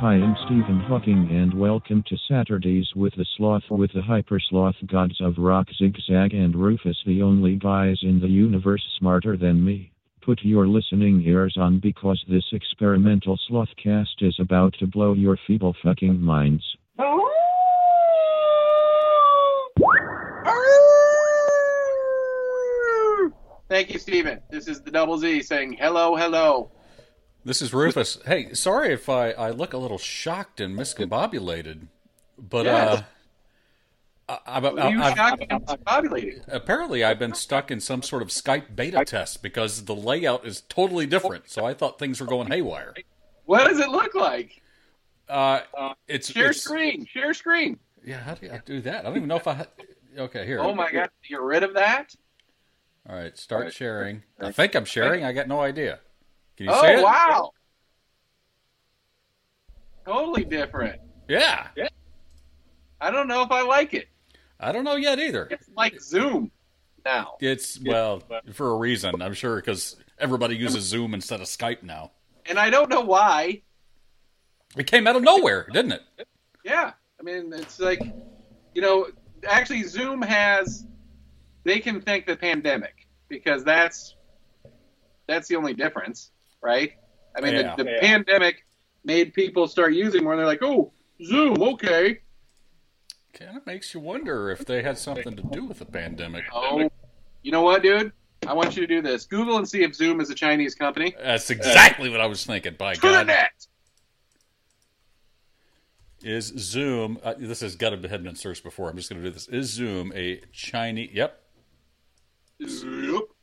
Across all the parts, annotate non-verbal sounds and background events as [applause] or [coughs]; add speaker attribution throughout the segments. Speaker 1: Hi, I'm Stephen Hawking, and welcome to Saturdays with the Sloth with the Hyper Sloth Gods of Rock, Zigzag, and Rufus, the only guys in the universe smarter than me. Put your listening ears on because this experimental slothcast is about to blow your feeble fucking minds.
Speaker 2: Thank you, Steven. This is the Double Z saying hello, hello.
Speaker 3: This is Rufus. Hey, sorry if I, I look a little shocked and miscombobulated, but
Speaker 2: Yes.
Speaker 3: uh, I, I, I,
Speaker 2: you
Speaker 3: I've-
Speaker 2: shocked and discombobulated.
Speaker 3: apparently I've been stuck in some sort of Skype beta test because the layout is totally different. So I thought things were going haywire.
Speaker 2: What does it look like?
Speaker 3: Uh, it's
Speaker 2: Share
Speaker 3: it's-
Speaker 2: screen, share screen.
Speaker 3: Yeah, how do I do that? I don't even know if I. ha- Okay, here.
Speaker 2: Oh my god, you're rid of that?
Speaker 3: All right, start sharing. I think I'm sharing. I got no idea. Can you see
Speaker 2: Oh
Speaker 3: it?
Speaker 2: wow. Totally different.
Speaker 3: Yeah,
Speaker 2: I don't know if I like it.
Speaker 3: I don't know yet either.
Speaker 2: It's like Zoom now.
Speaker 3: It's well for a reason, I'm sure, because everybody uses Zoom instead of Skype now.
Speaker 2: And I don't know why.
Speaker 3: It came out of nowhere, didn't it?
Speaker 2: Yeah. I mean, it's like you know, actually Zoom has they can thank the pandemic because that's that's the only difference, right? I mean,
Speaker 3: Yeah.
Speaker 2: the, the
Speaker 4: Yeah.
Speaker 2: pandemic made people start using more. They're like, "Oh, Zoom, okay."
Speaker 3: Kind of makes you wonder if they had something to do with the pandemic.
Speaker 2: Oh, you know what, dude? I want you to do this. Google and see if Zoom is a Chinese company.
Speaker 3: That's exactly what I was thinking. By
Speaker 2: To the
Speaker 3: God,
Speaker 2: net.
Speaker 3: is Zoom? Uh, this has got to have been searched before. I'm just going to do this. Is Zoom a Chinese? Yep.
Speaker 2: Zoop.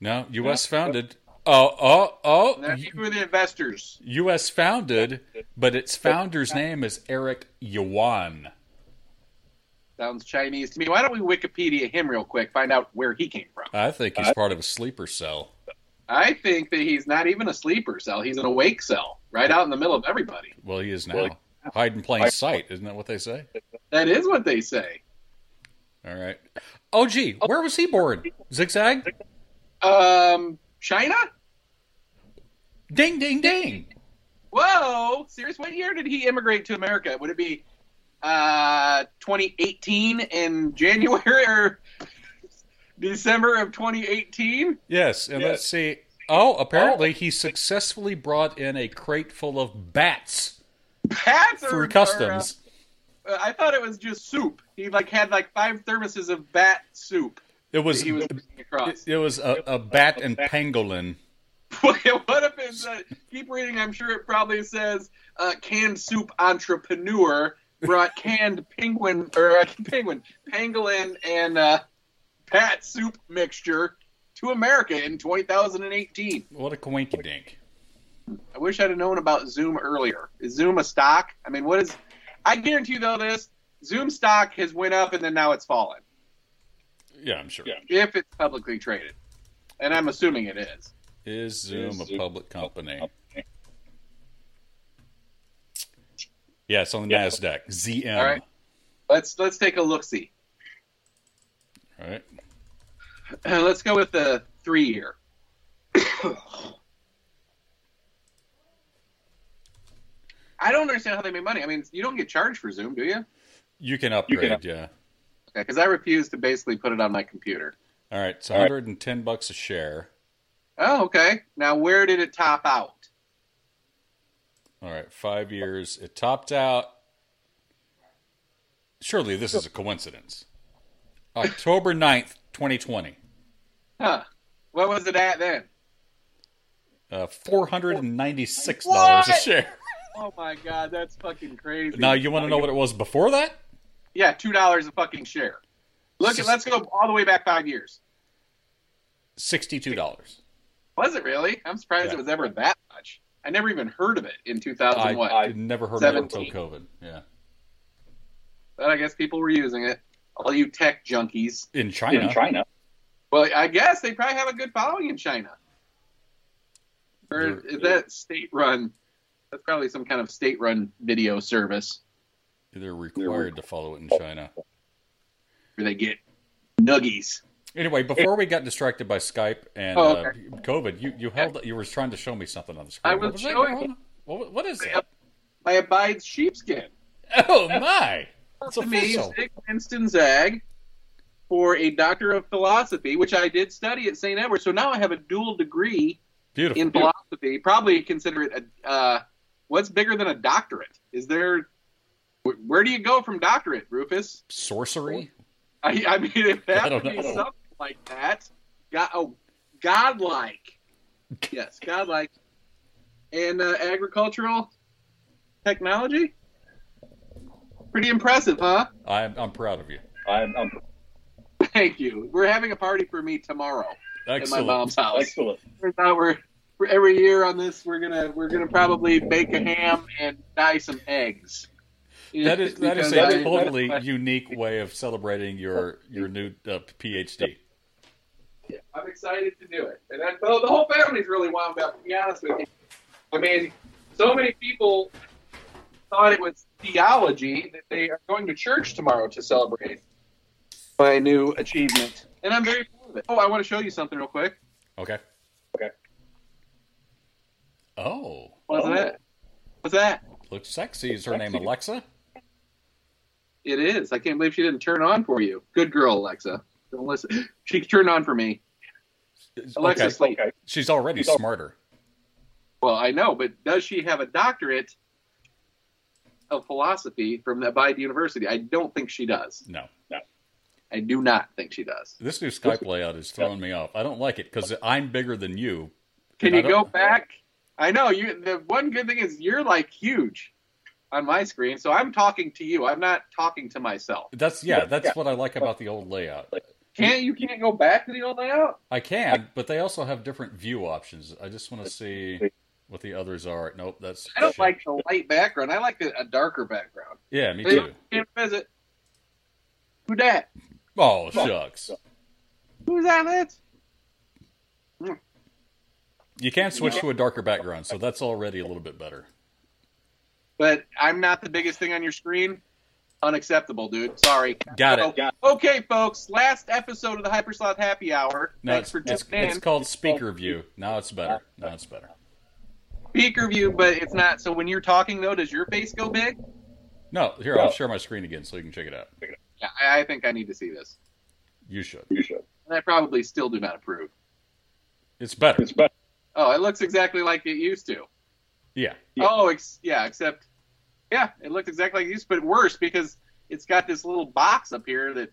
Speaker 3: No, U.S. founded. Oh, oh,
Speaker 2: And
Speaker 3: oh.
Speaker 2: That's who are the investors.
Speaker 3: U.S. founded, but its founder's name is Eric Yuan.
Speaker 2: Sounds Chinese to me. Why don't we Wikipedia him real quick? Find out where he came from.
Speaker 3: I think he's part of a sleeper cell.
Speaker 2: I think that he's not even a sleeper cell. He's an awake cell, right out in the middle of everybody.
Speaker 3: Well, he is now. Hide in plain sight, isn't that what they say?
Speaker 2: That is what they say.
Speaker 3: All right. Oh, gee, where was he born? Zigzag?
Speaker 2: Um, China?
Speaker 3: Ding, ding, ding.
Speaker 2: Whoa! Serious? What year did he immigrate to America? Would it be uh 2018 in January or December of 2018?
Speaker 3: Yes, and let's see. Oh, apparently he successfully brought in a crate full of bats
Speaker 2: Hats
Speaker 3: through
Speaker 2: or,
Speaker 3: customs.
Speaker 2: or, uh, I thought it was just soup. He like had like five thermoses of bat soup.
Speaker 3: It was
Speaker 2: that He was
Speaker 3: it,
Speaker 2: bringing across.
Speaker 3: it was a, a bat and pangolin.
Speaker 2: what if it said, keep reading? I'm sure it probably says uh, canned soup entrepreneur brought canned penguin or uh, [laughs] penguin pangolin and uh, pat soup mixture to America in 2018.
Speaker 3: What a coinky dink.
Speaker 2: I wish I'd have known about Zoom earlier. Is Zoom a stock? I mean, what is? I guarantee you though this Zoom stock has went up and then now it's fallen
Speaker 3: Yeah, I'm sure.
Speaker 2: if it's publicly traded, and I'm assuming it is.
Speaker 3: Is Zoom a public company? Yeah, it's on the NASDAQ. ZM.
Speaker 2: All right. Let's let's take a look see.
Speaker 3: All right.
Speaker 2: Uh, [coughs] Let's go with the three here. [coughs] I don't understand how they make money. I mean, you don't get charged for Zoom, do you? Okay,
Speaker 3: You can upgrade, yeah.
Speaker 2: because I refuse to basically put it on my computer.
Speaker 3: All right, it's 110 bucks a share.
Speaker 2: Oh, okay. Now, where did it top out?
Speaker 3: All right, five years. It topped out. Surely this is a coincidence. October 9th, 2020.
Speaker 2: Huh? What was it at then?
Speaker 3: Uh, $496 a
Speaker 2: What?
Speaker 3: share.
Speaker 2: Oh my god, that's fucking crazy.
Speaker 3: Now, you want to know what it was before that?
Speaker 2: Yeah, two dollars a fucking share. Look, at
Speaker 3: Just-
Speaker 2: let's go all the way back five years.
Speaker 3: $62.
Speaker 2: Was it really? I'm surprised
Speaker 3: Yeah.
Speaker 2: it was ever that much. I never even heard of it in
Speaker 3: I,
Speaker 2: 2001.
Speaker 3: I never heard of it until
Speaker 2: Seventeen.
Speaker 3: COVID. Yeah.
Speaker 2: but I guess people were using it. All you tech junkies.
Speaker 3: in China.
Speaker 4: in China.
Speaker 2: Well, I guess they probably have a good following in China. Or is that state run? That's probably some kind of state run video service
Speaker 3: They're required to follow it in China.
Speaker 2: where they get nuggies.
Speaker 3: Anyway, before we got distracted by Skype and
Speaker 2: Oh, okay.
Speaker 3: uh, COVID, you, you held you were trying to show me something on the screen.
Speaker 2: I was
Speaker 3: what that,
Speaker 2: showing-
Speaker 3: Ron? What, what is
Speaker 2: Yeah.
Speaker 3: that?
Speaker 2: I abide sheepskin.
Speaker 3: [laughs] Oh my! It's
Speaker 2: to me,
Speaker 3: official.
Speaker 2: Zig Winston Zag for a doctor of philosophy, which I did study at St. Edward. So now I have a dual degree
Speaker 3: Beautiful.
Speaker 2: in philosophy. Probably consider it a uh, what's bigger than a doctorate? Is there? wh- Where do you go from doctorate, Rufus? [laughs]
Speaker 3: Sorcery.
Speaker 2: I, I mean, it
Speaker 3: I
Speaker 2: had
Speaker 3: don't
Speaker 2: to be
Speaker 3: know.
Speaker 2: something like that. God, oh, godlike. Yes, godlike. And uh, agricultural technology. Pretty impressive, huh? [laughs]
Speaker 3: I'm I'm proud of you.
Speaker 4: I'm, I'm
Speaker 2: Thank you. We're having a party for me tomorrow at my
Speaker 3: Excellent.
Speaker 2: mom's house.
Speaker 4: excellent.
Speaker 2: Turns out we're, we're every year on this. We're gonna we're gonna probably bake a ham and dye some eggs.
Speaker 3: That is that is
Speaker 2: Because
Speaker 3: a
Speaker 2: I-
Speaker 3: totally unique way of celebrating your your new uh, PhD.
Speaker 2: I'm excited to do it. And that, well, the whole family's really wound up, to be honest with you. I mean, so many people thought it was theology that they are going to church tomorrow to celebrate my new achievement. And I'm very proud of it. Oh, I want to show you something real quick.
Speaker 3: Okay.
Speaker 4: Okay.
Speaker 3: Oh,
Speaker 2: What's
Speaker 4: Oh.
Speaker 2: that? What's that?
Speaker 3: looks sexy. Is her name
Speaker 4: Sexy.
Speaker 3: Alexa?
Speaker 2: It is. I can't believe she didn't turn on for you. Good girl, Alexa. Don't listen. She turned on for me. Alexa,
Speaker 3: Okay.
Speaker 2: sleep.
Speaker 4: Okay.
Speaker 3: She's already
Speaker 4: She's al-
Speaker 3: smarter.
Speaker 2: Well, I know, but does she have a doctorate of philosophy from the Abide University? I don't think she does.
Speaker 3: No.
Speaker 2: I do not think she does.
Speaker 3: This new Skype layout is throwing me off. I don't like it because I'm bigger than you.
Speaker 2: Can
Speaker 3: I
Speaker 2: you go
Speaker 3: don't-
Speaker 2: back? I know you. The one good thing is you're like huge on my screen, so I'm talking to you. I'm not talking to myself.
Speaker 3: That's yeah. That's
Speaker 4: Yeah.
Speaker 3: what I like about the old layout.
Speaker 2: Can't you? Can't go back to the old layout?
Speaker 3: I can, but they also have different view options. I just want to see what the others are. Nope, that's.
Speaker 2: I don't
Speaker 3: shit.
Speaker 2: like the light background. I like the, a darker background.
Speaker 3: Yeah, me
Speaker 2: They
Speaker 3: too.
Speaker 2: Can't visit. Who that?
Speaker 3: Oh shucks.
Speaker 2: Who's on it?
Speaker 3: You can switch to a darker background, so that's already a little bit better.
Speaker 2: But I'm not the biggest thing on your screen. Unacceptable, dude. Sorry.
Speaker 3: Got it.
Speaker 4: Got
Speaker 2: Okay, folks. Last episode of the Hypersloth Happy Hour.
Speaker 3: No,
Speaker 2: Thanks
Speaker 3: it's,
Speaker 2: for
Speaker 3: it's,
Speaker 2: tuning
Speaker 3: it's
Speaker 2: in.
Speaker 3: called speaker view. Now it's better. Now it's better.
Speaker 2: Speaker view, but it's not. So when you're talking though, does your face go big?
Speaker 3: No, here I'll share my screen again so you can check it out.
Speaker 2: Yeah, I, I think I need to see this.
Speaker 3: You should.
Speaker 4: you should.
Speaker 2: And I probably still do not approve.
Speaker 3: It's better.
Speaker 4: It's better.
Speaker 2: Oh, it looks exactly like it used to.
Speaker 3: Yeah.
Speaker 4: Yeah.
Speaker 2: Oh, ex- yeah, except, yeah, it looked exactly like it used to, but worse because it's got this little box up here that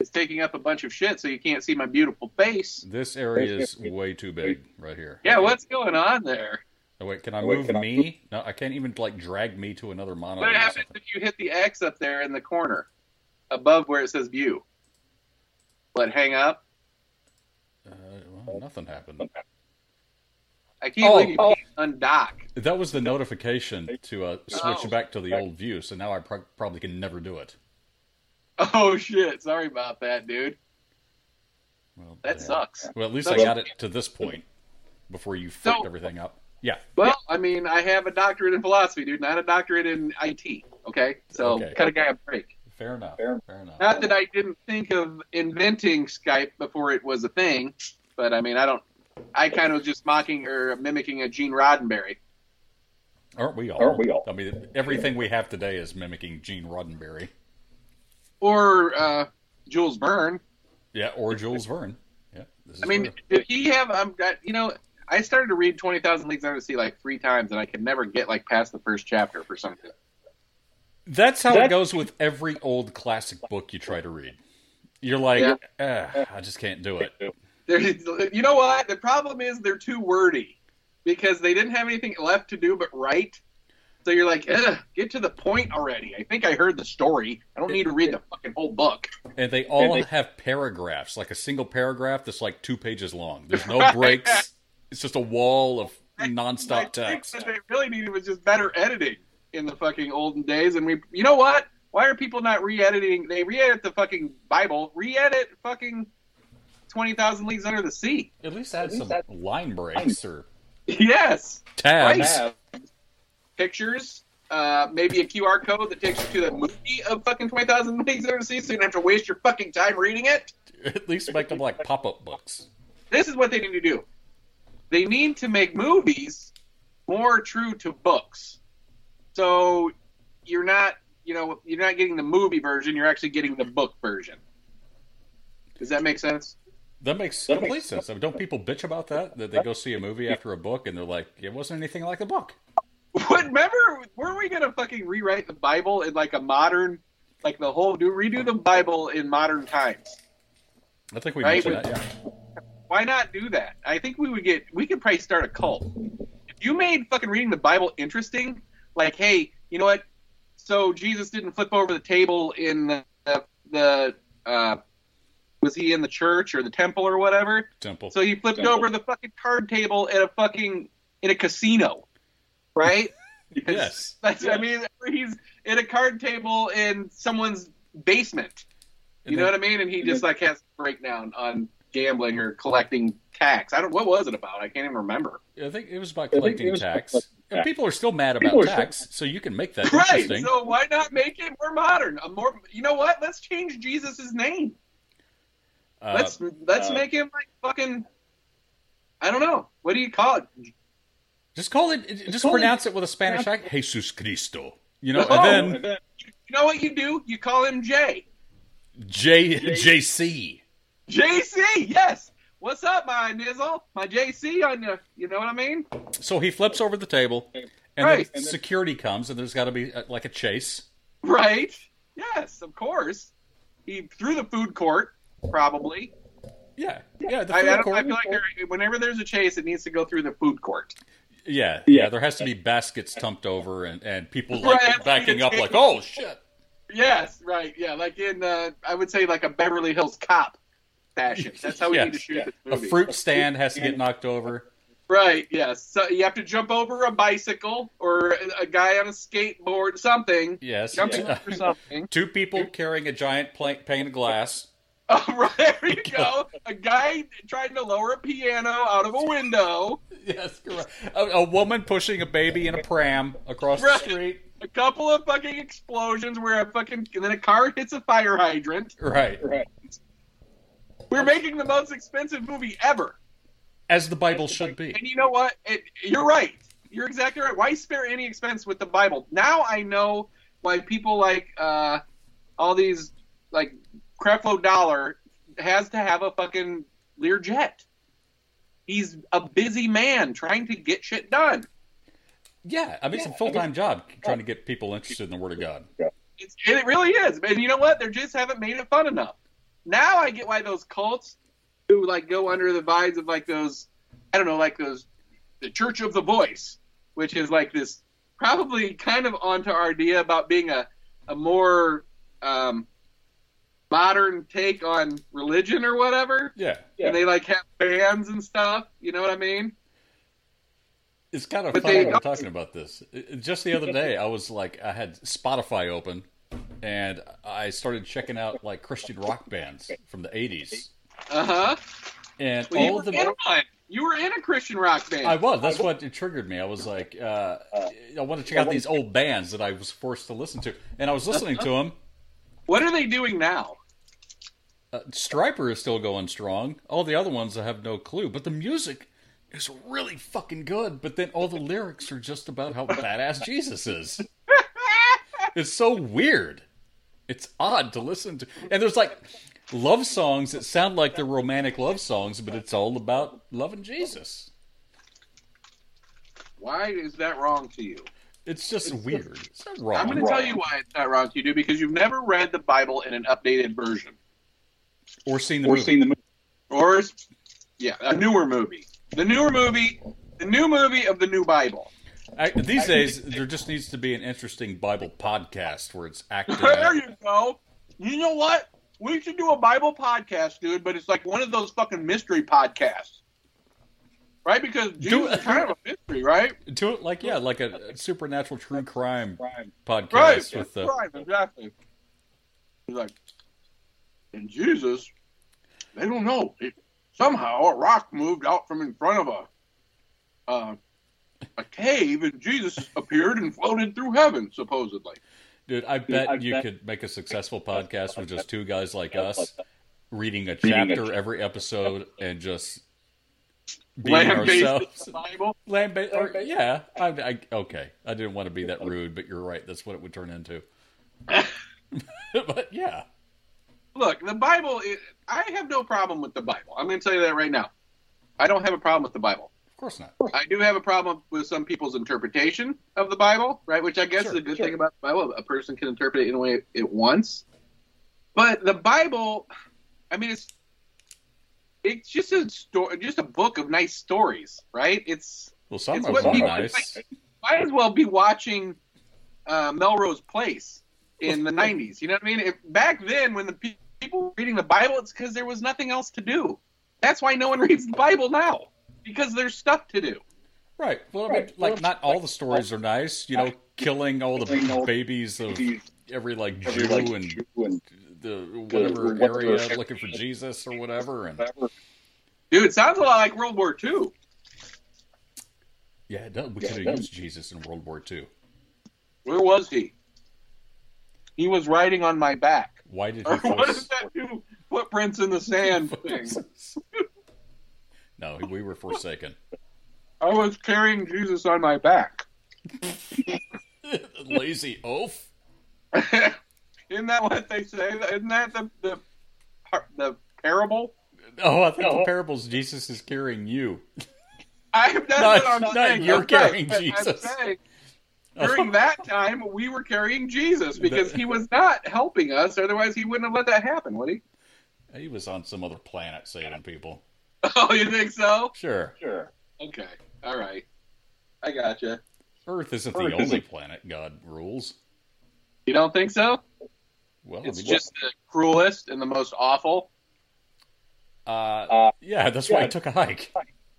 Speaker 2: is taking up a bunch of shit, so you can't see my beautiful face.
Speaker 3: This area is way too big right here.
Speaker 2: Yeah, what's going on there?
Speaker 3: Oh, wait, can I
Speaker 4: Wait,
Speaker 3: move
Speaker 4: can I-
Speaker 3: me? No, I can't even like drag me to another monitor.
Speaker 2: What
Speaker 3: or
Speaker 2: happens
Speaker 3: something.
Speaker 2: if you hit the X up there in the corner, above where it says view? But hang up.
Speaker 3: Uh, well, nothing happened.
Speaker 2: I can't
Speaker 3: Oh,
Speaker 2: believe you
Speaker 4: oh.
Speaker 2: can't undock. [laughs]
Speaker 3: That was the notification to uh, switch
Speaker 2: Oh.
Speaker 3: back to the old view, so now I pro- probably can never do it.
Speaker 2: Oh shit! Sorry about that, dude.
Speaker 3: Well,
Speaker 2: That
Speaker 3: damn.
Speaker 2: sucks.
Speaker 3: Well, at least I
Speaker 2: That's-
Speaker 3: got it to this point before you fucked
Speaker 2: So-
Speaker 3: everything up. Yeah.
Speaker 2: Well, I mean, I have a doctorate in philosophy, dude, not a doctorate in IT. Okay, so
Speaker 3: Okay.
Speaker 2: cut a guy a break.
Speaker 3: Fair enough. Fair,
Speaker 4: Fair-
Speaker 3: enough.
Speaker 2: Not that I didn't think of inventing Skype before it was a thing, but I mean, I don't. I kind of was just mocking or mimicking a Gene Roddenberry.
Speaker 3: Aren't we all?
Speaker 4: Aren't we all?
Speaker 3: I mean, everything we have today is mimicking Gene Roddenberry.
Speaker 2: or uh, Jules Verne.
Speaker 3: Yeah, or Jules Verne. Yeah. This is
Speaker 2: I mean,
Speaker 3: true.
Speaker 2: did he have? Um, got, you know, I started to read Twenty Thousand Leagues Under the Sea like three times, and I could never get like past the first chapter for some reason.
Speaker 3: that's how it
Speaker 4: That-
Speaker 3: goes with every old classic book you try to read. You're like, "Ah, I just can't do it.
Speaker 2: There's, you know what? The problem is they're too wordy because they didn't have anything left to do but write. So you're like, Ugh, get to the point already. I think I heard the story. I don't need to read the fucking whole book.
Speaker 3: And they all
Speaker 4: And they-
Speaker 3: have paragraphs, like a single paragraph that's like two pages long. There's no breaks. it's just a wall of
Speaker 2: I think
Speaker 3: nonstop text.
Speaker 2: what they really needed was just better editing in the fucking olden days. And we, you know what? Why are people not re-editing? They re-edit the fucking Bible. Re-edit fucking Twenty Thousand Leagues Under the Sea. [laughs]
Speaker 3: At least add some line breaks or
Speaker 2: Yes.
Speaker 3: tabs.
Speaker 2: Right. Pictures. Uh, maybe a QR code that takes you to the movie of fucking Twenty Thousand Leagues Under the Sea, so you don't have to waste your fucking time reading it.
Speaker 3: At least make them like pop up books.
Speaker 2: This is what they need to do. They need to make movies more true to books. So you're not, you know, you're not getting the movie version. You're actually getting the book version. Does that make sense? [laughs]
Speaker 3: That makes complete sense. I mean, don't people bitch about that? That they go see a movie after a book and they're like, it wasn't anything like the book.
Speaker 2: What? Remember, were we gonna fucking rewrite the Bible in like a modern, like the whole do redo the Bible in modern times?
Speaker 3: I think we
Speaker 2: Right.
Speaker 3: mentioned that. Yeah.
Speaker 2: Why not do that? I think we would get. We could probably start a cult. If you made fucking reading the Bible interesting, like, hey, you know what? So Jesus didn't flip over the table in the the, the uh, was he in the church or the temple or whatever?
Speaker 3: Temple.
Speaker 2: So he flipped over the fucking card table at a fucking in a casino, right?
Speaker 3: [laughs] yes.
Speaker 2: That's I mean he's at a card table in someone's basement. You
Speaker 3: And
Speaker 2: know
Speaker 3: then-
Speaker 2: what I mean? And he just like has a breakdown on gambling or collecting tax. I don't what was it about? I can't even remember.
Speaker 3: I think it was about
Speaker 4: think
Speaker 3: collecting
Speaker 4: it was about
Speaker 3: tax.
Speaker 4: collecting
Speaker 3: And
Speaker 4: tax.
Speaker 3: people are still mad about
Speaker 4: People are still-
Speaker 3: tax, so you can make that
Speaker 2: Right.
Speaker 3: interesting.
Speaker 2: So why not make it more modern? A more you know what? Let's change Jesus' name.
Speaker 3: Uh,
Speaker 2: Let's let's
Speaker 4: uh,
Speaker 2: make him like fucking I don't know. What do you call it?
Speaker 3: just call it. Just
Speaker 4: call it-
Speaker 3: pronounce it with a Spanish accent. Jesus Cristo. You know,
Speaker 2: No.
Speaker 3: and then
Speaker 2: You know what you do? You call him Jay.
Speaker 3: J JC.
Speaker 2: JC, yes. What's up, my nizzle? My JC on you. You know what I mean?
Speaker 3: So he flips over the table, and
Speaker 2: Right.
Speaker 3: then security comes, and there's got to be uh, like a chase.
Speaker 2: Right. Yes, of course. He through the food court, probably.
Speaker 3: Yeah, yeah. The
Speaker 2: I, I,
Speaker 3: food
Speaker 2: don't,
Speaker 3: court.
Speaker 2: I feel like there, whenever there's a chase, it needs to go through the food court.
Speaker 3: yeah, yeah, There has to be baskets tumped over, and and people like
Speaker 2: Right.
Speaker 3: backing up, like, oh shit.
Speaker 2: Yes, right. Yeah, like in uh, I would say like a Beverly Hills Cop
Speaker 3: [laughs]
Speaker 2: fashion. That's how we
Speaker 3: Yes.
Speaker 2: need to shoot
Speaker 4: Yeah.
Speaker 2: this
Speaker 3: A
Speaker 2: movie.
Speaker 3: fruit stand has to get knocked over.
Speaker 2: Right. Yes. So you have to jump over a bicycle or a, a guy on a skateboard, something.
Speaker 3: Yes.
Speaker 2: Jumping
Speaker 3: [laughs]
Speaker 2: over something. [laughs]
Speaker 3: Two people carrying a giant plank, pane of glass. [laughs]
Speaker 2: Oh, right, there you go. A guy trying to lower a piano out of a window.
Speaker 3: Yes, correct. A, a woman pushing a baby in a pram across
Speaker 2: Right.
Speaker 3: the street.
Speaker 2: A couple of fucking explosions where a fucking and then a car hits a fire hydrant.
Speaker 3: Right.
Speaker 2: We're making the most expensive movie ever.
Speaker 3: As the Bible should
Speaker 2: And
Speaker 3: be.
Speaker 2: you know what? It, you're right. You're exactly right. Why spare any expense with the Bible? Now I know why people like uh, all these like Creflo Dollar has to have a fucking Learjet. He's a busy man trying to get shit done.
Speaker 3: Yeah, I mean, it's a full time job trying to get people interested in the Word of God.
Speaker 2: It's, it really is. And you know what? They just haven't made it fun enough. Now I get why those cults who like go under the vines of like those, I don't know, like those, the Church of the Voice, which is like this probably kind of onto our idea about being a, a more um, modern take on religion or whatever.
Speaker 3: Yeah.
Speaker 2: And they like have bands and stuff. You know what I mean?
Speaker 3: It's kind of
Speaker 2: But they-
Speaker 3: funny we're talking about this. Uh, Just the other day, I was like, I had Spotify open and I started checking out like Christian rock bands from the 80s.
Speaker 2: Uh huh.
Speaker 3: And
Speaker 2: Well, you
Speaker 3: all
Speaker 2: were
Speaker 3: of them.
Speaker 2: in one. You were in a Christian rock band.
Speaker 3: I was. That's what it triggered me. I was like, uh, I want to check out these old bands that I was forced to listen to. And I was listening to them.
Speaker 2: what are they doing now?
Speaker 3: Uh, Striper is still going strong. All the other ones I have no clue. But the music is really fucking good. But then all the lyrics are just about how badass [laughs] Jesus is. It's so weird. It's odd to listen to. And there's like love songs that sound like they're romantic love songs, but it's all about loving Jesus.
Speaker 2: Why is that wrong to you?
Speaker 3: It's just weird. It's not wrong.
Speaker 2: I'm going to tell you why it's not wrong to you, dude, because you've never read the Bible in an updated version
Speaker 3: or seen the
Speaker 4: Or
Speaker 3: movie.
Speaker 4: seen the movie.
Speaker 2: or, yeah, a newer movie. The newer movie, the new movie of the new Bible. [laughs]
Speaker 3: I, these days, there just needs to be an interesting Bible podcast where it's
Speaker 2: [laughs]
Speaker 3: active.
Speaker 2: There you go. You know what? We should do a Bible podcast, dude, but it's like one of those fucking mystery podcasts. right? Because Jesus is kind of a mystery, right?
Speaker 3: Do it like yeah, like a supernatural true crime
Speaker 2: Right,
Speaker 3: podcast
Speaker 2: right,
Speaker 3: with the
Speaker 2: right, exactly. He's like, and Jesus, they don't know. It, somehow a rock moved out from in front of a uh, a cave, and Jesus appeared and floated through heaven, supposedly.
Speaker 3: dude. I bet
Speaker 4: I
Speaker 3: you
Speaker 4: bet-
Speaker 3: could make a successful podcast with just two guys like
Speaker 4: Guys
Speaker 3: us
Speaker 4: like
Speaker 3: reading a
Speaker 4: Reading a
Speaker 3: chapter
Speaker 4: chapter.
Speaker 3: every episode and just being
Speaker 2: Land-based [laughs]
Speaker 3: ourselves.
Speaker 2: in the Bible.
Speaker 3: Land ba- or- yeah, I, I, okay. I didn't want to be that rude, but you're right. That's what it would turn into. but yeah,
Speaker 2: Look, the Bible. Is, I have no problem with the Bible. I'm going to tell you that right now. I don't have a problem with the Bible.
Speaker 3: of course not.
Speaker 2: I do have a problem with some people's interpretation of the Bible, right? Which I guess
Speaker 3: Sure,
Speaker 2: is a good
Speaker 3: sure.
Speaker 2: thing about the Bible. A person can interpret it in a way it wants. But the Bible, I mean, it's it's just a story, just a book of nice stories, right? It's
Speaker 3: Well, some
Speaker 2: It's
Speaker 3: of
Speaker 2: what
Speaker 3: them are
Speaker 2: people
Speaker 3: nice.
Speaker 2: think. might as well be watching uh, Melrose Place in
Speaker 3: [laughs]
Speaker 2: the '90s. You know what I mean? If back then, when the pe- people were reading the Bible, it's because there was nothing else to do. That's why no one [laughs] reads the Bible now because there's stuff to do.
Speaker 3: Right. Well, I mean, like not all the stories are nice. You know, killing all
Speaker 4: Killing
Speaker 3: the
Speaker 4: all
Speaker 3: babies of every like Jew
Speaker 4: Like,
Speaker 3: and
Speaker 4: Jew and
Speaker 3: the whatever
Speaker 4: whatever
Speaker 3: area
Speaker 4: area.
Speaker 3: looking for Jesus or whatever. And
Speaker 4: whatever.
Speaker 2: Dude, it sounds a lot like World War II.
Speaker 3: yeah, it does. we
Speaker 4: Yeah,
Speaker 3: could
Speaker 4: it
Speaker 3: have
Speaker 4: does.
Speaker 3: used Jesus in World War II.
Speaker 2: Where was he? He was riding on my
Speaker 3: [laughs]
Speaker 2: back.
Speaker 3: Why
Speaker 2: [laughs]
Speaker 3: did
Speaker 2: Or
Speaker 3: he?
Speaker 2: what
Speaker 3: force-
Speaker 2: does
Speaker 3: [laughs]
Speaker 2: that do? Footprints in the sand thing.
Speaker 3: no, we were forsaken. [laughs]
Speaker 2: I was carrying Jesus on my back. [laughs]
Speaker 3: Lazy oaf.
Speaker 2: Isn't that what they say? Isn't that the the, the parable?
Speaker 3: Oh, I think the
Speaker 4: No.
Speaker 3: parable's Jesus is carrying you.
Speaker 2: I that's
Speaker 3: No,
Speaker 2: what I'm
Speaker 3: no,
Speaker 2: saying.
Speaker 3: you're
Speaker 2: That's right.
Speaker 3: carrying
Speaker 2: But I'm
Speaker 3: Jesus. [laughs]
Speaker 2: saying, during that time, we were carrying Jesus because
Speaker 3: The-
Speaker 2: he was not helping us. Otherwise, he wouldn't have let that happen, would he? [laughs]
Speaker 3: He was on some other planet saving people.
Speaker 2: Oh, you think so?
Speaker 3: Sure.
Speaker 4: Sure.
Speaker 2: Okay, all right. I gotcha.
Speaker 3: Earth isn't
Speaker 4: Earth
Speaker 3: the only
Speaker 4: isn't-
Speaker 3: planet God rules.
Speaker 2: You don't think so?
Speaker 3: Well,
Speaker 2: It's
Speaker 3: I mean,
Speaker 2: just the cruelest and the most awful. [laughs]
Speaker 3: uh,
Speaker 4: Uh,
Speaker 3: yeah, that's why I
Speaker 4: yeah.
Speaker 3: took a hike.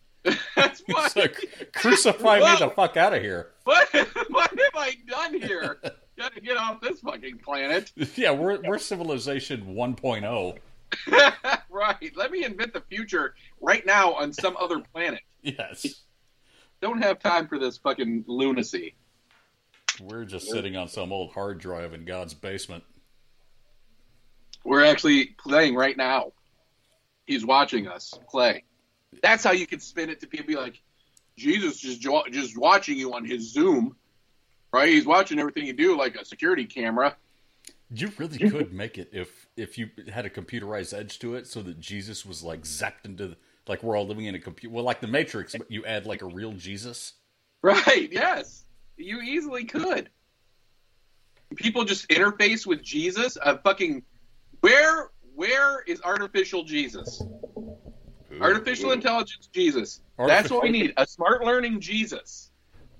Speaker 3: [laughs]
Speaker 2: That's why.
Speaker 3: It's like, crucify me the
Speaker 2: Whoa.
Speaker 3: fuck out of here.
Speaker 2: [laughs] what, what have I done here?
Speaker 3: [laughs]
Speaker 2: Gotta get off this fucking planet. [laughs]
Speaker 3: Yeah, we're we're civilization oh. 1.0.
Speaker 2: right. Let me invent the future right now on some other planet.
Speaker 3: Yes.
Speaker 2: Don't have time for this fucking lunacy.
Speaker 3: We're just sitting on some old hard drive in God's basement.
Speaker 2: We're actually playing right now. He's watching us play. That's how you can spin it to people be like, Jesus just jo- just watching you on his Zoom, right? He's watching everything you do like a security camera.
Speaker 3: You really
Speaker 2: Mm-hmm.
Speaker 3: could make it if if you had a computerized edge to it, so that Jesus was like zapped into the, like we're all living in a computer. Well, like the Matrix, but you add like a real Jesus.
Speaker 2: Right, yes. You easily could. People just interface with Jesus. A fucking where where is artificial Jesus?
Speaker 3: Ooh.
Speaker 2: Artificial intelligence Jesus. That's what we need. A smart learning Jesus.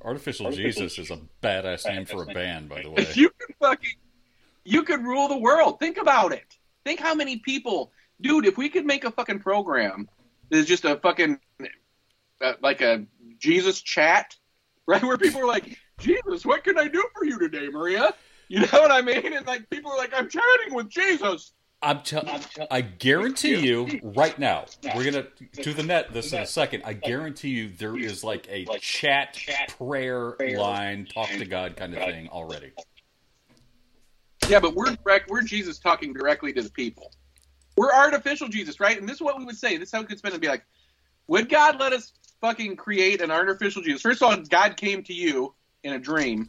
Speaker 3: Artificial
Speaker 4: Artificial
Speaker 3: Jesus is a badass name for a band, by the way.
Speaker 2: [laughs] You can fucking you could rule the world. Think about it. Think how many people dude, if we could make a fucking program that's just a fucking uh, like a Jesus chat, [laughs] right? Where people are like, Jesus, what can I do for you today, Maria? You know what I mean? And like people are like, I'm chatting with Jesus.
Speaker 3: I'm tell- I guarantee you right now, we're gonna do the net this in a second. I guarantee you there is like a chat prayer line, talk to God kind of thing already.
Speaker 2: Yeah, but we're direct. We're Jesus talking directly to the people. We're artificial Jesus, right? And this is what we would say. This is how it could spin and be like, would God let us fucking create an artificial Jesus? First of all, God came to you in a dream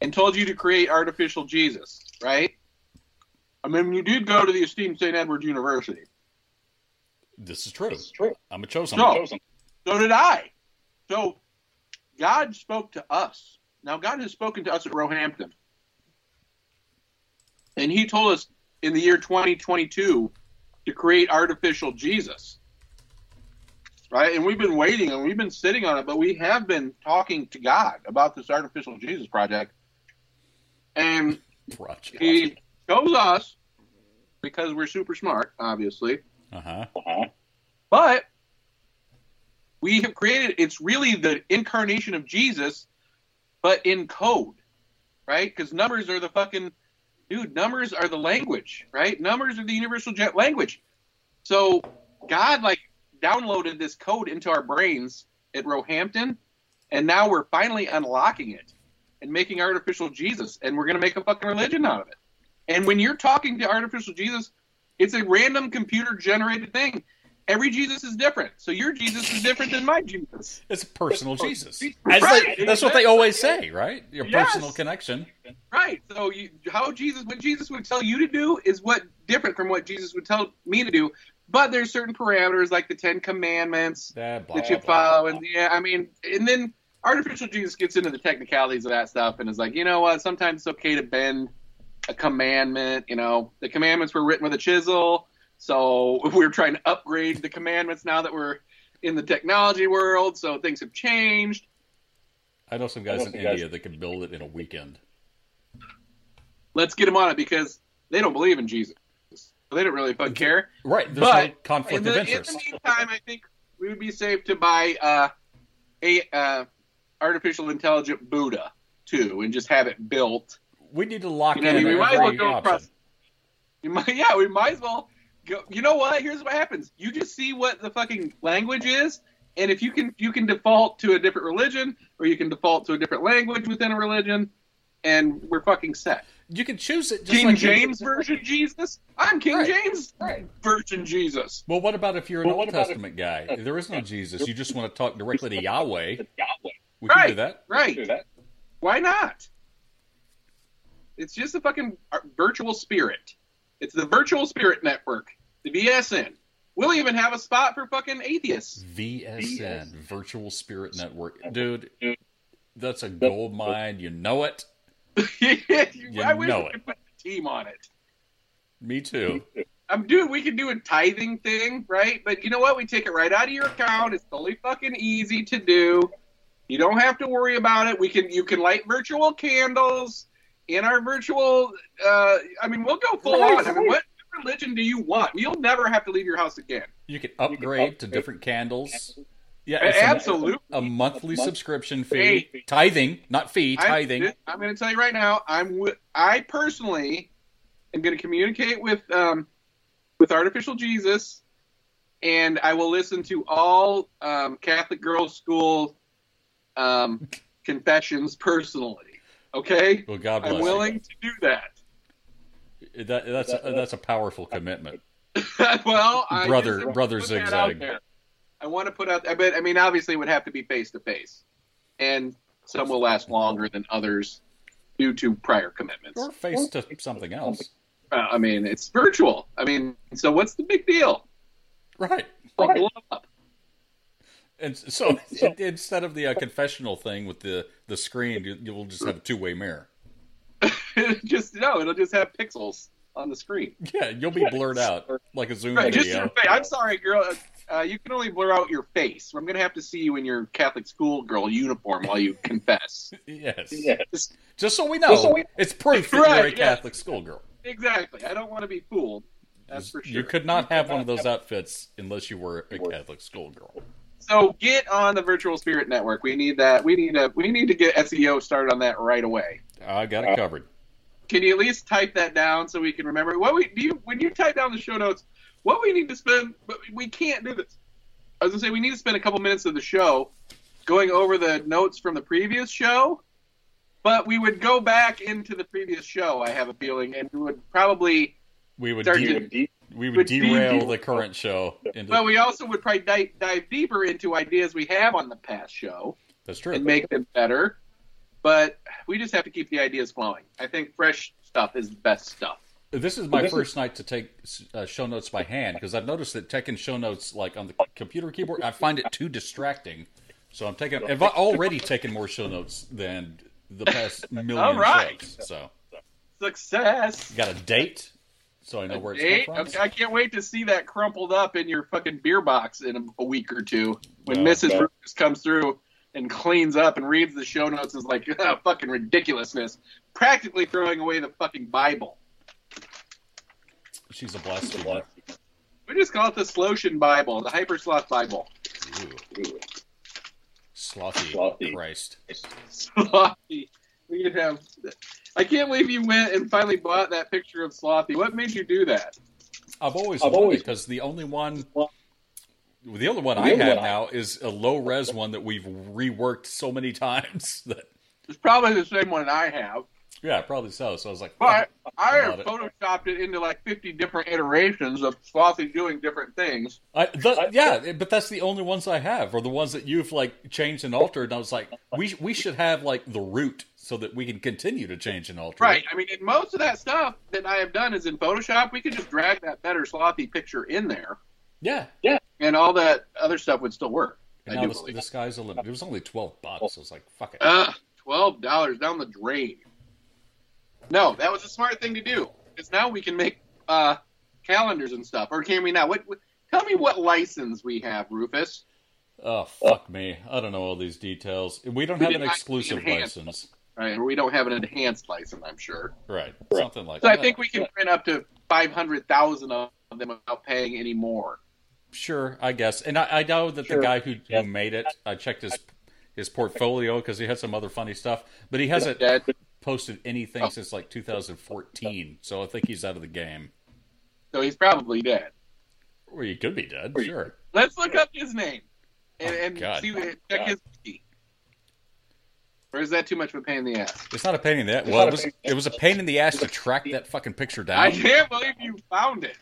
Speaker 2: and told you to create artificial Jesus, right? I mean, you did go to the esteemed St. Edward's University.
Speaker 3: This is true.
Speaker 4: It's true.
Speaker 3: I'm a chosen
Speaker 2: No.
Speaker 3: one.
Speaker 4: Chosen.
Speaker 2: So did I. So God spoke to us. Now God has spoken to us at Roehampton. And he told us in the year 2022 to create artificial Jesus. Right? And we've been waiting and we've been sitting on it, but we have been talking to God about this artificial Jesus project. And
Speaker 3: Project.
Speaker 2: he chose us because
Speaker 3: Uh-huh.
Speaker 2: we're super smart, obviously.
Speaker 3: Uh huh.
Speaker 4: Uh-huh.
Speaker 2: But we have created it's really the incarnation of Jesus, but in code, right? Because numbers are the fucking dude. Numbers are the language, right? Numbers are the universal jet language. So God like downloaded this code into our brains at Roehampton, and now we're finally unlocking it and making artificial Jesus, and we're gonna make a fucking religion out of it. And when you're talking to artificial Jesus, it's a random computer generated thing. Every Jesus is different. So your Jesus is different than my Jesus.
Speaker 3: It's a personal Jesus.
Speaker 2: Right,
Speaker 3: That's, like- that's what
Speaker 2: exactly.
Speaker 3: they always say, right? Your
Speaker 2: Yes.
Speaker 3: personal connection.
Speaker 2: Right. So you, how Jesus, what Jesus would tell you to do is what different from what Jesus would tell me to do. But there's certain parameters like the Ten Commandments
Speaker 3: Ah, blah,
Speaker 2: that you
Speaker 3: blah,
Speaker 2: follow,
Speaker 3: blah.
Speaker 2: and yeah, I mean, and then artificial Jesus gets into the technicalities of that stuff, and is like, you know what? Sometimes it's okay to bend a commandment. You know, the commandments were written with a chisel, so [laughs] we're trying to upgrade the commandments now that we're in the technology world. So things have changed.
Speaker 3: I know some
Speaker 4: I know
Speaker 3: guys in
Speaker 4: some guys-
Speaker 3: India that can build it in a weekend.
Speaker 2: let's get them on it because they don't believe in Jesus. They don't really fucking care.
Speaker 3: Right. There's
Speaker 2: But-
Speaker 3: no conflict
Speaker 2: In the,
Speaker 3: of
Speaker 2: in the
Speaker 3: interest.
Speaker 2: meantime, I think we would be safe to buy uh, a uh, artificial intelligent Buddha too, and just have it built.
Speaker 3: we need to lock
Speaker 2: You know,
Speaker 3: in
Speaker 2: we might as well
Speaker 3: every
Speaker 2: go
Speaker 3: option.
Speaker 2: across. You might, [laughs] yeah, we might as well go. You know what? Here's what happens. You just see what the fucking language is, and if you can, you can default to a different religion, or you can default to a different language within a religion, and we're fucking set.
Speaker 3: You can choose it just
Speaker 2: King
Speaker 3: like
Speaker 2: James version Jesus. I'm King
Speaker 3: Right.
Speaker 2: James version Jesus.
Speaker 3: Well, what about if you're an
Speaker 4: Well, what
Speaker 3: Old
Speaker 4: about if-
Speaker 3: Testament guy? There is no Jesus. You just want to talk directly to Yahweh.
Speaker 4: Yahweh.
Speaker 3: We can do
Speaker 2: Right.
Speaker 3: that.
Speaker 4: Do
Speaker 2: Right?
Speaker 4: that.
Speaker 2: Why not? It's just a fucking uh, virtual spirit. It's the virtual spirit network, the VSN. We'll even have a spot for fucking atheists. [laughs]
Speaker 3: VSN, Virtual Spirit Network. Dude,
Speaker 4: Dude.
Speaker 3: that's a gold mine. You know it.
Speaker 2: I wish
Speaker 3: know
Speaker 2: we
Speaker 3: it.
Speaker 2: could put a team on it.
Speaker 3: Me too.
Speaker 2: I'm dude, we could do a tithing thing, right? But you know what? We take it right out of your account. It's totally fucking easy to do. You don't have to worry about it. We can you can light virtual candles in our virtual. Uh, I mean, we'll go full on. I mean, what religion do you want? You'll never have to leave your house again.
Speaker 3: You can upgrade, to
Speaker 4: upgrade.
Speaker 3: different candles. Yeah, it's a-
Speaker 2: Absolutely.
Speaker 3: A, monthly
Speaker 4: month-
Speaker 3: subscription fee. Tithing, not fee,
Speaker 2: I'm-
Speaker 3: tithing.
Speaker 2: I'm going to tell you right now. I'm wi- I personally am going to communicate with um, with artificial Jesus, and I will listen to all um, Catholic girls' school
Speaker 3: [laughs]
Speaker 2: um, confessions personally. Okay,
Speaker 3: Well, God bless
Speaker 2: I'm willing to do that. [laughs]
Speaker 3: you. That, that's, a, that's a powerful commitment.
Speaker 2: well, I
Speaker 3: Brother-
Speaker 2: just
Speaker 3: brother
Speaker 2: put that out
Speaker 3: zigzag.
Speaker 2: there. I want to put out. I bet. I mean, obviously, it would have to be face to face, and some will last longer than others due to prior commitments.
Speaker 3: Or face to something else.
Speaker 2: Uh, I mean, it's virtual. I mean, so what's the big deal?
Speaker 3: Right.
Speaker 4: Right.
Speaker 2: Blow up. [laughs]
Speaker 3: And so in- [laughs] instead of the uh, confessional thing with the, the screen, you, you will just have a two way mirror.
Speaker 2: just no, it'll just have pixels on the screen.
Speaker 3: Yeah, you'll be blurred out like a Zoom
Speaker 2: Right, just your
Speaker 3: video.
Speaker 2: face. I'm sorry, girl. Uh, you can only blur out your face. I'm gonna have to see you in your Catholic schoolgirl uniform while you
Speaker 3: [laughs]
Speaker 2: confess.
Speaker 3: Yes.
Speaker 4: Yeah.
Speaker 2: Just-
Speaker 3: Just so we know,
Speaker 4: Just so we-
Speaker 3: it's proof that
Speaker 2: Right,
Speaker 3: you're a
Speaker 2: yes.
Speaker 3: Catholic schoolgirl.
Speaker 2: exactly. I don't want to be fooled. That's for sure.
Speaker 3: You could not have one of those outfits unless you were a
Speaker 4: You were.
Speaker 3: Catholic schoolgirl.
Speaker 2: So get on the Virtual Spirit Network. We need that. We need a. We need to get SEO started on that right away.
Speaker 3: I got
Speaker 4: Uh,
Speaker 3: it covered.
Speaker 2: Can you at least type that down so we can remember what we do? You, when you type down the show notes, what we need to spend, but we can't do this. I was gonna say we need to spend a couple minutes of the show going over the notes from the previous show, but we would go back into the previous show. I have a feeling, and we would probably,
Speaker 3: We would
Speaker 2: Sorry,
Speaker 3: de-
Speaker 2: dude.
Speaker 3: we would
Speaker 2: would de-
Speaker 3: derail
Speaker 2: de-
Speaker 3: the current show. Into,
Speaker 2: but we also would probably dive, dive deeper into ideas we have on the past show
Speaker 3: that's true.
Speaker 2: and make them better. But we just have to keep the ideas flowing. I think fresh stuff is best stuff.
Speaker 3: This is my
Speaker 4: This is-
Speaker 3: first night to take uh, show notes by hand because I've noticed that taking show notes like on the computer keyboard, I find it too distracting. So I'm taking. I've already taken more show notes than the
Speaker 4: [laughs]
Speaker 3: past million
Speaker 2: All right.
Speaker 3: shows. So
Speaker 2: Success.
Speaker 3: got a date, so I know where it's
Speaker 2: Hey,
Speaker 3: going from.
Speaker 2: okay, I can't wait to see that crumpled up in your fucking beer box in a, a week or two when
Speaker 3: No,
Speaker 2: Mrs.
Speaker 4: no.
Speaker 2: Rufus comes through and cleans up and reads the show notes and is like, [laughs] "Ah, fucking ridiculousness, practically throwing away the fucking Bible.
Speaker 3: She's a blasphemer.
Speaker 2: [laughs] We just call it the Sloshin Bible, the Hypersloth Bible.
Speaker 3: Ooh. Slothy.
Speaker 4: Slothy.
Speaker 3: Christ.
Speaker 2: Slothy. We could have. I can't believe you went and finally bought that picture of Slothy. What made you do that?
Speaker 3: I've always
Speaker 4: I've
Speaker 3: wanted
Speaker 4: always-
Speaker 3: because the only one,
Speaker 4: Well-
Speaker 3: the only one
Speaker 4: The
Speaker 3: I
Speaker 4: only
Speaker 3: have
Speaker 4: one I-
Speaker 3: now is a low res one that we've reworked so many [laughs] times that
Speaker 2: It's probably the same one I have,
Speaker 3: yeah, probably so. So I was like,
Speaker 2: but I
Speaker 3: About
Speaker 2: have
Speaker 3: it.
Speaker 2: photoshopped it into like 50 different iterations of Slothy doing different things.
Speaker 3: I, the, yeah, but that's the only ones I have, or the ones that you've like changed and altered. And I was like, we we should have like the root so that we can continue to change and alter. it.
Speaker 2: Right. I mean, and most of that stuff that I have done is in Photoshop. We could just drag that better Slothy picture in there,
Speaker 3: Yeah.
Speaker 2: and all that other stuff would still work.
Speaker 3: And
Speaker 2: I
Speaker 3: now
Speaker 2: do
Speaker 3: the,
Speaker 2: believe. uh,
Speaker 3: the sky's the limit. It was only twelve bucks. So I was like, fuck it.
Speaker 2: Ugh, twelve dollars down the drain. No, that was a smart thing to do because now we can make uh, calendars and stuff, or can we not? What, what? Tell me what license we have, Rufus.
Speaker 3: Oh fuck me. I don't know all these details. We don't
Speaker 2: We
Speaker 3: have
Speaker 2: did
Speaker 3: an
Speaker 2: not
Speaker 3: exclusive
Speaker 2: enhance.
Speaker 3: license.
Speaker 2: Right, we don't have an enhanced license, I'm sure.
Speaker 3: Right.
Speaker 4: Right.
Speaker 3: Something like
Speaker 2: So I
Speaker 3: that.
Speaker 2: think we can print up to five hundred thousand of them without paying any more.
Speaker 3: Sure, I guess. And I, I know that
Speaker 4: Sure.
Speaker 3: the guy who,
Speaker 4: Yes.
Speaker 3: who made it, I checked his his portfolio because he had some other funny stuff, but he hasn't
Speaker 2: That
Speaker 3: posted anything since like 2014. So I think he's out of the game.
Speaker 2: so he's probably dead.
Speaker 3: Or he could be dead.
Speaker 4: Or you-
Speaker 3: Sure.
Speaker 2: Let's look up his name and,
Speaker 3: Oh,
Speaker 2: and
Speaker 3: God.
Speaker 2: see check his wiki. Or is that too much of a pain in the ass?
Speaker 3: It's not a pain in the ass.
Speaker 4: It's
Speaker 3: Well, it
Speaker 4: not a
Speaker 3: was
Speaker 4: pain in
Speaker 3: it
Speaker 4: the
Speaker 3: was a
Speaker 4: ass.
Speaker 3: pain in the ass to track that fucking picture
Speaker 2: I
Speaker 3: down,
Speaker 2: can't believe you found it.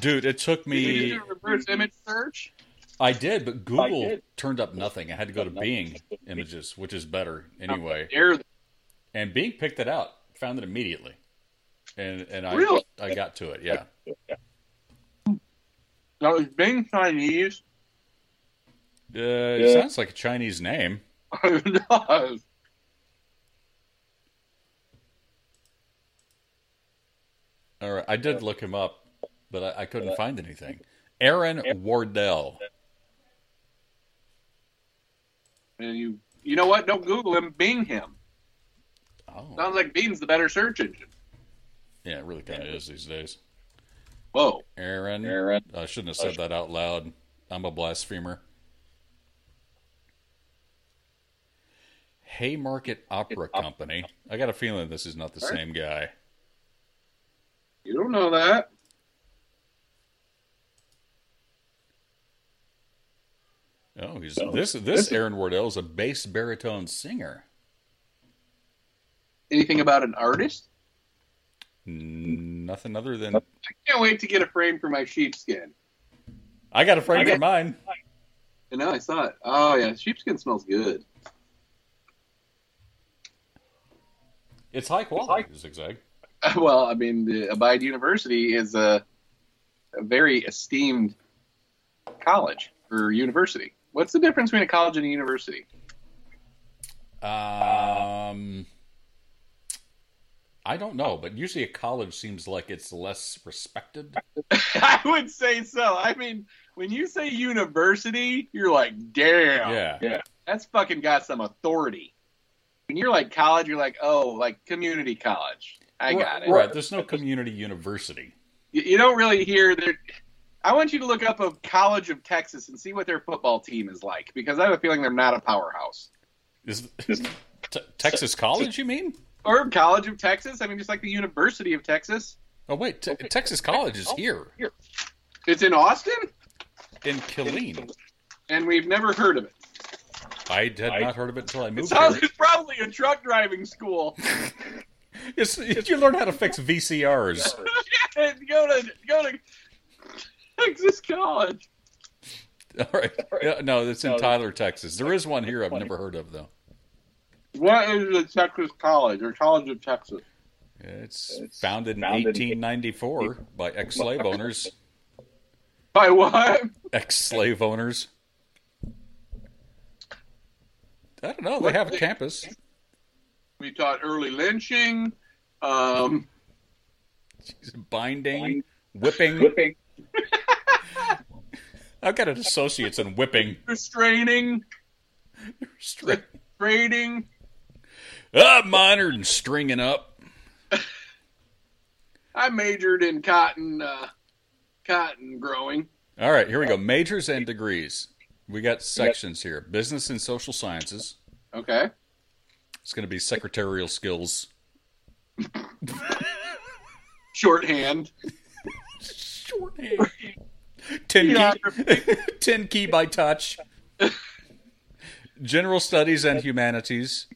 Speaker 3: dude. It took
Speaker 2: Did you
Speaker 3: me.
Speaker 2: do a reverse image search?
Speaker 3: I did, but Google
Speaker 4: did.
Speaker 3: turned up nothing. I had to go to
Speaker 4: Nothing.
Speaker 3: Bing Images, which is better anyway.
Speaker 2: Air
Speaker 3: And Bing picked it out, found it immediately, and and I
Speaker 2: Really?
Speaker 3: I got to it. Yeah.
Speaker 2: No, it's Bing Chinese. [laughs]
Speaker 3: Uh, It
Speaker 4: Yeah.
Speaker 3: sounds like a Chinese name.
Speaker 2: It does.
Speaker 3: All right, I did look him up, but I, I couldn't find anything. Aaron Wardell.
Speaker 2: And you, you know what? Don't Google him. Bing him.
Speaker 3: Oh,
Speaker 2: Sounds like Bing's the better search engine.
Speaker 3: yeah, it really kind of is these days.
Speaker 2: Whoa.
Speaker 3: Aaron.
Speaker 4: Aaron.
Speaker 3: I shouldn't have said that out loud. I'm a blasphemer. Haymarket Opera Company. I got a feeling this is not the
Speaker 2: Sorry?
Speaker 3: same guy.
Speaker 2: You don't know that.
Speaker 3: Oh, he's
Speaker 4: No.
Speaker 3: this this Aaron Wardell is a bass baritone singer.
Speaker 2: Anything about an artist?
Speaker 3: N- Nothing other than
Speaker 2: I can't wait to get a frame for my sheepskin.
Speaker 3: I got a frame
Speaker 2: Okay.
Speaker 3: for mine.
Speaker 2: You know, I saw it. Oh, yeah. Sheepskin smells good. [laughs]
Speaker 3: It's high quality, zigzag.
Speaker 2: Well, I mean, the Abide University is a, a very esteemed college or university. What's the difference between a college and a university? [laughs]
Speaker 3: Um, I don't know, but usually a college seems like it's less respected.
Speaker 2: I would say so. I mean, when you say university, you're like, damn,
Speaker 3: Yeah,
Speaker 2: that's fucking got some authority. When you're like college, you're like, oh, like community college. I got it.
Speaker 3: Right, there's no community university.
Speaker 2: You, you don't really hear there. I want you to look up a College of Texas and see what their football team is like because I have a feeling they're not a powerhouse.
Speaker 3: Is Te- Texas College? You mean?
Speaker 2: Or College of Texas. I mean, just like the University of Texas.
Speaker 3: Oh wait, Te- Texas College is here
Speaker 2: It's in Austin,
Speaker 3: in Killeen.
Speaker 2: and we've never heard of it.
Speaker 3: I had not heard of it until I
Speaker 2: It
Speaker 3: moved
Speaker 2: sounds [laughs]
Speaker 3: here.
Speaker 2: it's probably a truck driving school.
Speaker 3: It's, it's- you learn how to fix VCRs.
Speaker 2: Yeah, go to go to Texas College.
Speaker 3: [laughs] All right. Yeah, No, it's in
Speaker 4: No.
Speaker 3: Tyler, Texas. There is one here I've never heard of though.
Speaker 2: What is a Texas College or College of Texas?
Speaker 3: It's
Speaker 4: It's
Speaker 3: founded in
Speaker 4: founded in
Speaker 3: 1894 by ex-slave owners.
Speaker 2: By what?
Speaker 3: ex-slave owners. I don't know. They have a campus.
Speaker 2: We taught early lynching. Um,
Speaker 3: Binding, whipping.
Speaker 4: Whipping.
Speaker 3: I've got an associate's in whipping.
Speaker 2: restraining,
Speaker 3: String.
Speaker 2: trading.
Speaker 3: Ah, minored in stringing up.
Speaker 2: I majored in cotton, uh, cotton growing.
Speaker 3: All right, here we go. Majors and degrees. We got sections here business and social sciences.
Speaker 2: Okay.
Speaker 3: It's going to be secretarial skills,
Speaker 2: Shorthand.
Speaker 3: shorthand. 10 key, [laughs] 10 key by touch. General studies and humanities.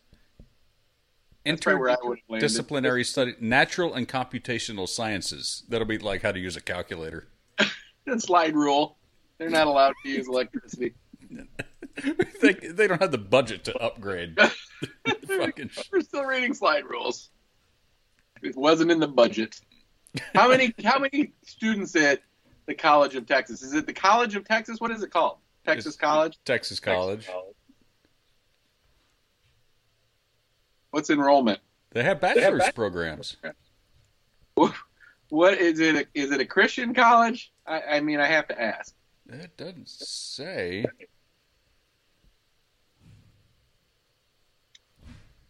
Speaker 2: probably where I would've landed.
Speaker 3: Interdisciplinary study, natural and computational sciences. That'll be like how to use a calculator. [laughs]
Speaker 2: That's slide rule. They're not allowed to use electricity.
Speaker 3: they, they don't have the budget to upgrade. [laughs] Fucking sh-
Speaker 2: [laughs] We're still reading slide rules. It wasn't in the budget. How many how many students at the College of Texas? Is it the College of Texas? What is it called? Texas
Speaker 3: It's-
Speaker 2: College?
Speaker 3: [laughs] Texas College.
Speaker 2: What's enrollment?
Speaker 3: They have bachelor's programs.
Speaker 2: What is it? Is it a Christian college? I, I mean, I have to ask.
Speaker 3: It doesn't say.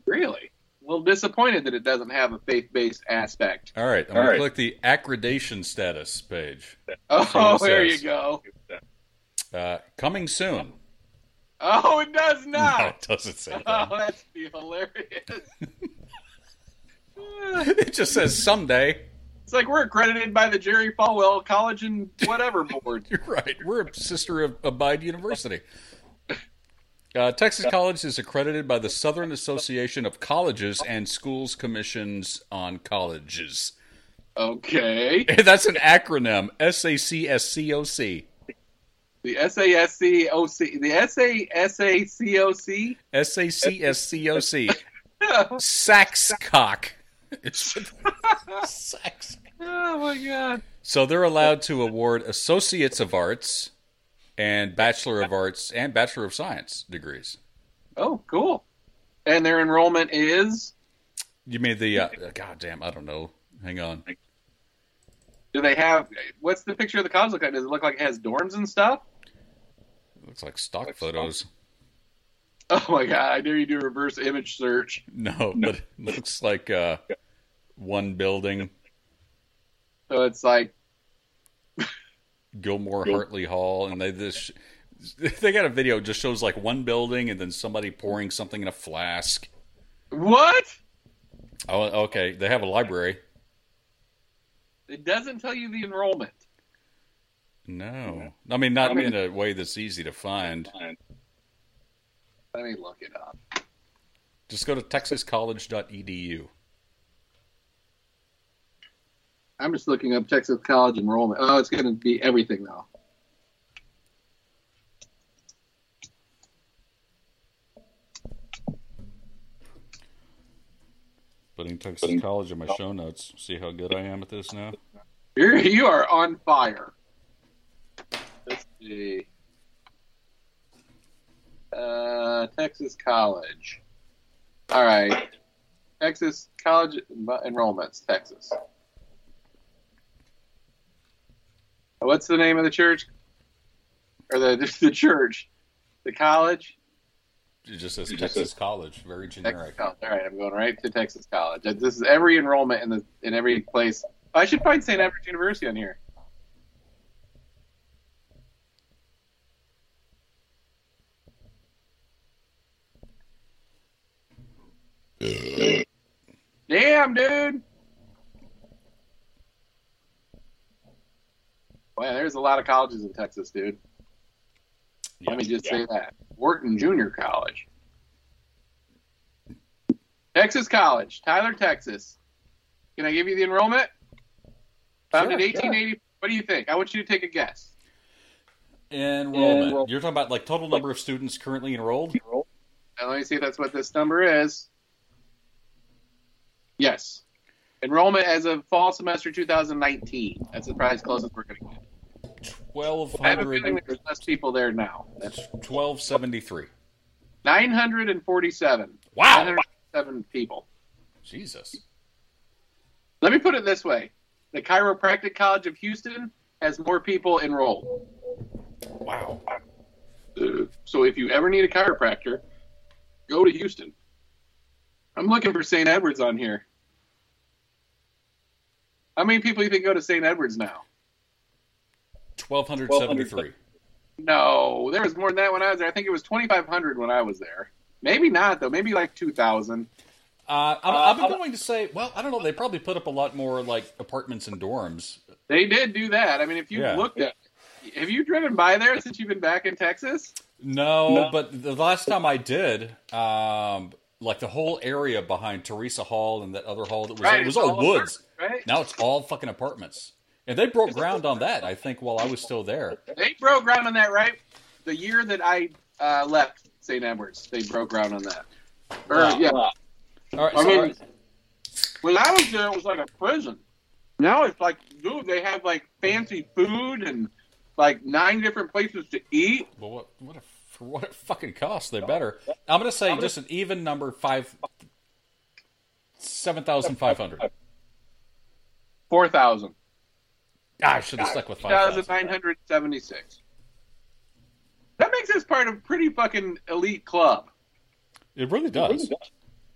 Speaker 2: Really? A little disappointed that it doesn't have a faith based aspect.
Speaker 3: All right, I'm
Speaker 4: All
Speaker 3: gonna
Speaker 4: right.
Speaker 3: click the accreditation status page.
Speaker 2: Oh,
Speaker 3: it
Speaker 2: there you
Speaker 3: says.
Speaker 2: go.
Speaker 3: Uh, coming soon.
Speaker 2: Oh, it does
Speaker 3: [laughs] No,
Speaker 2: not.
Speaker 3: it doesn't say
Speaker 2: Oh,
Speaker 3: [laughs] that.
Speaker 2: that's be hilarious.
Speaker 3: It just says someday.
Speaker 2: it's like we're accredited by the Jerry Falwell College and whatever
Speaker 3: [laughs]
Speaker 2: board.
Speaker 3: You're right. We're a sister of Abide University. Uh, Texas College is accredited by the Southern Association of Colleges and Schools Commissions on Colleges. [laughs]
Speaker 2: Okay.
Speaker 3: That's an acronym S A C S C O C.
Speaker 2: The SASCOC. The SASACOC.
Speaker 3: S A C S C O [laughs] C. Saxcock. [laughs] It's Sax.
Speaker 2: Oh, my God.
Speaker 3: So they're allowed to award Associates of Arts and Bachelor of Arts and Bachelor of Science degrees.
Speaker 2: Oh, cool. And their enrollment is?
Speaker 3: You mean the uh, God damn? I don't know. Hang on.
Speaker 2: Do they have? What's the picture of the college look like? Does it look like it has dorms and stuff? [laughs]
Speaker 3: Looks like stock photos. [laughs]
Speaker 2: Oh my god! I dare you do a reverse image search.
Speaker 3: No, but it looks like uh, one building,
Speaker 2: So it's like,
Speaker 3: Gilmore Hartley Hall, and they this they got a video just shows like one building and then somebody pouring something in a flask.
Speaker 2: what?
Speaker 3: Oh, okay. They have a library.
Speaker 2: It doesn't tell you the enrollment.
Speaker 3: No, I mean not in a way that's easy to find.
Speaker 2: Let me look it up.
Speaker 3: Just go to texascollege.edu.
Speaker 2: I'm just looking up Texas college enrollment. Oh, it's going to be everything though.
Speaker 3: Putting Texas College in my show notes. See how good I am at this now.
Speaker 2: You're, you are on fire. Let's see. Uh, Texas College. All right. Texas College en- enrollments, Texas. What's the name of the church? Or the [laughs] the church? The college?
Speaker 3: It just says Texas College. Very
Speaker 2: Texas
Speaker 3: generic.
Speaker 2: College. All right, I'm going right to Texas College. This is every enrollment in the in every place. I should find St. Edward's University on here. Damn, dude. Wow, there's a lot of colleges in Texas, dude. Let me just say that. Wharton Junior College. Texas College, Tyler, Texas. Can I give you the enrollment? Founded
Speaker 3: Sure,
Speaker 2: 1880. What do you think? I want you to take a guess.
Speaker 3: Enrollment. You're talking about like total number of students currently enrolled.
Speaker 2: Now, Uh, let me see if that's what this number is. Yes. Enrollment as of fall semester 2019. That's the probably as close as we're going to get.
Speaker 3: Twelve
Speaker 2: I have a feeling
Speaker 3: hundred.
Speaker 2: there's less people there now.
Speaker 3: Twelve seventy three.
Speaker 2: 947.
Speaker 3: Wow.
Speaker 2: 907 people.
Speaker 3: Jesus.
Speaker 2: Let me put it this way the Chiropractic College of Houston has more people enrolled.
Speaker 3: Wow.
Speaker 2: So if you ever need a chiropractor, go to Houston. I'm looking for St. Edwards on here. How many people you think go to St. Edwards now?
Speaker 3: Twelve hundred seventy three.
Speaker 2: No, there was more than that when I was there. I think it was 2,500 when I was there. Maybe not though. Maybe like 2,000.
Speaker 3: Uh, I'm, I'm going to say, well, I don't know. They probably put up a lot more like apartments and dorms.
Speaker 2: They did do that. I mean, if you
Speaker 3: Yeah.
Speaker 2: looked at, have you driven by there since you've been back in Texas?
Speaker 3: No, but the last time I did, um, like the whole area behind Teresa Hall and that other hall that was it was
Speaker 2: it's
Speaker 3: all,
Speaker 2: apartments,
Speaker 3: woods.
Speaker 2: Right?
Speaker 3: Now it's all fucking apartments, and they broke ground on that. I think while I was still there.
Speaker 2: They broke ground on that, right? The year that I uh, left St. Edwards, they broke ground on that. Or,
Speaker 3: Wow.
Speaker 2: Uh, yeah,
Speaker 3: All right,
Speaker 2: I
Speaker 3: so,
Speaker 2: mean, when I was there, it was like a prison. Now it's like, dude, they have like fancy food and like nine different places to eat.
Speaker 3: well, what what a, for what it fucking cost? They better. I'm going to say just an even number five, seven thousand five hundred.
Speaker 2: Four thousand,
Speaker 3: Ah, I should have stuck with
Speaker 2: two
Speaker 3: five
Speaker 2: thousand
Speaker 3: thousand.
Speaker 2: nine hundred seventy-six. That makes this part a pretty fucking elite club.
Speaker 3: It really does.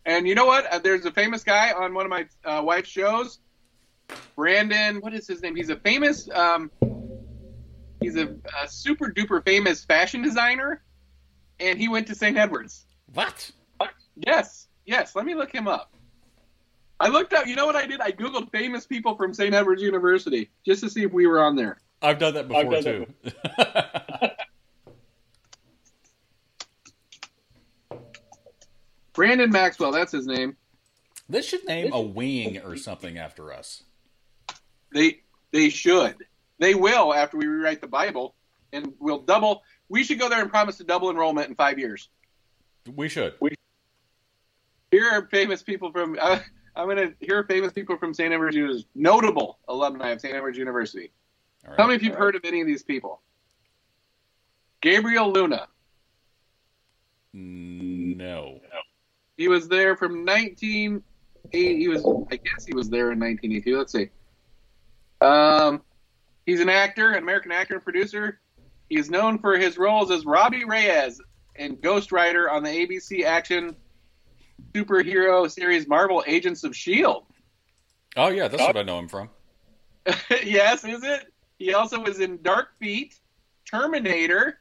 Speaker 2: And you know what? Uh, There's a famous guy on one of my uh, wife's shows, Brandon. What is his name? He's a famous. Um, he's a, a super duper famous fashion designer, and he went to St. Edwards.
Speaker 3: What?
Speaker 2: Yes, yes. Let me look him up. I looked up. You know what I did? I googled famous people from St. Edwards University just to see if we were on there.
Speaker 3: I've done that before
Speaker 4: I've done
Speaker 3: too. [laughs]
Speaker 2: Brandon Maxwell. That's his name.
Speaker 3: they should name a wing or something after us.
Speaker 2: They they should. They will after we rewrite the Bible, and we'll double. We should go there and promise to double enrollment in five years.
Speaker 3: We should.
Speaker 2: Here are famous people from. Uh, I'm gonna. Here are famous people from St. Edward's University. Notable alumni of St. Edward's University.
Speaker 3: All
Speaker 2: Tell
Speaker 3: right.
Speaker 2: me if you've heard of any of these people. Gabriel Luna.
Speaker 3: No.
Speaker 2: He was there from 19. He was. I guess he was there in 1982. Let's see. Um, he's an actor, an American actor and producer. He is known for his roles as Robbie Reyes in Ghost Rider on the ABC action superhero series Marvel Agents of Shield.
Speaker 3: Oh yeah, that's what I know him from.
Speaker 2: [laughs] yes, is it? He also was in Dark Feet, Terminator.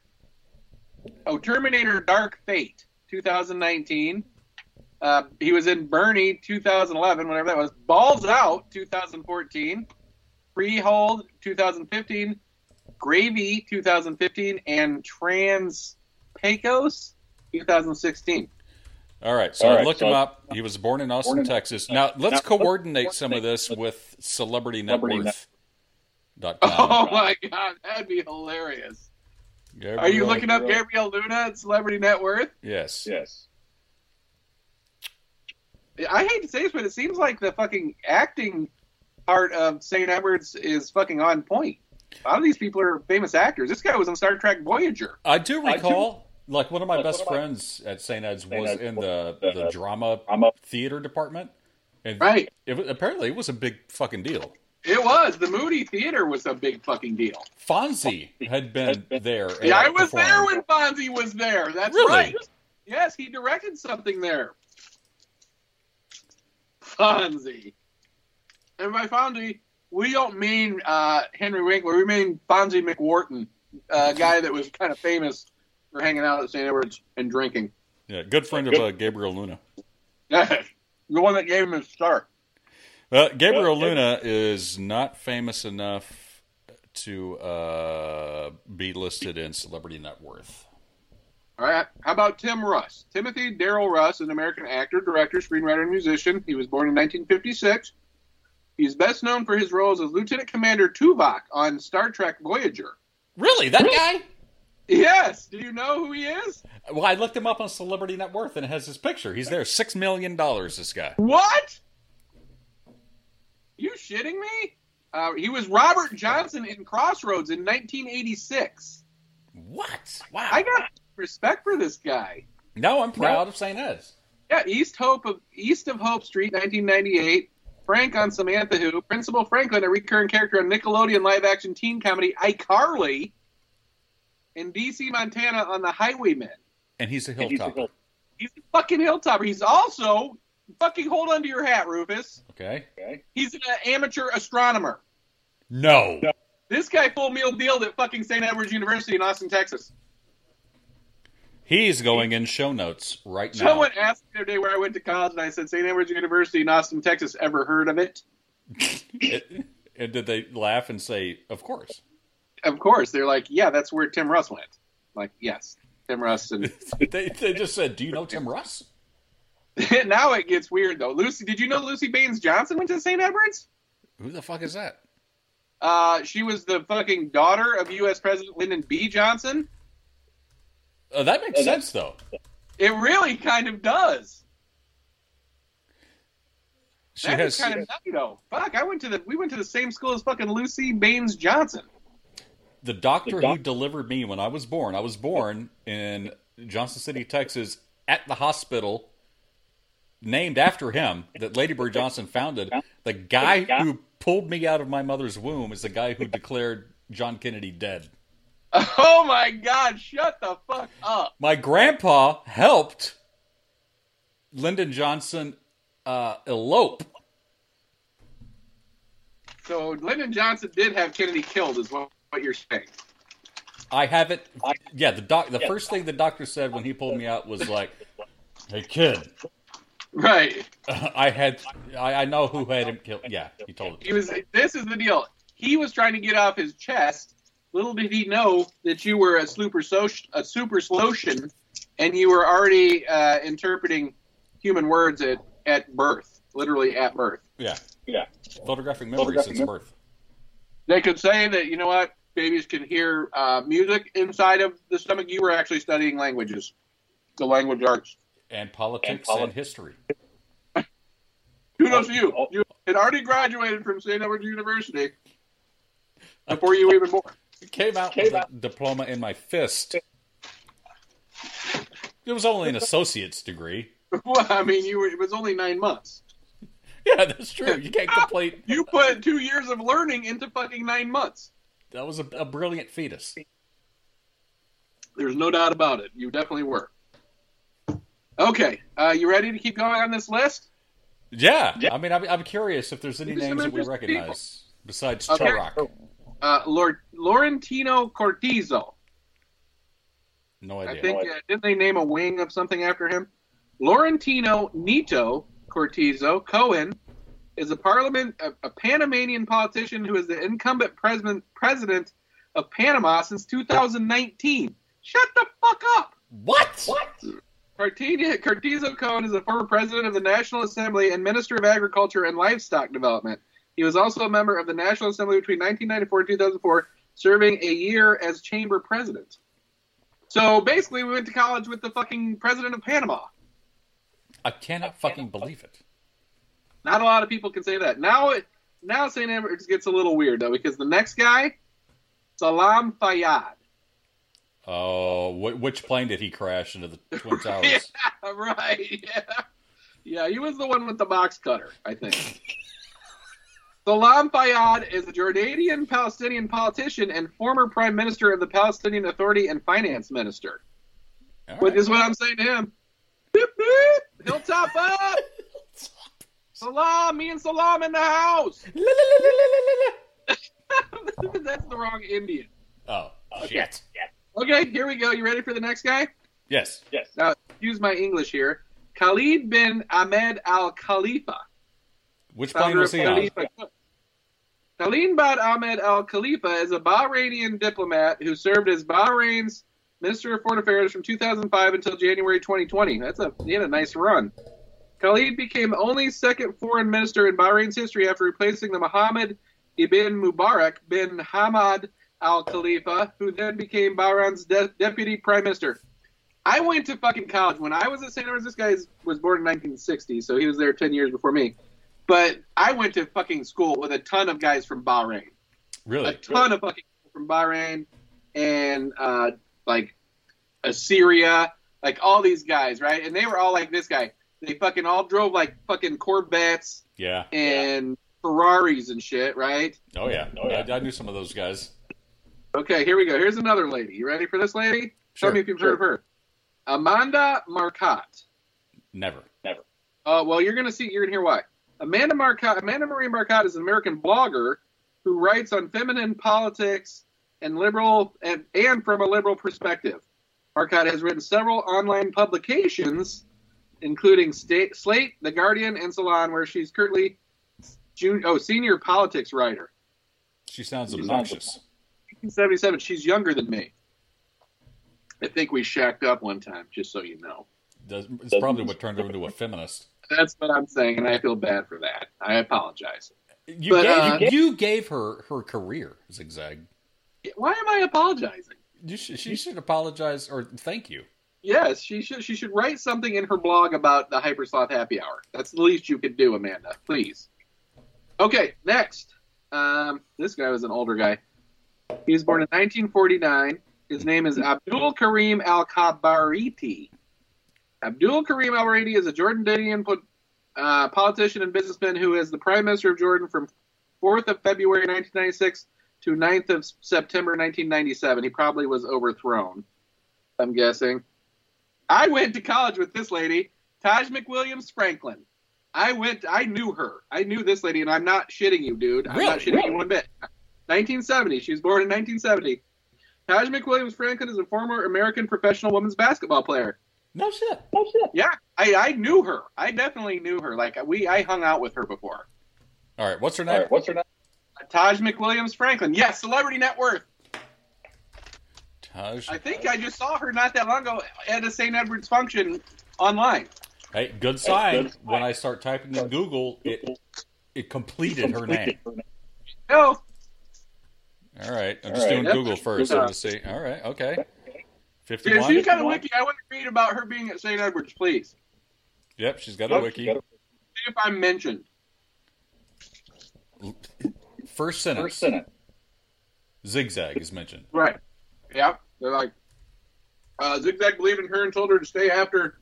Speaker 2: Oh, Terminator Dark Fate, 2019. Uh, he was in Bernie, 2011, whenever that was. Balls Out, 2014. Freehold, 2015. Gravy, 2015. And Trans Pecos, 2016.
Speaker 3: All right, so
Speaker 4: All
Speaker 3: I
Speaker 4: right,
Speaker 3: looked
Speaker 4: so
Speaker 3: him
Speaker 4: I-
Speaker 3: up. He was born in Austin,
Speaker 4: Born in-
Speaker 3: Texas. Now let's
Speaker 4: let's
Speaker 3: coordinate some of
Speaker 4: coordinate
Speaker 3: this with
Speaker 4: Celebrity
Speaker 3: celebritynetworth.com.
Speaker 2: [laughs] Oh my God, that'd be hilarious.
Speaker 3: Gabriel-
Speaker 2: Are you looking up Gabrielle
Speaker 4: Gabrielle.
Speaker 2: Luna at Celebrity Net Worth?
Speaker 3: Yes.
Speaker 4: Yes.
Speaker 2: I hate to say this, but it seems like the fucking acting part of St. Edwards is fucking on point. A lot of these people are famous actors. This guy was on Star Trek Voyager.
Speaker 3: I do
Speaker 4: I do-
Speaker 3: recall, like one of my
Speaker 4: like,
Speaker 3: best
Speaker 4: one of my-
Speaker 3: friends at St. Ed's
Speaker 4: St.
Speaker 3: was
Speaker 4: Ed's
Speaker 3: in
Speaker 4: was
Speaker 3: the
Speaker 4: in
Speaker 3: the
Speaker 4: the
Speaker 3: drama
Speaker 4: I'm up.
Speaker 3: theater department, and
Speaker 2: Right.
Speaker 3: it was, apparently it was a big fucking deal.
Speaker 2: It was. The Moody Theater was a big fucking deal.
Speaker 3: Fonzie had been there. and,
Speaker 2: Yeah, I
Speaker 3: like,
Speaker 2: was
Speaker 3: performed.
Speaker 2: there when Fonzie was there. That's
Speaker 3: Really?
Speaker 2: right. Yes, he directed something there. Fonzie. And by Fonzie, we don't mean uh, Henry Winkler. We mean Fonzie McWharton, a guy that was kind of famous for hanging out at St. Edward's and drinking. [laughs]
Speaker 3: Yeah, good friend of uh, Gabriel Luna.
Speaker 2: the one that gave him his start.
Speaker 3: Uh, Gabriel
Speaker 4: Well, it-
Speaker 3: Luna is not famous enough to uh, be listed in Celebrity Net Worth.
Speaker 2: All right. How about Tim Russ? Timothy Darrell Russ, an American actor, director, screenwriter, and musician. He was born in 1956. He's best known for his roles as Lieutenant Commander Tuvok on Star Trek Voyager.
Speaker 3: Really, that guy?
Speaker 2: Yes. Do you know who he is?
Speaker 3: Well, I looked him up on Celebrity Net Worth, and it has his picture. He's there, six million dollars. This guy.
Speaker 2: What? You shitting me? Uh, he was Robert Johnson in Crossroads in 1986.
Speaker 3: What? Wow.
Speaker 2: I got respect for this guy.
Speaker 3: no, I'm proud of St. Ed's.
Speaker 2: Yeah, East Hope of East of Hope Street, 1998. Frank on Samantha Who, Principal Franklin, a recurring character on Nickelodeon live-action teen comedy iCarly, in D.C. Montana on The Highwaymen.
Speaker 3: And he's a
Speaker 4: And he's a
Speaker 3: hilltopper.
Speaker 4: hill-
Speaker 2: He's a fucking hilltopper. He's also fucking hold on to your hat, Rufus.
Speaker 3: Okay.
Speaker 4: Okay.
Speaker 2: He's an amateur astronomer.
Speaker 3: No.
Speaker 4: No.
Speaker 2: This guy full meal deal at fucking St. Edward's University in Austin, Texas.
Speaker 3: He's going in show notes right now.
Speaker 2: Someone asked me the other day where I went to college, and I said St. Edward's University in Austin, Texas. Ever heard of it?
Speaker 3: It- and did they laugh and say, "Of course"? [laughs]
Speaker 2: Of course. They're like, yeah, that's where Tim Russ went. I'm like, yes, Tim Russ. And [laughs]
Speaker 3: they, they just said, "Do you know Tim Russ?"
Speaker 2: now it gets weird though. Lucy, did you know Lucy Baines Johnson went to St. Edward's?
Speaker 3: Who the fuck is that?
Speaker 2: Uh, she was the fucking daughter of U.S. President Lyndon B. Johnson.
Speaker 3: Uh, that makes sense, though.
Speaker 2: It really kind of does.
Speaker 3: She
Speaker 2: That is
Speaker 3: has.
Speaker 2: kind of nutty though. Fuck, I went to the we went to the same school as fucking Lucy Baines Johnson. [laughs]
Speaker 3: the doctor who delivered me when I was born. I was born in Johnson City, Texas, at the hospital named after him that Lady Bird Johnson founded. The guy who pulled me out of my mother's womb is the guy who declared John Kennedy dead.
Speaker 2: Oh my god, shut the fuck up.
Speaker 3: My grandpa helped Lyndon Johnson uh, elope.
Speaker 2: So Lyndon Johnson did have Kennedy killed, is what, what you're saying.
Speaker 3: I haven't. Yeah, the doc. The first thing the doctor said when he pulled me out was like, "Hey kid,
Speaker 2: Right.
Speaker 3: [laughs] I had. I, I know who had him killed." Yeah, he told
Speaker 2: He
Speaker 3: him.
Speaker 2: was this is the deal. He was trying to get off his chest. Little did he know that you were a super soci- a super slotion and you were already uh, interpreting human words at, at birth, literally at birth.
Speaker 3: Yeah,
Speaker 4: Yeah.
Speaker 3: photographic memory
Speaker 4: Photographic
Speaker 3: since birth.
Speaker 2: they could say that you know what babies can hear uh, music inside of the stomach you were actually studying languages the language arts
Speaker 3: and politics and,
Speaker 4: poli-
Speaker 3: history.
Speaker 2: kudos to you you had already graduated from st edward's university before you were even born [laughs]
Speaker 3: It came out
Speaker 4: Came
Speaker 3: with a
Speaker 4: out-
Speaker 3: diploma in my fist. It was only an associate's degree. [laughs]
Speaker 2: well i mean you were it was only nine months
Speaker 3: Yeah, that's true. You can't complete.
Speaker 2: you put two years of learning into fucking nine months
Speaker 3: That was a, a brilliant fetus.
Speaker 2: there's no doubt about it you definitely were okay uh, you ready to keep going on this list
Speaker 3: Yeah, I mean, I'm, I'm curious if there's any
Speaker 2: Maybe some
Speaker 3: names that we
Speaker 2: interesting people.
Speaker 3: recognize besides
Speaker 2: Okay.
Speaker 3: Turok.
Speaker 2: uh, Lord, laurentino cortizo
Speaker 3: No
Speaker 2: I
Speaker 3: idea.
Speaker 2: think uh, didn't they name a wing of something after him? Laurentino Nito Cortizo Cohen is a parliament a, a Panamanian politician who is the incumbent president president of Panama since 2019. Shut the fuck up.
Speaker 3: What?
Speaker 2: Cortina- Cortizo Cohen is a former president of the National Assembly and Minister of Agriculture and Livestock Development. He was also a member of the National Assembly between 1994 and 2004, serving a year as chamber president. So basically, we went to college with the fucking president of Panama.
Speaker 3: I cannot fucking believe it.
Speaker 2: Not a lot of people can say that. Now it now St. Edward's gets a little weird though because the next guy, Salam Fayyad.
Speaker 3: Oh, wh- which plane did he crash into the Twin Towers?
Speaker 2: Yeah, [laughs] right. Yeah. yeah, he was the one with the box cutter, I
Speaker 3: [laughs]
Speaker 2: think. Salam Fayyad is a Jordanian Palestinian politician and former prime minister of the Palestinian Authority and finance minister.
Speaker 3: All
Speaker 2: Which
Speaker 3: right.
Speaker 2: is what I'm saying to
Speaker 3: [laughs]
Speaker 2: him. Boop, boop. Hilltop up! Salam, me and Salam in the house!
Speaker 3: [laughs] La, la, la, la, la,
Speaker 2: [laughs] That's the wrong Indian.
Speaker 3: la, la. Oh, shit.
Speaker 2: Okay, here we go. You ready for the next guy?
Speaker 3: Yes.
Speaker 4: Yes.
Speaker 2: Now, use my English here. Khalid bin Ahmed Al Khalifa.
Speaker 3: Which plane
Speaker 2: founder
Speaker 3: was
Speaker 2: of
Speaker 3: he on?
Speaker 2: Khalifa Cook. Salim bin Ahmed Al Khalifa is a Bahrainian diplomat who served as Bahrain's Minister of Foreign Affairs from 2005 until January 2020. That's a he had a nice run. Khalid became only second foreign minister in Bahrain's history after replacing the Mohammed ibn Mubarak bin Hamad Al Khalifa, who then became Bahrain's de- deputy prime minister. I went to fucking college when I was at St. Edward's. This guy is- was born in 1960, so he was there 10 years before me. But I went to fucking school with a ton of guys from Bahrain, a
Speaker 3: Really?
Speaker 2: ton of fucking people from Bahrain, and uh, like Assyria, like all these guys, right? And they were all like this guy. They fucking all drove like fucking Corvettes
Speaker 3: Yeah.
Speaker 2: and Ferraris and shit, right?
Speaker 3: Oh yeah.
Speaker 4: Oh, yeah.
Speaker 3: I, I knew some of those guys.
Speaker 2: Okay, here we go. Here's another lady. You ready for this lady?
Speaker 3: Sure.
Speaker 2: Tell me if you've heard of her. Amanda Marcotte.
Speaker 3: Never.
Speaker 2: Uh, well, you're going to see. You're going to hear why. Amanda Marcotte, Amanda Marie Marcotte, is an American blogger who writes on feminine politics and liberal and, and from a liberal perspective. Arcot has written several online publications, including State, Slate, The Guardian, and Salon, where she's currently junior, oh senior politics writer.
Speaker 3: She sounds obnoxious.
Speaker 2: 1977. She's younger than me. I think we shacked up one time, just so you know.
Speaker 3: Does, it's probably what turned her into a feminist.
Speaker 2: That's what I'm saying, and I feel bad for that. I apologize.
Speaker 3: You,
Speaker 2: But,
Speaker 3: gave,
Speaker 2: uh,
Speaker 3: you gave her her career, Zigzag.
Speaker 2: Why am I apologizing?
Speaker 3: You should, she should apologize or thank you.
Speaker 2: Yes, she should. She should write something in her blog about the Hypersloth Happy Hour. That's the least you could do, Amanda. Please. Okay, next. Um, this guy was an older guy. He was born in 1949. His name is Abdul Karim Al Kabariti. Abdul Karim Al Kabariti is a Jordanian po- uh, politician and businessman who is the Prime Minister of Jordan from 4th of February 1996 to 9th of September 1997. He probably was overthrown. I'm guessing. I went to college with this lady, Taj McWilliams Franklin. I went. I knew her. I knew this lady, and I'm not shitting you, dude. I'm not
Speaker 3: Really?
Speaker 2: shitting you one bit. 1970. She was born in 1970. Taj McWilliams Franklin is a former American professional women's basketball player.
Speaker 3: No shit.
Speaker 4: Oh,
Speaker 2: Yeah, I, I knew her. I definitely knew her. Like we, I hung out with her before.
Speaker 3: All right, what's her name?
Speaker 4: what's her name?
Speaker 2: Taj McWilliams Franklin. Yes, celebrity net worth.
Speaker 3: Taj.
Speaker 2: I think I just saw her not that long ago at a St. Edward's function online.
Speaker 3: Hey, good sign.
Speaker 4: good sign.
Speaker 3: When I start typing in Google, it it completed her name.
Speaker 2: No,
Speaker 3: All right, I'm just
Speaker 4: All right.
Speaker 3: doing
Speaker 2: Yep.
Speaker 3: Google first.
Speaker 2: Yeah.
Speaker 3: So to see. All right, okay.
Speaker 2: if
Speaker 3: Fifty-one.
Speaker 2: she's got a wiki, I want to read about her being at St. Edward's, please.
Speaker 3: Yep, she's got a wiki.
Speaker 2: See if I'm mentioned.
Speaker 3: First sentence.
Speaker 4: First sentence.
Speaker 3: Zigzag is mentioned.
Speaker 2: Right. Yeah. They're like, uh, Zigzag believed in her and told her to stay after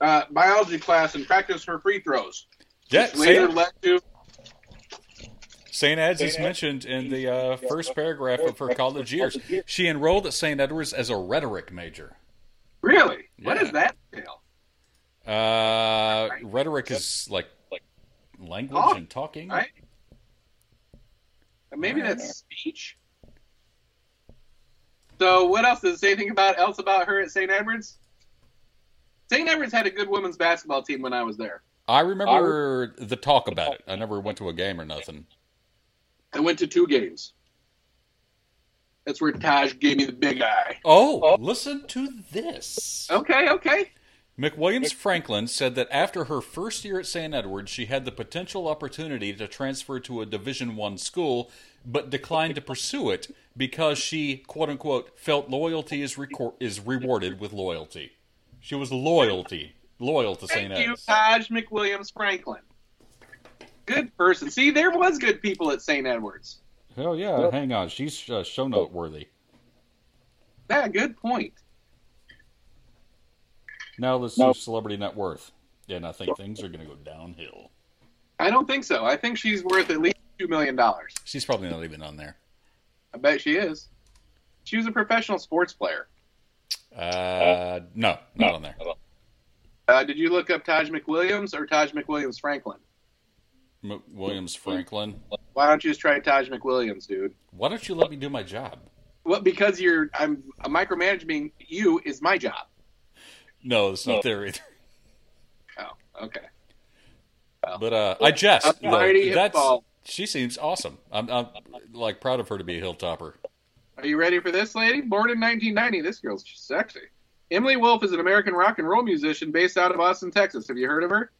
Speaker 2: uh, biology class and practice her free throws.
Speaker 3: Yeah,
Speaker 2: Which later
Speaker 3: Saint,
Speaker 2: led to
Speaker 3: Saint Ed's is
Speaker 4: Saint Ed's.
Speaker 3: mentioned in the uh, first paragraph of her college years. She enrolled at Saint Edward's as a rhetoric major.
Speaker 2: really. What
Speaker 3: Yeah.
Speaker 2: is that tale?
Speaker 3: Uh, rhetoric is like like oh, language
Speaker 2: Talk,
Speaker 3: and talking.
Speaker 2: right? Maybe
Speaker 3: Right.
Speaker 2: that's speech. So, what else does it say anything about else about her at St. Edward's? St. Edward's had a good women's basketball team when I was there.
Speaker 3: I remember the talk about it. I never went to a game or nothing.
Speaker 2: I went to two games. That's where Taj gave me the big eye.
Speaker 3: Oh, listen to this.
Speaker 2: Okay, okay.
Speaker 3: McWilliams Franklin said that after her first year at St. Edward's, she had the potential opportunity to transfer to a Division One school, but declined to pursue it because she "quote unquote" felt loyalty is recor- is rewarded with loyalty. She was loyalty loyal to St.
Speaker 2: Thank you,
Speaker 3: Ed's.
Speaker 2: Taj McWilliams Franklin. Good person. See, there was good people at St. Edwards.
Speaker 3: Hell yeah! Hang on, she's uh, show note worthy.
Speaker 2: Yeah, good point.
Speaker 3: Now let's
Speaker 4: No.
Speaker 3: do celebrity net worth, and I think things are going to go downhill.
Speaker 2: I don't think so. I think she's worth at least two million dollars.
Speaker 3: She's probably not even on there.
Speaker 2: I bet she is. She was a professional sports player.
Speaker 3: Uh, no, not on there.
Speaker 2: Uh, did you look up Taj McWilliams or Taj McWilliams Franklin?
Speaker 3: McWilliams Franklin.
Speaker 2: Why don't you just try Taj McWilliams, dude?
Speaker 3: Why don't you let me do my job?
Speaker 2: Well, because you're I'm a micromanaging you is my job.
Speaker 3: No, it's not there either.
Speaker 2: Oh, okay.
Speaker 3: But uh, I jest. though.
Speaker 2: Alrighty,
Speaker 3: That's
Speaker 2: Hilltop.
Speaker 3: she seems awesome. I'm, I'm like proud of her to be a hilltopper.
Speaker 2: Are you ready for this, lady? Born in 1990, this girl's sexy. Emily Wolf is an American rock and roll musician based out of Austin, Texas. Have you heard of her?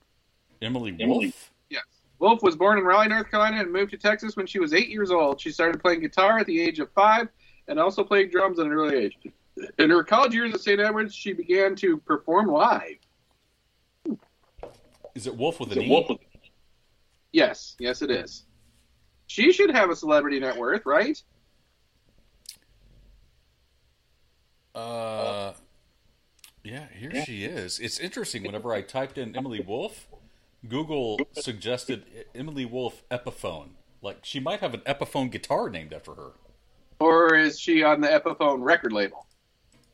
Speaker 3: Emily Wolf.
Speaker 4: Emily.
Speaker 2: Yes. Wolf was born in Raleigh, North Carolina, and moved to Texas when she was eight years old. She started playing guitar at the age of five and also played drums at an early age. In her college years at St. Edward's, she began to perform live.
Speaker 3: Is it Wolf with an
Speaker 4: The
Speaker 3: E?
Speaker 4: wolf with
Speaker 2: Yes, yes, it is. She should have a celebrity net worth, right?
Speaker 3: Uh, yeah, here she is. It's interesting. Whenever I typed in Emily Wolf, Google suggested E, Emily Wolf Epiphone. Like she might have an Epiphone guitar named after her.
Speaker 2: Or is she on the Epiphone record label?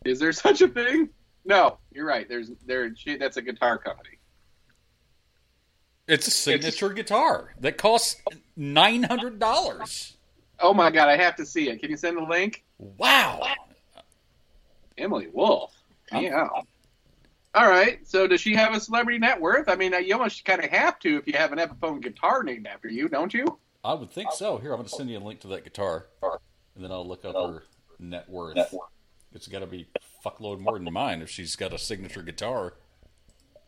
Speaker 2: Is there [laughs] such a thing? No, you're right. There's there. She, that's a guitar company.
Speaker 3: It's a signature guitar that costs nine hundred dollars.
Speaker 2: Oh my god, I have to see it. Can you send a link?
Speaker 3: Wow.
Speaker 2: Emily Wolf. Yeah. All right. So does she have a celebrity net worth? I mean, you almost kind of have to if you have an Epiphone guitar named after you, don't you?
Speaker 3: I would think so. Here, I'm going to send you a link to that guitar, and then I'll look up her net worth. It's got to be fuckload more than mine if she's got a signature guitar.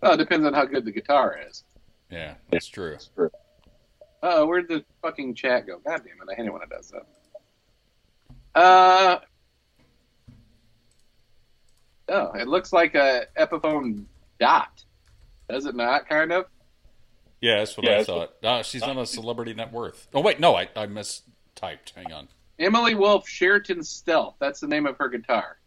Speaker 2: Well, it depends on how good the guitar is.
Speaker 3: Yeah, that's true.
Speaker 2: Oh, where'd the fucking chat go? God damn it! I hate it when it does that. Uh. Oh, it looks like a Epiphone dot, does it not? Kind of.
Speaker 3: Yeah, that's what I thought. Ah, she's on a celebrity net worth. Oh wait, no, I I mistyped. Hang on.
Speaker 2: Emily Wolf, Sheraton Stealth. That's the name of her guitar.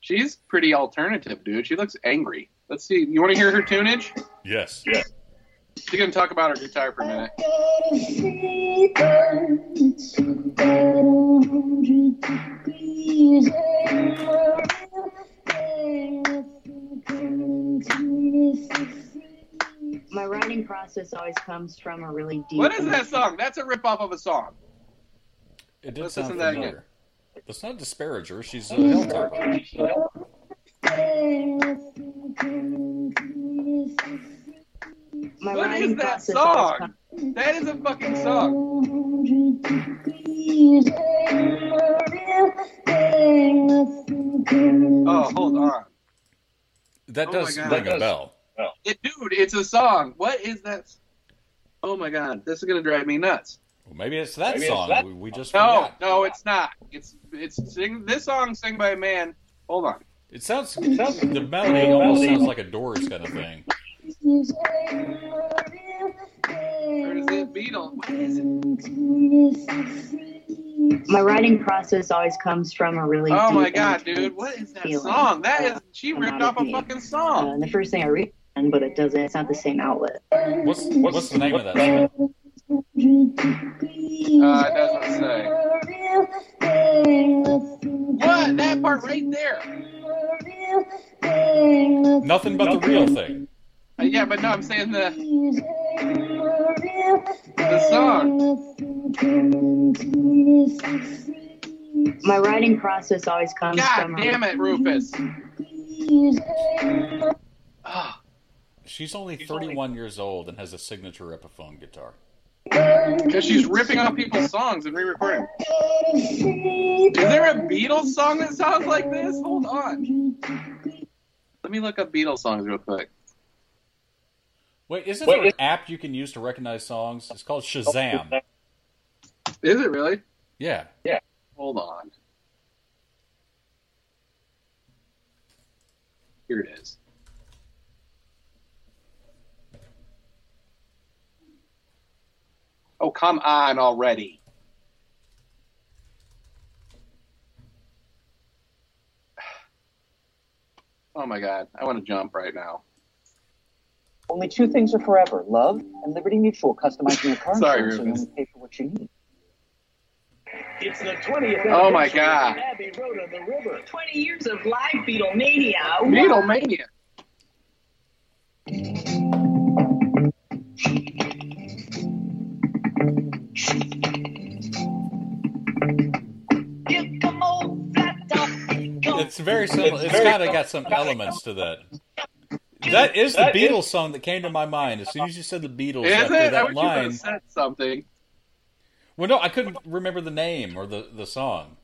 Speaker 2: She's pretty alternative, dude. She looks angry. Let's see. You want to hear her tunage?
Speaker 3: Yes.
Speaker 2: She's gonna talk about her guitar for a minute.
Speaker 4: My writing process always comes from a really deep.
Speaker 2: What is that song? That's a ripoff of a song.
Speaker 3: It did
Speaker 2: Let's
Speaker 3: sound
Speaker 2: listen to that Oh,
Speaker 3: familiar. That's not a disparager. She's a hilltopper.
Speaker 4: My
Speaker 2: What
Speaker 4: writing
Speaker 2: is that
Speaker 4: process always
Speaker 2: song? That is a fucking song. Oh, hold on.
Speaker 3: That
Speaker 2: Oh
Speaker 3: does
Speaker 2: my God.
Speaker 3: ring a
Speaker 2: That does.
Speaker 3: bell.
Speaker 2: It, dude, it's a song. What is that? Oh my god, this is gonna drive me nuts.
Speaker 3: Well, maybe it's that
Speaker 5: Maybe it's
Speaker 3: song
Speaker 5: that-
Speaker 3: We, we just
Speaker 2: No,
Speaker 3: forgot.
Speaker 2: no, it's not. It's it's sing this song sung by a man. Hold on.
Speaker 3: It sounds, it sounds the melody almost sounds like a Doors kind of thing.
Speaker 2: Where is it? Beatle. What is it?
Speaker 4: My writing process always comes from a really
Speaker 2: Oh
Speaker 4: deep
Speaker 2: my
Speaker 4: and
Speaker 2: god, dude,
Speaker 4: intense
Speaker 2: what is that
Speaker 4: feeling.
Speaker 2: song? That is she ripped off a fucking
Speaker 4: Uh,
Speaker 2: song.
Speaker 4: the first thing I read, but it doesn't. It's not the same outlet.
Speaker 3: What's what's the name of that song?
Speaker 2: Uh, it doesn't say. What? That part right there.
Speaker 3: Nothing but the real thing.
Speaker 2: Uh, yeah, but no, I'm saying the the song.
Speaker 4: My writing process always comes
Speaker 2: God
Speaker 4: from.
Speaker 2: damn it, Rufus. Oh,
Speaker 3: She's only 31 years old and has a signature Epiphone guitar.
Speaker 2: Because she's ripping off people's songs and re-recording. Is there a Beatles song that sounds like this? Hold on. Let me look up Beatles songs real quick.
Speaker 3: Wait, isn't
Speaker 5: Wait,
Speaker 3: there an
Speaker 5: is-
Speaker 3: app you can use to recognize songs? It's called Shazam.
Speaker 2: Is it really?
Speaker 3: Yeah.
Speaker 2: Hold on. Here it is. Oh, come on already. [sighs] Oh my god, I want to jump right now.
Speaker 6: Only two things are forever love and Liberty Mutual, customizing your car
Speaker 2: Sorry,
Speaker 6: insurance so you
Speaker 2: Rufus.
Speaker 6: only pay for what you need.
Speaker 7: It's the 20th
Speaker 2: Oh, my
Speaker 7: anniversary of
Speaker 2: God.
Speaker 7: Abbey Road on the river.
Speaker 8: 20 years of live Beatle mania.
Speaker 2: Beatlemania.
Speaker 3: It's very simple. It's
Speaker 5: very
Speaker 3: kind of got some elements to that. That is the Beatles song that came to my mind as soon as you said the Beatles
Speaker 2: Is
Speaker 3: after
Speaker 2: it? I
Speaker 3: that
Speaker 2: wish you would have
Speaker 3: line.
Speaker 2: said something.
Speaker 3: Well, no, I couldn't remember the name or the, the song.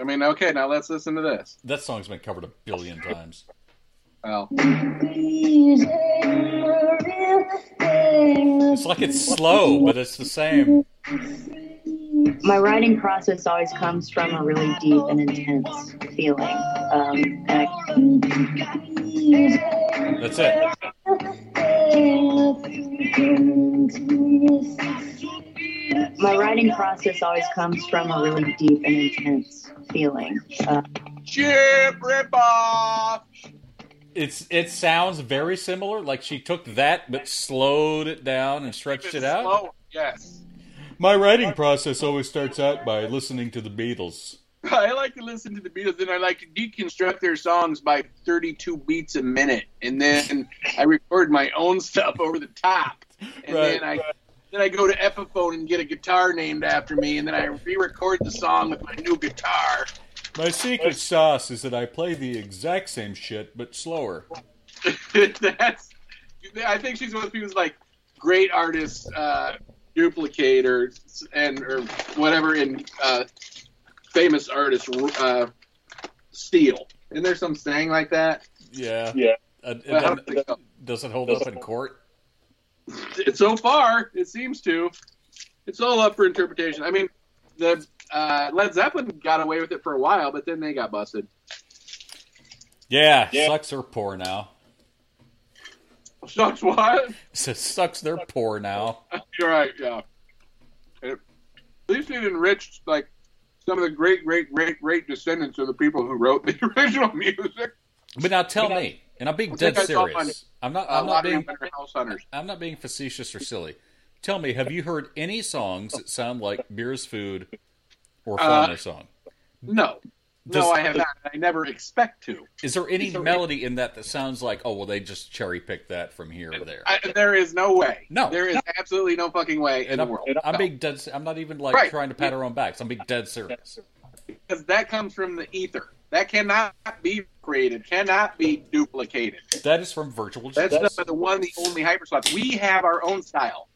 Speaker 2: I mean, okay, now let's listen to this.
Speaker 3: That song's been covered a billion times.
Speaker 2: Well,
Speaker 3: It's like it's slow, but it's the same.
Speaker 4: My writing process always comes from a really deep and intense feeling. Um, and I,
Speaker 3: That's it.
Speaker 4: my writing process always comes from a really deep and intense feeling. Uh,
Speaker 2: chip ripoff.
Speaker 3: It's it sounds very similar. Like she took that but slowed it down and stretched it out.
Speaker 2: Slow. Yes.
Speaker 3: My writing process always starts out by listening to the Beatles.
Speaker 2: I like to listen to the Beatles, and I like to deconstruct their songs by 32 beats a
Speaker 3: [laughs]
Speaker 2: minute, and then I record my own stuff over the top, and
Speaker 3: Right.
Speaker 2: then I Then I go to Epiphone and get a guitar named after me, and then I re-record the song with my new guitar.
Speaker 3: My secret sauce is that I play the exact same shit but slower.
Speaker 2: [laughs] That's. I think she's one of those people who's like great artists uh, duplicate or and or whatever in uh, famous artists uh, steal. Isn't there some saying like that?
Speaker 3: Yeah.
Speaker 7: Yeah.
Speaker 3: And- and
Speaker 2: Well, I
Speaker 3: then-
Speaker 2: don't think so.
Speaker 3: does it hold up in court?
Speaker 2: so far, it seems to. It's all up for interpretation. I mean, the uh, Led Zeppelin got away with it for a while, but then they got busted. [laughs]
Speaker 3: Yeah,
Speaker 7: Yeah.
Speaker 3: sucks are poor now. [laughs]
Speaker 2: Sucks what?
Speaker 3: It says sucks they're poor now.
Speaker 2: You're right. Yeah. It, at least it enriched like some of the great, great, great, great descendants of the people who wrote the [laughs] original music.
Speaker 3: But now tell me, and I'm being
Speaker 2: I'll
Speaker 3: dead
Speaker 2: take that off on it.
Speaker 3: serious. I'm not.
Speaker 2: A
Speaker 3: I'm not
Speaker 2: lot
Speaker 3: being.
Speaker 2: of them are house hunters.
Speaker 3: I'm not being facetious or silly. Tell me, have you heard any songs that sound like "Beer is Food" or
Speaker 2: Uh,
Speaker 3: Foreigner song?
Speaker 2: No,
Speaker 3: Does-
Speaker 2: no, I have not. I never expect to.
Speaker 3: Is there any
Speaker 2: is there-
Speaker 3: melody in that that sounds like, oh well, they just cherry picked that from here or there?
Speaker 2: I, there is no way.
Speaker 3: No.
Speaker 2: there is absolutely no fucking way in
Speaker 3: and
Speaker 2: the
Speaker 3: I'm,
Speaker 2: world.
Speaker 3: I'm
Speaker 2: No.
Speaker 3: being dead. se- I'm not even like
Speaker 2: Right.
Speaker 3: trying to pat her on backs. I'm being dead serious.
Speaker 2: because that comes from the ether. That cannot be created, cannot be duplicated.
Speaker 3: That is from Virtual
Speaker 2: That's,
Speaker 3: Justice.
Speaker 2: the one, the only hypersloth. We have our own style.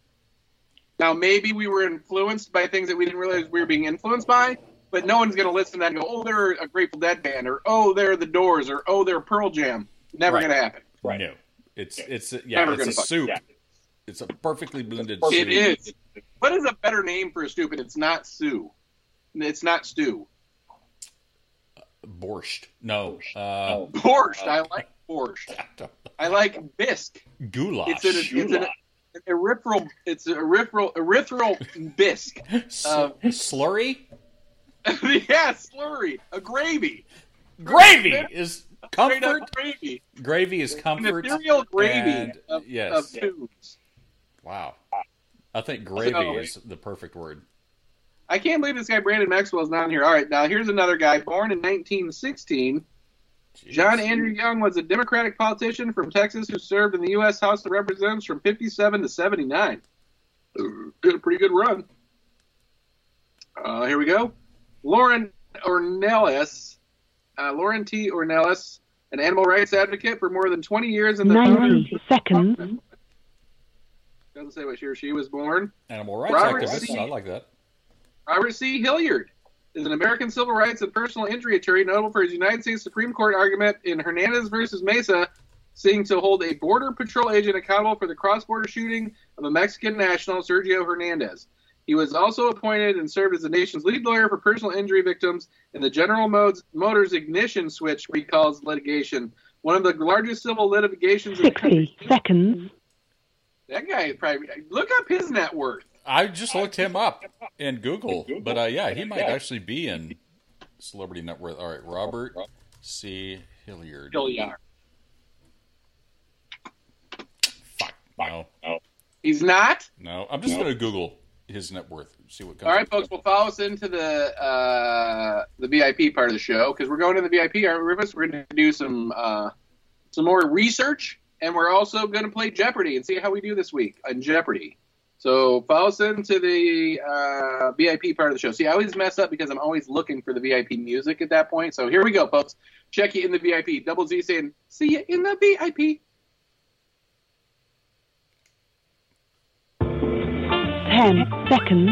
Speaker 2: Now, maybe we were influenced by things that we didn't realize we were being influenced by, but no one's going to listen to that and go, oh, they're a Grateful Dead band, or oh, they're the Doors, or oh, they're Pearl Jam. Never
Speaker 3: Right.
Speaker 2: going to happen.
Speaker 7: Right.
Speaker 3: No, it's it's a- yeah,
Speaker 2: Never
Speaker 3: it's
Speaker 2: gonna
Speaker 3: a
Speaker 2: fuck-
Speaker 3: soup.
Speaker 7: yeah.
Speaker 3: It's a perfectly blended
Speaker 7: perfect-
Speaker 3: soup.
Speaker 2: It is. What is a better name for a stew? But it's not Sue. It's not stew.
Speaker 3: Borscht. No, uh,
Speaker 2: Borscht. I like borscht. [laughs] I Ah, like bisque.
Speaker 3: goulash.
Speaker 2: It's an, it's an, an erythral. It's an erythral erythral bisque. [laughs]
Speaker 3: S-
Speaker 2: uh,
Speaker 3: slurry.
Speaker 2: yeah, slurry, a gravy,
Speaker 3: Gravy is
Speaker 2: straight
Speaker 3: comfort.
Speaker 2: up gravy,
Speaker 3: Gravy is
Speaker 2: an
Speaker 3: comfort.
Speaker 2: ethereal gravy
Speaker 3: and-
Speaker 2: of,
Speaker 3: yes.
Speaker 2: of foods.
Speaker 3: Wow. I think gravy
Speaker 2: So-
Speaker 3: is the perfect word.
Speaker 2: I can't believe this guy Brandon Maxwell's not in here. All right, now here's another guy born in 1916.
Speaker 3: Jeez.
Speaker 2: John Andrew Young was a Democratic politician from Texas who served in the U.S. House of Representatives from 57 to 79. Uh, Did a pretty good run. Uh, here we go. Lauren Ornelas, uh, Lauren T. Ornelas, an animal rights advocate for more than 20 years in the founder-
Speaker 5: 90 seconds.
Speaker 2: doesn't say what year she was born.
Speaker 3: Animal rights
Speaker 2: Robert
Speaker 3: activist.
Speaker 2: C.
Speaker 3: I like that.
Speaker 2: Robert C. Hilliard is an American civil rights and personal injury attorney notable for his United States Supreme Court argument in Hernandez versus Mesa, seeking to hold a border patrol agent accountable for the cross-border shooting of a Mexican national, Sergio Hernandez. He was also appointed and served as the nation's lead lawyer for personal injury victims in the General Modes, Motors ignition switch recalls litigation, one of the largest civil litigations in the country.
Speaker 5: 60 seconds.
Speaker 2: That guy probably look up his net worth.
Speaker 3: I just looked him up in Google,
Speaker 7: Google.
Speaker 3: but uh, yeah, he might
Speaker 7: Yeah.
Speaker 3: actually be in Celebrity Net Worth. All right, Robert C. Hilliard.
Speaker 2: Hilliard.
Speaker 3: Fuck. No,
Speaker 2: He's not.
Speaker 3: no. I'm just going to Google his net worth. See what comes.
Speaker 2: All right,
Speaker 3: up.
Speaker 2: folks. Well, follow us into the uh, the VIP part of the show because we're going to the VIP, aren't we, Rufus? We're going to do some uh, some more research, and we're also going to play Jeopardy and see how we do this week on Jeopardy. So follow us into the uh, VIP part of the show. See, I always mess up because I'm always looking for the VIP music at that point. So here we go, folks. Check you in the VIP. Double Z saying, "See you in the VIP."
Speaker 5: 10 seconds.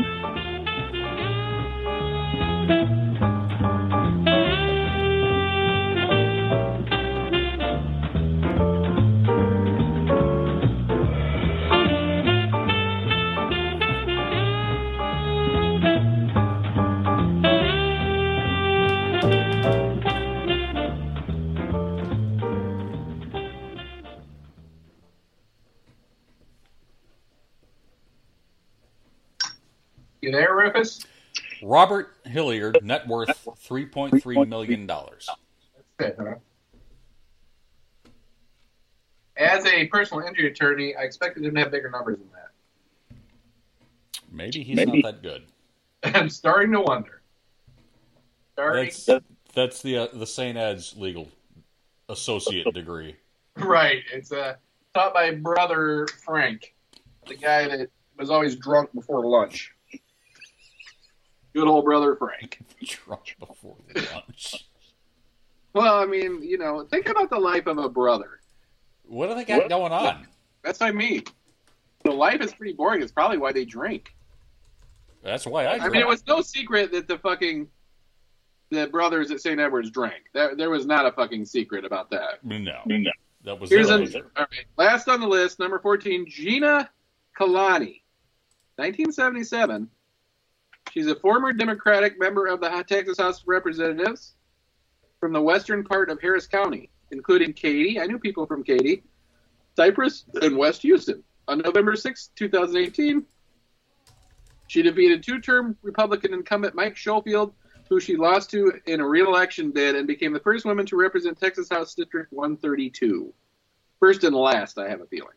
Speaker 2: You there, Rufus?
Speaker 3: Robert Hilliard, net worth three point three million dollars.
Speaker 2: As a personal injury attorney, I expected him to have bigger numbers than that. [laughs]
Speaker 3: Maybe he's
Speaker 7: Maybe.
Speaker 3: not that good.
Speaker 2: I'm starting to wonder. Starting, [laughs]
Speaker 3: That's that's the uh, the St. Ed's legal associate degree. [laughs]
Speaker 2: right. It's uh, taught by brother Frank, the guy that was always drunk before lunch. Good old brother Frank.
Speaker 3: Drunk before lunch.
Speaker 2: Well, I mean, you know, think about the life of a brother.
Speaker 3: What do they got
Speaker 7: What?
Speaker 3: going on?
Speaker 2: That's what I mean. The life is pretty boring. It's probably why they drink.
Speaker 3: That's why I.
Speaker 2: I mean, it was no secret that the fucking the brothers at St. Edward's drank. There, there was not a fucking secret about that.
Speaker 3: no.
Speaker 7: No.
Speaker 3: That was
Speaker 2: Here's
Speaker 3: it.
Speaker 2: an, all right, last on the list, number fourteen, Gina Kalani, 1977. She's a former Democratic member of the Texas House of Representatives from the western part of Harris County, including Katy. I knew people from Katy, Cypress, and West Houston. On November 6, 2018, she defeated two-term Republican incumbent Mike Schofield, who she lost to in a reelection bid, and became the first woman to represent Texas House District 132. First and last, I have a feeling.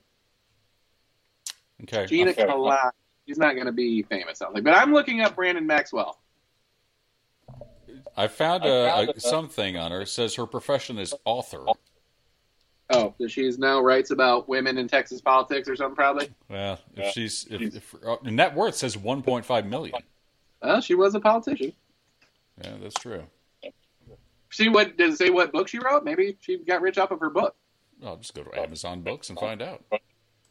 Speaker 3: Okay.
Speaker 2: Gina
Speaker 7: Okay.
Speaker 2: Kalani. She's not going to be famous, I don't think. But I'm looking up Brandon Maxwell.
Speaker 3: I found,
Speaker 7: I
Speaker 3: uh,
Speaker 7: found
Speaker 3: a,
Speaker 7: a-
Speaker 3: something on her. It says her profession is author.
Speaker 2: Oh, so she's now writes about women in Texas politics or something, probably.
Speaker 3: Well, if
Speaker 7: Yeah.
Speaker 3: she's if, if uh, net worth says 1.5 million.
Speaker 2: Well, she was a politician.
Speaker 3: Yeah, that's true.
Speaker 2: See what does it say? What book she wrote? Maybe she got rich off of her book.
Speaker 3: I'll just go to Amazon Books and find out.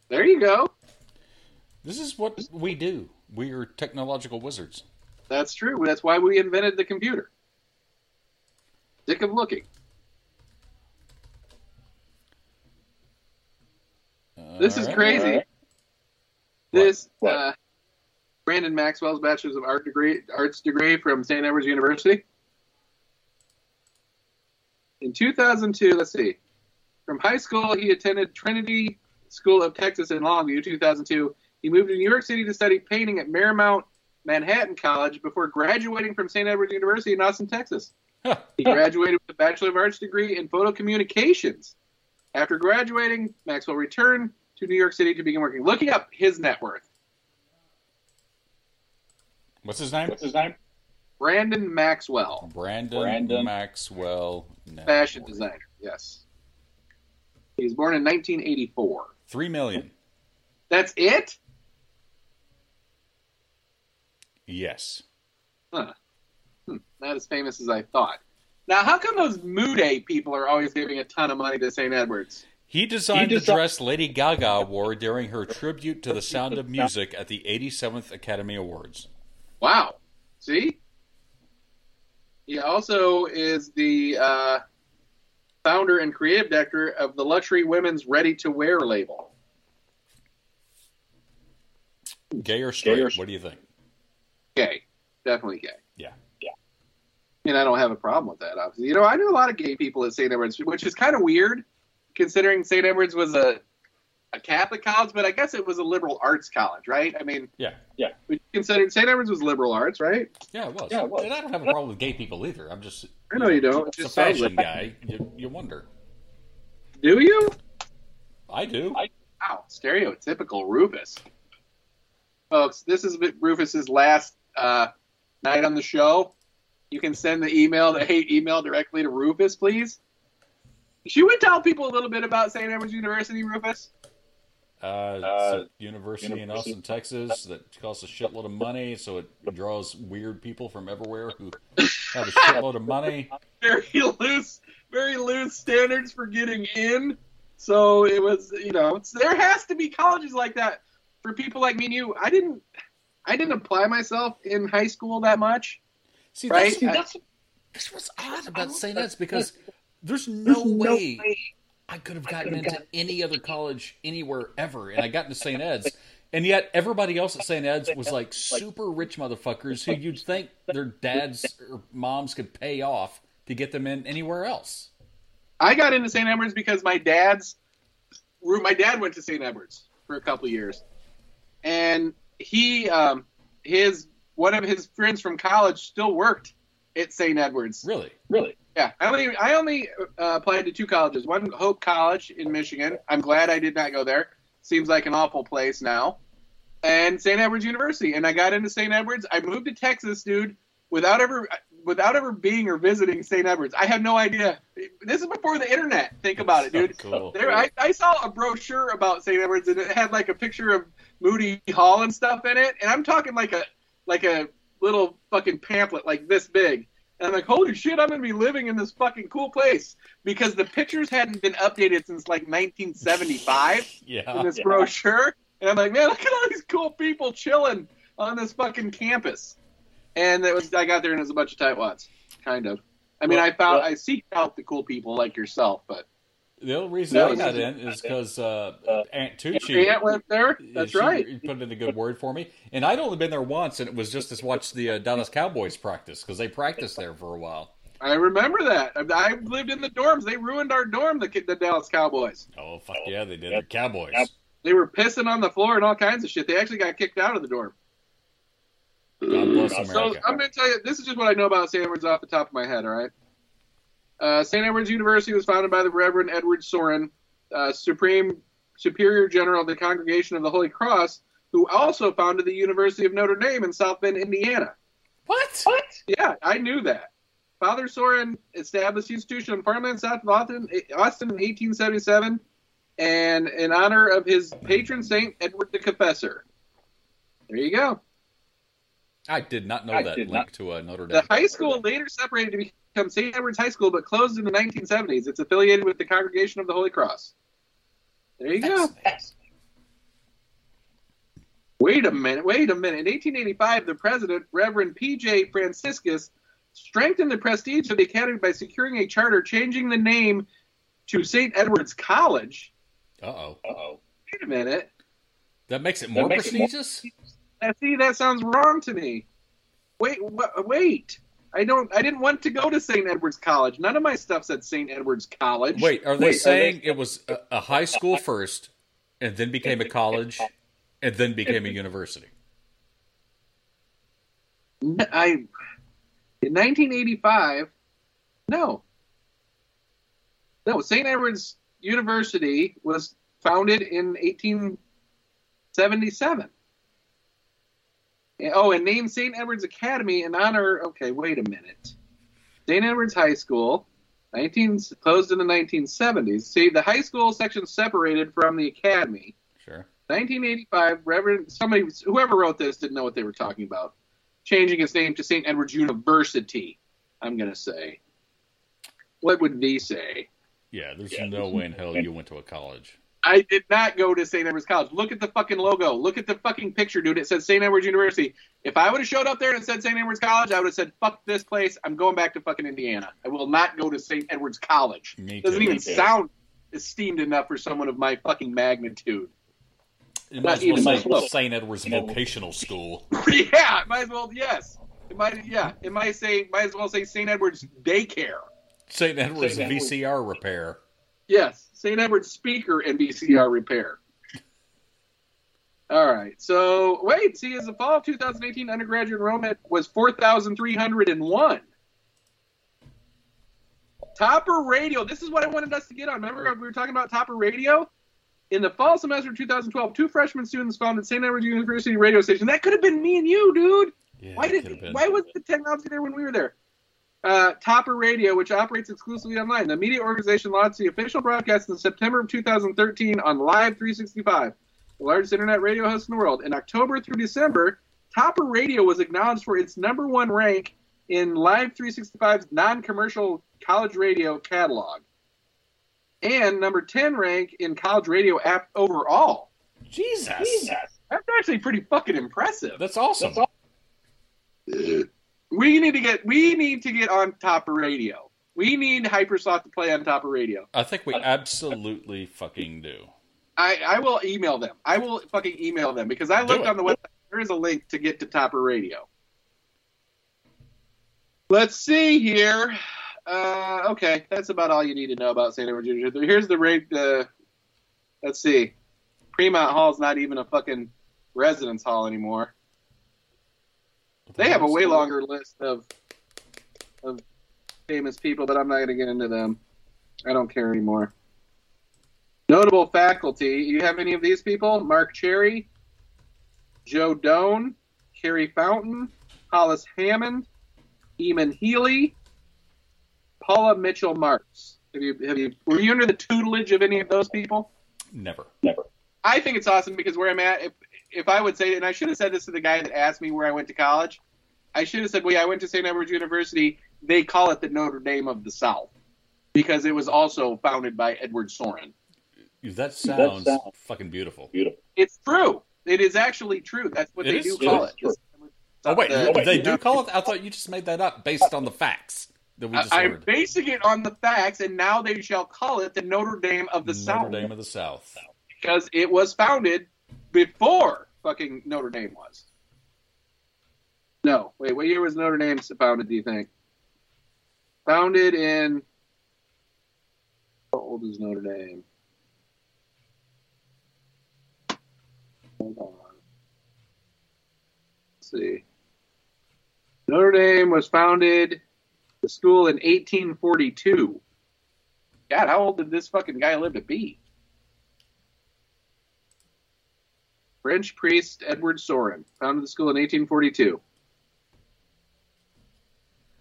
Speaker 2: There you go.
Speaker 3: This is what we do. We are technological wizards.
Speaker 2: That's true. That's why we invented the computer. Sick of looking. This is
Speaker 3: All right.
Speaker 2: crazy.
Speaker 7: All right.
Speaker 2: This
Speaker 7: What?
Speaker 2: Uh, Brandon Maxwell's bachelor's of art degree, arts degree from St. Edward's University. In 2002, let's see. From high school, he attended Trinity School of Texas in Longview. 2002, he moved to New York City to study painting at Marymount Manhattan College before graduating from St. Edward's University in Austin, Texas.
Speaker 3: Huh.
Speaker 2: He graduated with a Bachelor of Arts degree in photo communications. After graduating, Maxwell returned to New York City to begin working. Looking up his net worth,
Speaker 3: What's his name?
Speaker 7: What's his name?
Speaker 2: Brandon Maxwell,
Speaker 3: Brandon,
Speaker 7: Brandon.
Speaker 3: Maxwell. Net
Speaker 2: fashion
Speaker 3: worth.
Speaker 2: designer. Yes, he was born in 1984.
Speaker 3: Three million.
Speaker 2: That's it.
Speaker 3: Yes.
Speaker 2: Not as famous as I thought. Now, how come those Mood Day people are always giving a ton of money to St. Edwards?
Speaker 3: He designed the
Speaker 7: desi-
Speaker 3: dress Lady Gaga wore during her tribute to the Sound of Music at the 87th Academy Awards.
Speaker 2: Wow. See? He also is the uh, founder and creative director of the luxury women's ready to wear label.
Speaker 3: Gay or straight?
Speaker 7: Gay or
Speaker 3: what do you think?
Speaker 2: Gay. Definitely gay.
Speaker 3: Yeah.
Speaker 7: Yeah.
Speaker 2: And I don't have a problem with that, obviously. You know, I knew a lot of gay people at St. Edward's, which is kind of weird considering St. Edward's was a, a Catholic college, but I guess it was a liberal arts college, right? I mean,
Speaker 3: Yeah.
Speaker 2: would you consider St. Edward's was liberal arts, right?
Speaker 3: Yeah, it was.
Speaker 7: Yeah, it was.
Speaker 3: And I don't have a problem with gay people either. I'm just
Speaker 2: I know you don't. It
Speaker 3: it's a
Speaker 2: just sounds
Speaker 3: fashion
Speaker 2: like,
Speaker 3: guy. You, you wonder.
Speaker 2: do you?
Speaker 3: I do.
Speaker 7: I-
Speaker 2: Wow, stereotypical Rufus. Folks, this is Rufus's last uh, night on the show. You can send the email, the hate email, directly to Rufus, please. Should we tell people a little bit about St. Edward's University, Rufus?
Speaker 3: Uh, it's
Speaker 7: Uh,
Speaker 3: a university, in
Speaker 7: university-
Speaker 3: Austin, Texas, that costs a shitload of money, so it draws weird people from everywhere who have a shitload of money.
Speaker 2: Very [laughs] loose, very loose standards for getting in. So it was, you know, it's, there has to be colleges like that for people like me and you. I didn't, I didn't apply myself in high school that much.
Speaker 3: See,
Speaker 2: Right?
Speaker 3: that's, that's, that's what's odd about St. Ed's because there's no, way, I could have gotten into any other college anywhere ever, and I got into St. [laughs] Ed's. And yet, everybody else at St. Ed's was [laughs] like super rich motherfuckers who you'd think [laughs] their dads or moms could pay off to get them in anywhere else.
Speaker 2: I got into St. Edward's because my dad's room. My dad went to St. Edward's for a couple years, and he, um, his one of his friends from college still worked at St. Edward's.
Speaker 3: Really?
Speaker 7: Really?
Speaker 2: Yeah, I only I only uh, applied to two colleges. One Hope College in Michigan. I'm glad I did not go there. Seems like an awful place now. And St. Edward's University. And I got into St. Edward's. I moved to Texas, dude, without ever without ever being or visiting St. Edward's. I have no idea. This is before the internet. Think about it,
Speaker 3: So
Speaker 2: dude.
Speaker 3: Cool.
Speaker 2: There, I, I saw a brochure about St. Edward's and it had like a picture of Moody Hall and stuff in it, and I'm talking like a like a little fucking pamphlet like this big. And I'm like, holy shit, I'm gonna be living in this fucking cool place because the pictures hadn't been updated since like 1975 in
Speaker 3: Yeah.
Speaker 2: [laughs] this brochure. And I'm like, man, look at all these cool people chilling on this fucking campus. And it was I got there and it was a bunch of tightwads, kind of. I mean, I found I seeked out the cool people like yourself, but
Speaker 3: The only reason
Speaker 2: No,
Speaker 3: I
Speaker 2: it's-
Speaker 3: got in is because uh, Aunt Tucci.
Speaker 2: Aunt went there. That's
Speaker 3: she
Speaker 2: right.
Speaker 3: Put in a good word for me, and I'd only been there once, and it was just to watch the uh, Dallas Cowboys practice because they practiced there for a while.
Speaker 2: I remember that. I, I lived in the dorms. They ruined our dorm. The, the Dallas Cowboys.
Speaker 3: Oh fuck yeah, they did. The Cowboys.
Speaker 2: They were pissing on the floor and all kinds of shit. They actually got kicked out of the dorm.
Speaker 3: God bless
Speaker 2: So
Speaker 3: America.
Speaker 2: I'm going to tell you, this is just what I know about St. Edward's off the top of my head, all right? Uh, St. Edward's University was founded by the Reverend Edward Soren, uh, Supreme Superior General of the Congregation of the Holy Cross, who also founded the University of Notre Dame in South Bend, Indiana.
Speaker 3: what?
Speaker 2: Yeah, I knew that. Father Soren established the institution in farmland south of Austin, Austin in 1877, and in honor of his patron saint Edward the Confessor. There you go.
Speaker 3: I did not know
Speaker 6: I
Speaker 3: that
Speaker 6: did
Speaker 3: link
Speaker 6: not-
Speaker 3: to uh, Notre Dame.
Speaker 2: The high school later separated to become St. Edward's High School, but closed in the 1970s. It's affiliated with the Congregation of the Holy Cross. There you go. Wait a minute. Wait a minute. In 1885, the president, Reverend P.J. Franciscus, strengthened the prestige of the academy by securing a charter changing the name to St. Edward's College.
Speaker 3: Uh oh,
Speaker 6: Uh-oh.
Speaker 2: Wait a minute.
Speaker 3: that makes it more
Speaker 6: makes it more-
Speaker 3: prestigious.
Speaker 2: Now, see, that sounds wrong to me. Wait, wh- wait. I don't. I didn't want to go to St. Edward's College. None of my stuff said St. Edward's College.
Speaker 3: Wait, are they
Speaker 6: Wait, are
Speaker 3: saying it was a, a high school first, and then became a college, and then became a university?
Speaker 2: N- [laughs] I in 1985. No. No, St. Edward's University was founded in 1877. Yeah, Oh, and named St. Edward's Academy in honor. Okay, wait a minute. St. Edward's High School, 19 closed in the 1970s. See, the high school section separated from the academy.
Speaker 3: Sure.
Speaker 2: 1985, Reverend somebody whoever wrote this didn't know what they were talking about. Changing its name to St. Edward's University, I'm gonna say. What would V say?
Speaker 3: Yeah, there's no way in hell you went to a college.
Speaker 2: I did not go to St. Edward's College. Look at the fucking logo. Look at the fucking picture, dude. It says St. Edward's University. If I would have showed up there and it said St. Edward's College, I would have said, "Fuck this place. I'm going back to fucking Indiana. I will not go to St. Edward's College."
Speaker 3: Me
Speaker 2: Doesn't
Speaker 3: too.
Speaker 2: even
Speaker 3: Me too.
Speaker 2: sound esteemed enough for someone of my fucking magnitude.
Speaker 3: You might
Speaker 2: Not
Speaker 3: as well
Speaker 2: even
Speaker 3: say
Speaker 2: close.
Speaker 3: St. Edward's Vocational School.
Speaker 2: [laughs] yeah, might as well. Yes, it might. Yeah, it might say. Might as well say St. Edward's Daycare.
Speaker 3: St. Edward's
Speaker 6: St. Edward's.
Speaker 3: VCR repair.
Speaker 2: Yes, St. Edward's Speaker and VCR Repair. All right. So wait, see, as the fall of 2018 undergraduate enrollment was 4,301. Topper Radio. This is what I wanted us to get on. Remember we were talking about Topper Radio? In the fall semester of 2012, two freshman students founded St. Edward's University radio station. That could have been me and you, dude.
Speaker 3: Yeah,
Speaker 2: Why
Speaker 3: it
Speaker 2: did
Speaker 3: could've been.
Speaker 2: why was the technology there when we were there? Uh, Topper Radio, which operates exclusively online, the media organization launched the official broadcast in September of 2013 on Live 365, the largest internet radio host in the world. In October through December, Topper Radio was acknowledged for its number one rank in Live 365's non-commercial college radio catalog, and number 10 rank in college radio app overall.
Speaker 3: Jesus.
Speaker 2: That's actually pretty fucking impressive.
Speaker 3: That's awesome.
Speaker 2: We need to get we need to get on top of radio. We need Hypersoft to play on top of radio.
Speaker 3: I think we absolutely fucking do.
Speaker 2: I, I will email them. I will fucking email them because I
Speaker 3: Do
Speaker 2: looked
Speaker 3: it.
Speaker 2: on the website. There is a link to get to top of radio. Let's see here. Uh, okay, that's about all you need to know about St. Edward's University. Here's the rate. Uh, let's see. Premont Hall's not even a fucking residence hall anymore. They have a way longer list of of famous people, but I'm not going to get into them. I don't care anymore. Notable faculty. You have any of these people? Mark Cherry, Joe Doan, Carrie Fountain, Hollis Hammond, Eamon Healy, Paula Mitchell Marks. Have you, have you, were you under the tutelage of any of those people?
Speaker 3: Never.
Speaker 6: Never.
Speaker 2: I think it's awesome because where I'm at, if, if I would say, and I should have said this to the guy that asked me where I went to college, I should have said, well, yeah, I went to St. Edward's University. They call it the Notre Dame of the South because it was also founded by Edward Soren.
Speaker 3: That sounds
Speaker 6: sounds-
Speaker 3: fucking beautiful.
Speaker 6: Beautiful.
Speaker 2: It's true. It is actually true. That's what
Speaker 3: It
Speaker 2: they
Speaker 3: is
Speaker 2: do
Speaker 3: true.
Speaker 2: call
Speaker 6: It
Speaker 2: it.
Speaker 6: is
Speaker 3: Oh wait,
Speaker 2: Uh,
Speaker 3: they do call it. I thought you just made that up based on the facts that we
Speaker 2: I-
Speaker 3: just
Speaker 2: I'm
Speaker 3: heard.
Speaker 2: basing it on the facts, and now they shall call it the Notre Dame of the
Speaker 3: Notre
Speaker 2: South
Speaker 3: Dame of the South.
Speaker 2: because it was founded before fucking Notre Dame was. No, wait, what year was Notre Dame founded? Do you think? Founded in. How old is Notre Dame? Hold on. Let's see. Notre Dame was founded the school in 1842. God, how old did this fucking guy live to be? French priest Edward Sorin founded the school in 1842.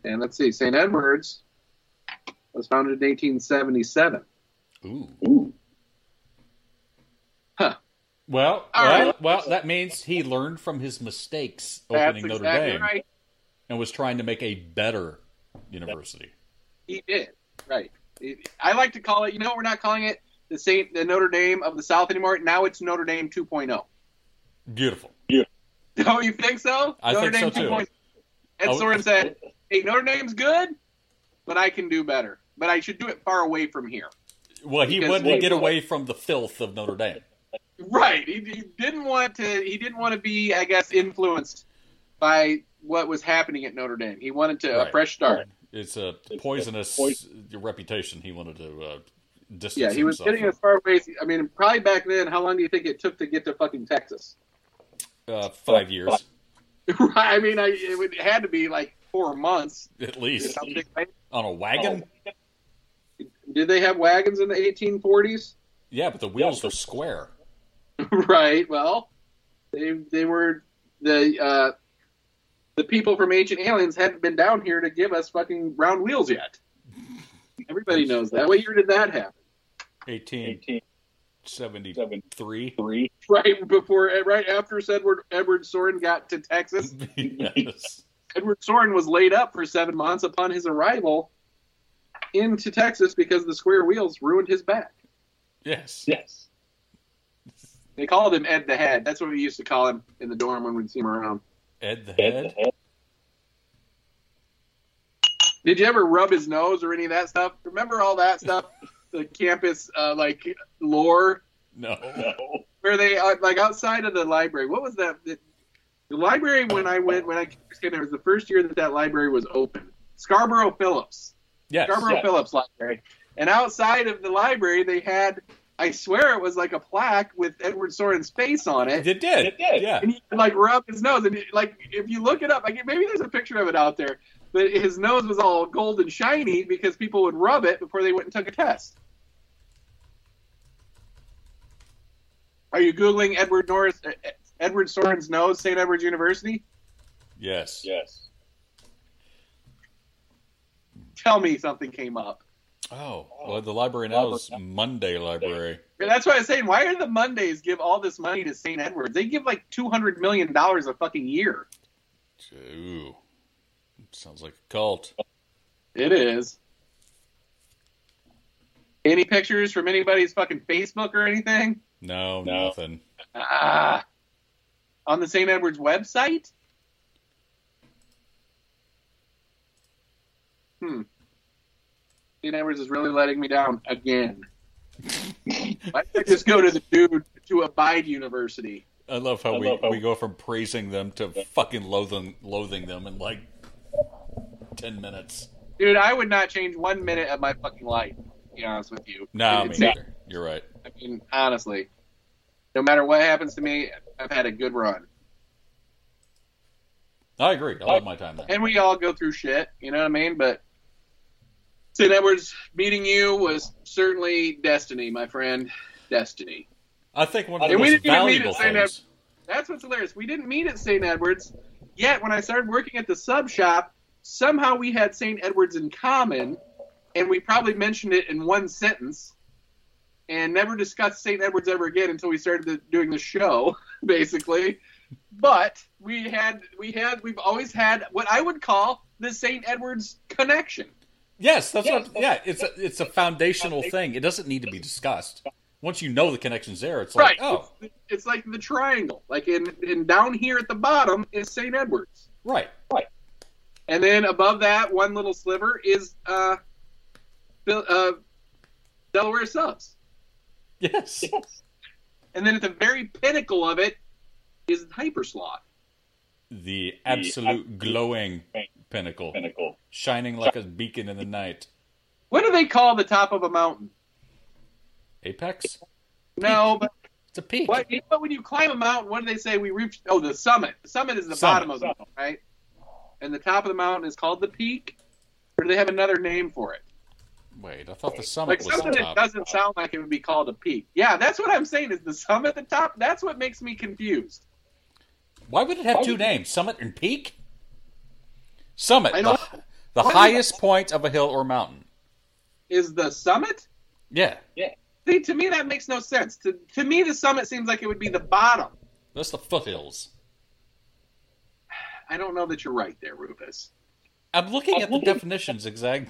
Speaker 2: And let's see, St. Edward's was founded in 1877.
Speaker 3: Ooh.
Speaker 6: Ooh.
Speaker 2: Huh.
Speaker 3: Well,
Speaker 2: All
Speaker 3: well,
Speaker 2: right.
Speaker 3: well, that means he learned from his mistakes
Speaker 2: That's
Speaker 3: opening Notre
Speaker 2: exactly
Speaker 3: Dame
Speaker 2: right.
Speaker 3: and was trying to make a better university.
Speaker 2: He did. Right. It- I like to call it, you know, what we're not calling it the Saint the Notre Dame of the South anymore. Now it's Notre Dame 2.0.
Speaker 3: Beautiful.
Speaker 2: [laughs] Don't you think so?
Speaker 3: I
Speaker 2: Notre
Speaker 3: think so,
Speaker 2: Dame
Speaker 3: too. Oh.
Speaker 2: 2.0.
Speaker 3: I
Speaker 2: And
Speaker 3: would-
Speaker 2: Soren said, "Hey, Notre Dame's good, but I can do better. But I should do it far away from here."
Speaker 3: Well, he
Speaker 2: Because
Speaker 3: wanted
Speaker 2: they
Speaker 3: to get
Speaker 2: were-
Speaker 3: away from the filth of Notre Dame.
Speaker 2: Right. He, he didn't want to. He didn't want to be, I guess, influenced by what was happening at Notre Dame. He wanted to
Speaker 3: Right.
Speaker 2: a fresh start.
Speaker 3: It's a poisonous reputation he wanted to uh, distance
Speaker 2: Yeah, he was
Speaker 3: himself
Speaker 2: getting as far away. as- I mean, probably back then. How long do you think it took to get to fucking Texas? [laughs]
Speaker 3: from. Uh, five years,
Speaker 2: Right, I mean, I, it, would, it had to be like four months.
Speaker 3: at least,
Speaker 2: Something like-
Speaker 3: on a wagon.
Speaker 2: Did they have wagons in the 1840s?
Speaker 3: Yeah, but the wheels were square.
Speaker 2: [laughs] right. Well, they they were the uh, the people from Ancient Aliens hadn't been down here to give us fucking round wheels yet. Everybody knows that. What year did that happen? [laughs]
Speaker 3: 1873.
Speaker 6: 1873.
Speaker 2: Right before, right after Edward Edward Soren got to Texas,
Speaker 3: yes.
Speaker 2: Edward Soren was laid up for seven months upon his arrival into Texas because the square wheels ruined his back.
Speaker 3: [laughs] Yes.
Speaker 6: Yes.
Speaker 2: They called him Ed the Head. That's what we used to call him in the dorm when we'd see him around.
Speaker 3: Ed the
Speaker 6: Head
Speaker 3: Head.
Speaker 6: to head.
Speaker 2: Did you ever rub his nose or any of that stuff? Remember all that stuff, [laughs] the campus uh, like lore
Speaker 3: No.
Speaker 6: No.
Speaker 2: where they uh, like outside of the library. What was that? The, the library when I went when I came there was the first year that that library was open. Scarborough Phillips,
Speaker 3: Yes.
Speaker 2: Scarborough
Speaker 6: yes.
Speaker 2: Phillips Library, and outside of the library they had. I swear it was like a plaque with Edward Soren's face on it,
Speaker 3: It did.
Speaker 6: It did.
Speaker 3: Yeah.
Speaker 2: and he could, like rub his nose. And it- like if you look it up, like maybe there's a picture of it out there, but his nose was all gold and shiny because people would rub it before they went and took a test. Are you googling Edward Norris, uh, Edward Soren's nose, St. Edward's University?
Speaker 3: Yes.
Speaker 6: Yes.
Speaker 2: Tell me something came up.
Speaker 3: Oh, well, the library now is Monday Library.
Speaker 2: And that's why I'm saying, why are the Mondays give all this money to St. Edward's? They give like two hundred million dollars a fucking year.
Speaker 3: Ooh, sounds like a cult.
Speaker 2: It is. Any pictures from anybody's fucking Facebook or anything?
Speaker 3: No,
Speaker 6: No.
Speaker 3: nothing.
Speaker 2: Ah, on the St. Edward's website? Hmm. St. Edward's is really letting me down again. Why did I just go to the dude to Abide University?
Speaker 3: I love how
Speaker 6: I
Speaker 3: we
Speaker 6: love how-
Speaker 3: we go from praising them to fucking loathing loathing them in like ten minutes.
Speaker 2: Dude, I would not change one minute of my fucking life, to be honest with you.
Speaker 3: No, me
Speaker 2: It's-
Speaker 3: neither. You're right.
Speaker 2: I mean, honestly, no matter what happens to me, I've had a good run.
Speaker 3: I agree. I love my time there.
Speaker 2: and we all go through shit, you know what I mean? But St. Edwards meeting you was certainly destiny, my friend. Destiny.
Speaker 3: I think one of the
Speaker 2: And we
Speaker 3: most
Speaker 2: didn't even meet
Speaker 3: valuable
Speaker 2: at St. Ed-
Speaker 3: things.
Speaker 2: That's what's hilarious. We didn't meet at St. Edwards, yet when I started working at the sub shop, somehow we had St. Edwards in common, and we probably mentioned it in one sentence. and never discussed St. Edward's ever again until we started the, doing the show, [laughs] basically. But we had we had we've always had what I would call the St. Edward's connection.
Speaker 3: Yes, that's what. Yeah, it's a, it's a foundational thing. It doesn't need to be discussed. Once you know the connection's there, it's like, oh,
Speaker 2: It's, it's like the triangle. Like in in down here at the bottom is St. Edward's.
Speaker 3: right.
Speaker 2: And then above that one little sliver is uh, Bill, uh Delaware subs.
Speaker 3: Yes.
Speaker 2: And then at the very pinnacle of it is Hyperslot.
Speaker 3: The absolute glowing pinnacle, [laughs]
Speaker 9: Pinnacle.
Speaker 3: shining like a beacon in the night.
Speaker 2: What do they call the top of a mountain?
Speaker 3: Apex? [laughs]
Speaker 2: No, but
Speaker 3: It's a peak.
Speaker 2: what, you know, when you climb a mountain, what do they say? We reached oh the summit. The summit is the
Speaker 3: Summit.
Speaker 2: bottom of the mountain, right? And the top of the mountain is called the peak. Or do they have another name for it?
Speaker 3: Wait, I thought the
Speaker 2: Like
Speaker 3: summit was
Speaker 2: something
Speaker 3: Oh, the
Speaker 2: that
Speaker 3: top.
Speaker 2: doesn't sound like it would be called a peak. Yeah, that's what I'm saying. Is the summit the top? That's what makes me confused.
Speaker 3: Why would it have two names? Summit and peak? Summit,
Speaker 2: I
Speaker 3: the,
Speaker 2: know.
Speaker 3: the
Speaker 2: Why do
Speaker 3: highest point of a hill or mountain.
Speaker 2: Is the summit?
Speaker 3: Yeah,
Speaker 2: See, to me that makes no sense. To to me, the summit seems like it would be the bottom.
Speaker 3: that's the foothills.
Speaker 2: I don't know that you're right there, Rufus.
Speaker 3: I'm looking at the definitions, Zigzag.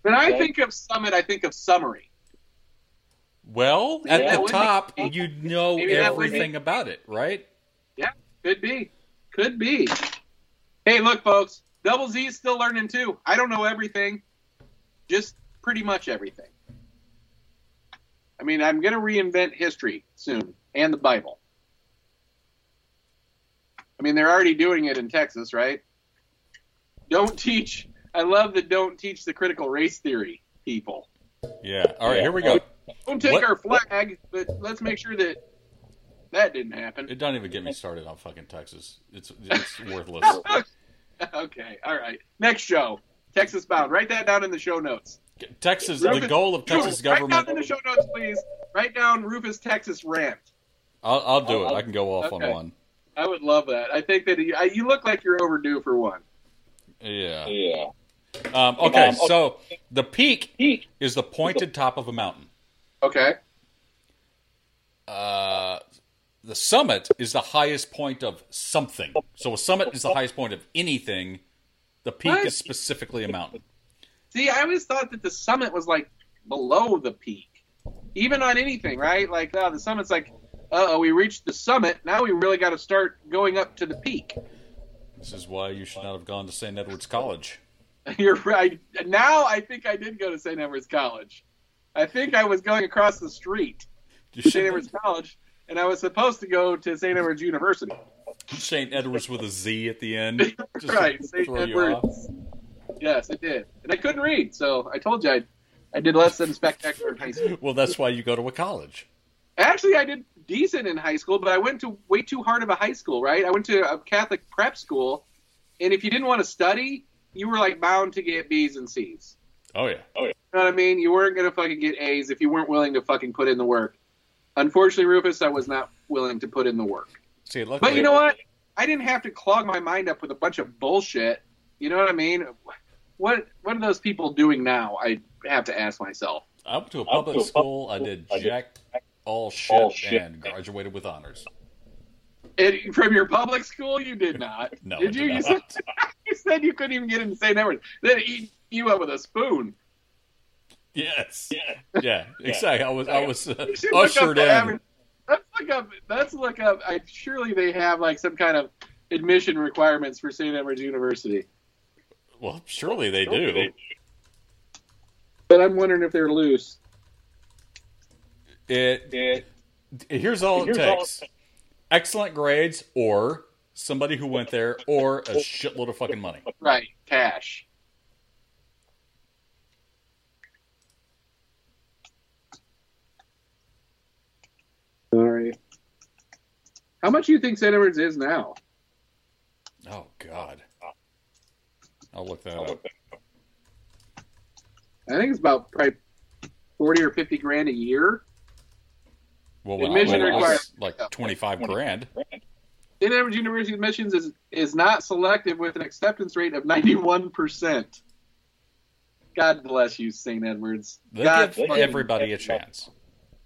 Speaker 2: When I think of summit, I think of summary.
Speaker 3: Well, at
Speaker 2: Yeah,
Speaker 3: the
Speaker 2: wouldn't it-
Speaker 3: top, you know
Speaker 2: Maybe that would
Speaker 3: everything about it, right?
Speaker 2: Yeah, could be. Could be. Hey, look, folks. Double Z's still learning too. I don't know everything, just pretty much everything. I mean, I'm going to reinvent history soon and the Bible. I mean, they're already doing it in Texas, right? Don't teach. I love the don't teach the critical race theory people.
Speaker 3: Yeah. All right, here we go.
Speaker 2: Don't take
Speaker 3: What-
Speaker 2: our flag, but let's make sure that that didn't happen.
Speaker 3: It don't even get me started on fucking Texas. It's
Speaker 2: [laughs]
Speaker 3: it's worthless.
Speaker 2: okay, all right. Next show, Texas Bound. Write that down in the show notes.
Speaker 3: Texas, the goal of Texas
Speaker 2: Rufus, Write
Speaker 3: government.
Speaker 2: down in the show notes, please. Write down Rufus Texas rant.
Speaker 3: I'll, I'll do it. I can go off on
Speaker 2: Okay.
Speaker 3: one.
Speaker 2: I would love that. I think that you, I, you look like you're overdue for one.
Speaker 3: Yeah.
Speaker 9: Yeah.
Speaker 3: Um, okay.
Speaker 9: Um,
Speaker 3: So the peak is the pointed top of a mountain.
Speaker 2: Okay.
Speaker 3: Uh, the summit is the highest point of something. So a summit is the highest point of anything. The peak
Speaker 2: What?
Speaker 3: is specifically a mountain.
Speaker 2: See, I always thought that the summit was like below the peak, even on anything, right? Like uh, the summit's like, uh oh, we reached the summit. Now we really got to start going up to the peak. [laughs]
Speaker 3: This is why you should not have gone to St. Edward's College.
Speaker 2: You're right. Now I think I did go to St. Edward's College. I think I was going across the street to
Speaker 3: You
Speaker 2: St.
Speaker 3: should
Speaker 2: Edward's College, and I was supposed to go to St. Edward's University.
Speaker 3: St. Edward's with a Z at
Speaker 2: [laughs]
Speaker 3: the end. Just to
Speaker 2: right, St.
Speaker 3: throw you off.
Speaker 2: Edward's. Yes, I did. And I couldn't read, so I told you I, I did less than spectacular in high school.
Speaker 3: Well, that's why you go to a college.
Speaker 2: Actually, I did decent in high school, but I went to way too hard of a high school, right? I went to a Catholic prep school, and if you didn't want to study, you were like bound to get B's and C's.
Speaker 3: Oh yeah.
Speaker 2: You know what I mean? You weren't gonna fucking get A's if you weren't willing to fucking put in the work. Unfortunately, Rufus, I was not willing to put in the work.
Speaker 3: See, luckily,
Speaker 2: But you know what? I didn't have to clog my mind up with a bunch of bullshit. You know what I mean? What What are those people doing now? I have to ask myself.
Speaker 3: I went to a
Speaker 9: I went
Speaker 3: public
Speaker 9: to a public
Speaker 3: school. I
Speaker 9: school.
Speaker 3: did
Speaker 9: I did
Speaker 3: jack all shit,
Speaker 9: all shit.
Speaker 3: and graduated with honors.
Speaker 2: It, from your public school, you did not. [laughs]
Speaker 3: No,
Speaker 2: did
Speaker 3: I
Speaker 2: you?
Speaker 3: did
Speaker 2: You, said,
Speaker 3: not.
Speaker 2: you said you couldn't even get into St. Edward's. Then you, you went with a spoon.
Speaker 3: [laughs]
Speaker 2: [laughs]
Speaker 3: Yes. Yeah. Exactly. I was. I was uh,
Speaker 2: You should look up
Speaker 3: ushered
Speaker 2: the
Speaker 3: in.
Speaker 2: average- Let's look up. Let's look up. I, surely they have like some kind of admission requirements for St. Edward's University.
Speaker 3: Well, surely they do.
Speaker 2: But I'm wondering if they're loose.
Speaker 3: It,
Speaker 9: It,
Speaker 3: [laughs] here's all it
Speaker 9: Here's all it
Speaker 3: takes: excellent grades, or somebody who went there, or a shitload of fucking money.
Speaker 2: Right, cash. Sorry. How much do you think St. Edward's is now?
Speaker 3: Oh God. I'll look that
Speaker 9: look
Speaker 4: Oh,
Speaker 3: up.
Speaker 2: I think it's about probably forty or fifty grand a year.
Speaker 3: Well, when I
Speaker 2: Admission
Speaker 3: went, it was
Speaker 2: required-
Speaker 3: like twenty-five grand.
Speaker 2: St. Edward's University admissions is is not selective with an acceptance rate of ninety one percent. God bless you, St. Edward's.
Speaker 3: They
Speaker 2: God
Speaker 3: give
Speaker 9: fucking-
Speaker 3: everybody a chance.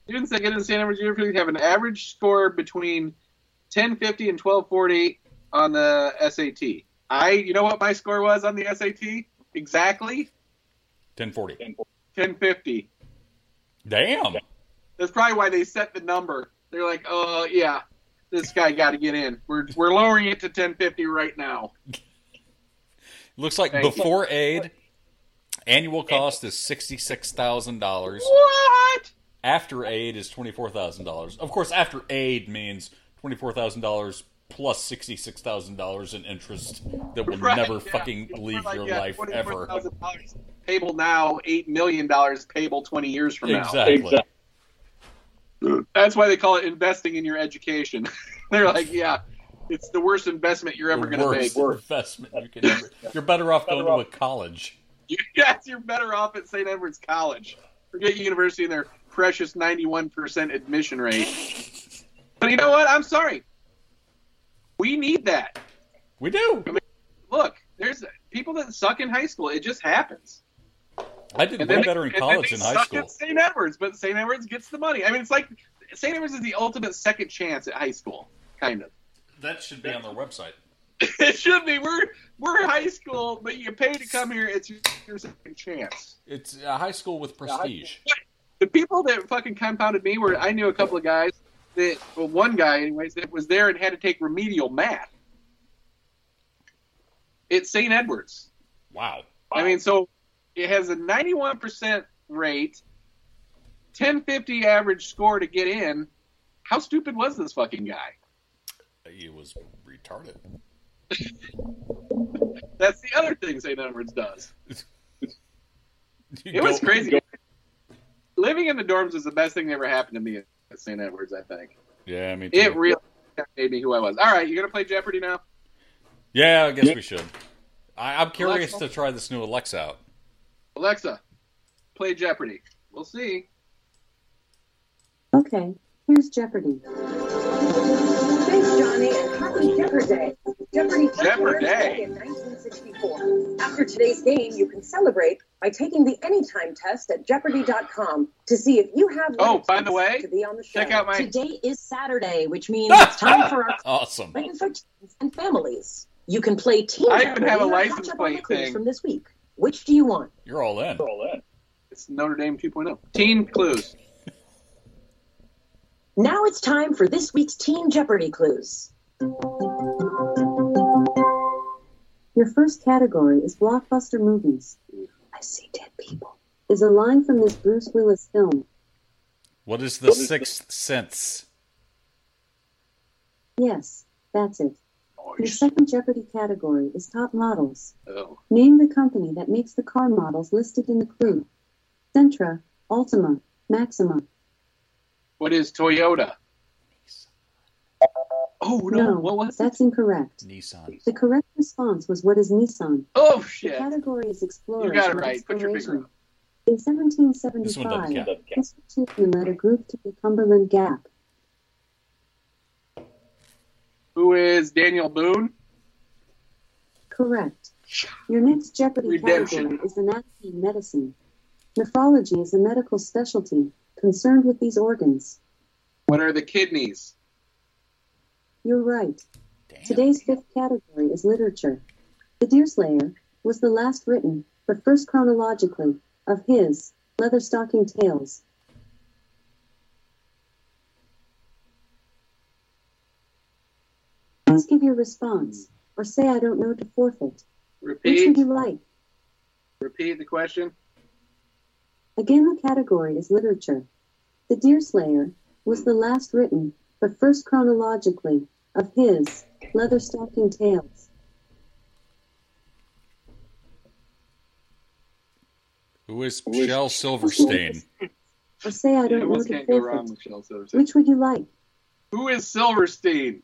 Speaker 2: Students that get into Santa Maria Junior Physics have an average score between 1050 and 1240 on the SAT. I, you know what my score was on the SAT? Exactly
Speaker 3: 1040.
Speaker 2: 1050.
Speaker 3: Damn.
Speaker 2: That's probably why they set the number. They're like, oh yeah, this guy got to get in. We're we're lowering it to 1050 right now.
Speaker 3: Looks like
Speaker 2: Thank you.
Speaker 3: before aid, annual cost is $66,000.
Speaker 2: What?
Speaker 3: After aid is $24,000. Of course, after aid means $24,000 plus $66,000 in interest that will
Speaker 2: Right,
Speaker 3: never
Speaker 2: yeah.
Speaker 3: fucking leave
Speaker 2: Like,
Speaker 3: your
Speaker 2: yeah,
Speaker 3: life ever.
Speaker 2: $24,000 Payable now, eight million dollars payable twenty years from now.
Speaker 3: Exactly.
Speaker 2: That's why they call it investing in your education. [laughs] They're like, yeah, it's the worst investment you're ever
Speaker 3: the
Speaker 2: going to make.
Speaker 3: worst investment you could ever. You're better off going to a college.
Speaker 2: You- [laughs] Yes, you're better off at St. Edward's College. Forget university and their precious 91% admission rate. But you know what? I'm sorry. We need that.
Speaker 3: We do.
Speaker 2: Look, there's people that suck in high school. It just happens.
Speaker 3: I did
Speaker 2: then
Speaker 3: way
Speaker 2: they-
Speaker 3: better
Speaker 2: and
Speaker 3: in
Speaker 2: then
Speaker 3: college
Speaker 2: they
Speaker 3: than high
Speaker 2: suck
Speaker 3: school.
Speaker 2: At St. Edward's, but St. Edward's gets the money. I mean, it's like St. Edward's is the ultimate second chance at high school, kind of.
Speaker 3: That should be on their website.
Speaker 2: [laughs] It should be. We're we're high school, but you pay to come here. It's your, your second chance.
Speaker 3: It's a high school with prestige.
Speaker 2: the people that fucking compounded me were I knew a couple of guys that well one guy anyways that was there and had to take remedial math at St. Edwards.
Speaker 3: Wow.
Speaker 2: I mean, so it has a 91% rate, 1050 average score to get in. How stupid was this fucking guy?
Speaker 3: He was retarded. [laughs]
Speaker 2: That's the other thing St. Edwards does.
Speaker 3: You
Speaker 2: It was
Speaker 3: go-
Speaker 2: crazy. Living in the dorms was the best thing that ever happened to me at St. Edwards, I think.
Speaker 3: Yeah, me too.
Speaker 2: It really made me who I was. All right, you going to play Jeopardy now?
Speaker 3: yeah, I guess we should. I, I'm curious
Speaker 2: Alexa?
Speaker 3: to try this new Alexa out.
Speaker 2: Alexa, play Jeopardy. We'll see.
Speaker 4: Okay, here's Jeopardy.
Speaker 9: Thanks, Johnny, and happy Jeopardy! Jeopardy first
Speaker 2: Jeopardy.
Speaker 9: aired in 1964. After today's game, you can celebrate by taking the Anytime test at Jeopardy.com to see if you have. what
Speaker 2: Oh,
Speaker 9: it
Speaker 2: by
Speaker 9: takes
Speaker 2: the way,
Speaker 9: to be on the show.
Speaker 2: Check out my.
Speaker 10: Today is Saturday, which means
Speaker 2: [laughs]
Speaker 10: it's time for our
Speaker 3: Awesome.
Speaker 9: Wait.
Speaker 10: playing for teams and families. You can play team.
Speaker 2: I even have
Speaker 10: Jeopardy
Speaker 2: a
Speaker 10: or
Speaker 2: license
Speaker 10: catch up on the
Speaker 2: plate
Speaker 10: clues
Speaker 2: thing.
Speaker 10: from this week. Which do you want?
Speaker 3: You're all in.
Speaker 2: It's Notre Dame 2.0. Teen Clues.
Speaker 10: Now it's time for this week's Team Jeopardy clues.
Speaker 9: Your first category is blockbuster movies. I see dead people. Is a line from this Bruce Willis film.
Speaker 3: What is the sixth sense?
Speaker 9: Yes, that's it. Your second Jeopardy category is top models.
Speaker 2: Oh.
Speaker 9: Name the company that makes the car models listed in the clue. Sentra, Altima, Maxima.
Speaker 2: What is Toyota? Oh, no. What was it?
Speaker 9: that's incorrect.
Speaker 3: Nissan.
Speaker 9: The correct response was what is Nissan?
Speaker 2: Oh,
Speaker 9: The
Speaker 2: shit.
Speaker 9: category is explorers.
Speaker 2: You got it
Speaker 9: and
Speaker 2: right. Put your finger
Speaker 9: exploration.
Speaker 2: up.
Speaker 9: In
Speaker 3: This one doesn't
Speaker 9: 1775,
Speaker 3: count.
Speaker 9: Mr. Tubman led a group to the Cumberland Gap.
Speaker 2: Who is Daniel Boone?
Speaker 9: Correct. Your next Jeopardy
Speaker 2: Redemption.
Speaker 9: category is anatomy and medicine. Nephrology is a medical specialty concerned with these organs.
Speaker 2: What are the kidneys?
Speaker 9: You're right.
Speaker 3: Damn.
Speaker 9: Today's fifth category is literature. The Deerslayer was the last written, but first chronologically, of his Leatherstocking Tales. Please give your response, or say I don't know to forfeit. Which would
Speaker 2: Repeat.
Speaker 9: you like?
Speaker 2: Repeat the question.
Speaker 9: Again, the category is literature. The Deerslayer was the last written, but first chronologically, of his Leatherstocking Tales.
Speaker 3: Who is Shell Silverstein?
Speaker 9: Or say I
Speaker 2: You
Speaker 9: don't know
Speaker 2: almost
Speaker 9: to
Speaker 2: can't go wrong
Speaker 9: forfeit.
Speaker 2: with Shel Silverstein.
Speaker 9: Which would you like?
Speaker 2: Who is Silverstein?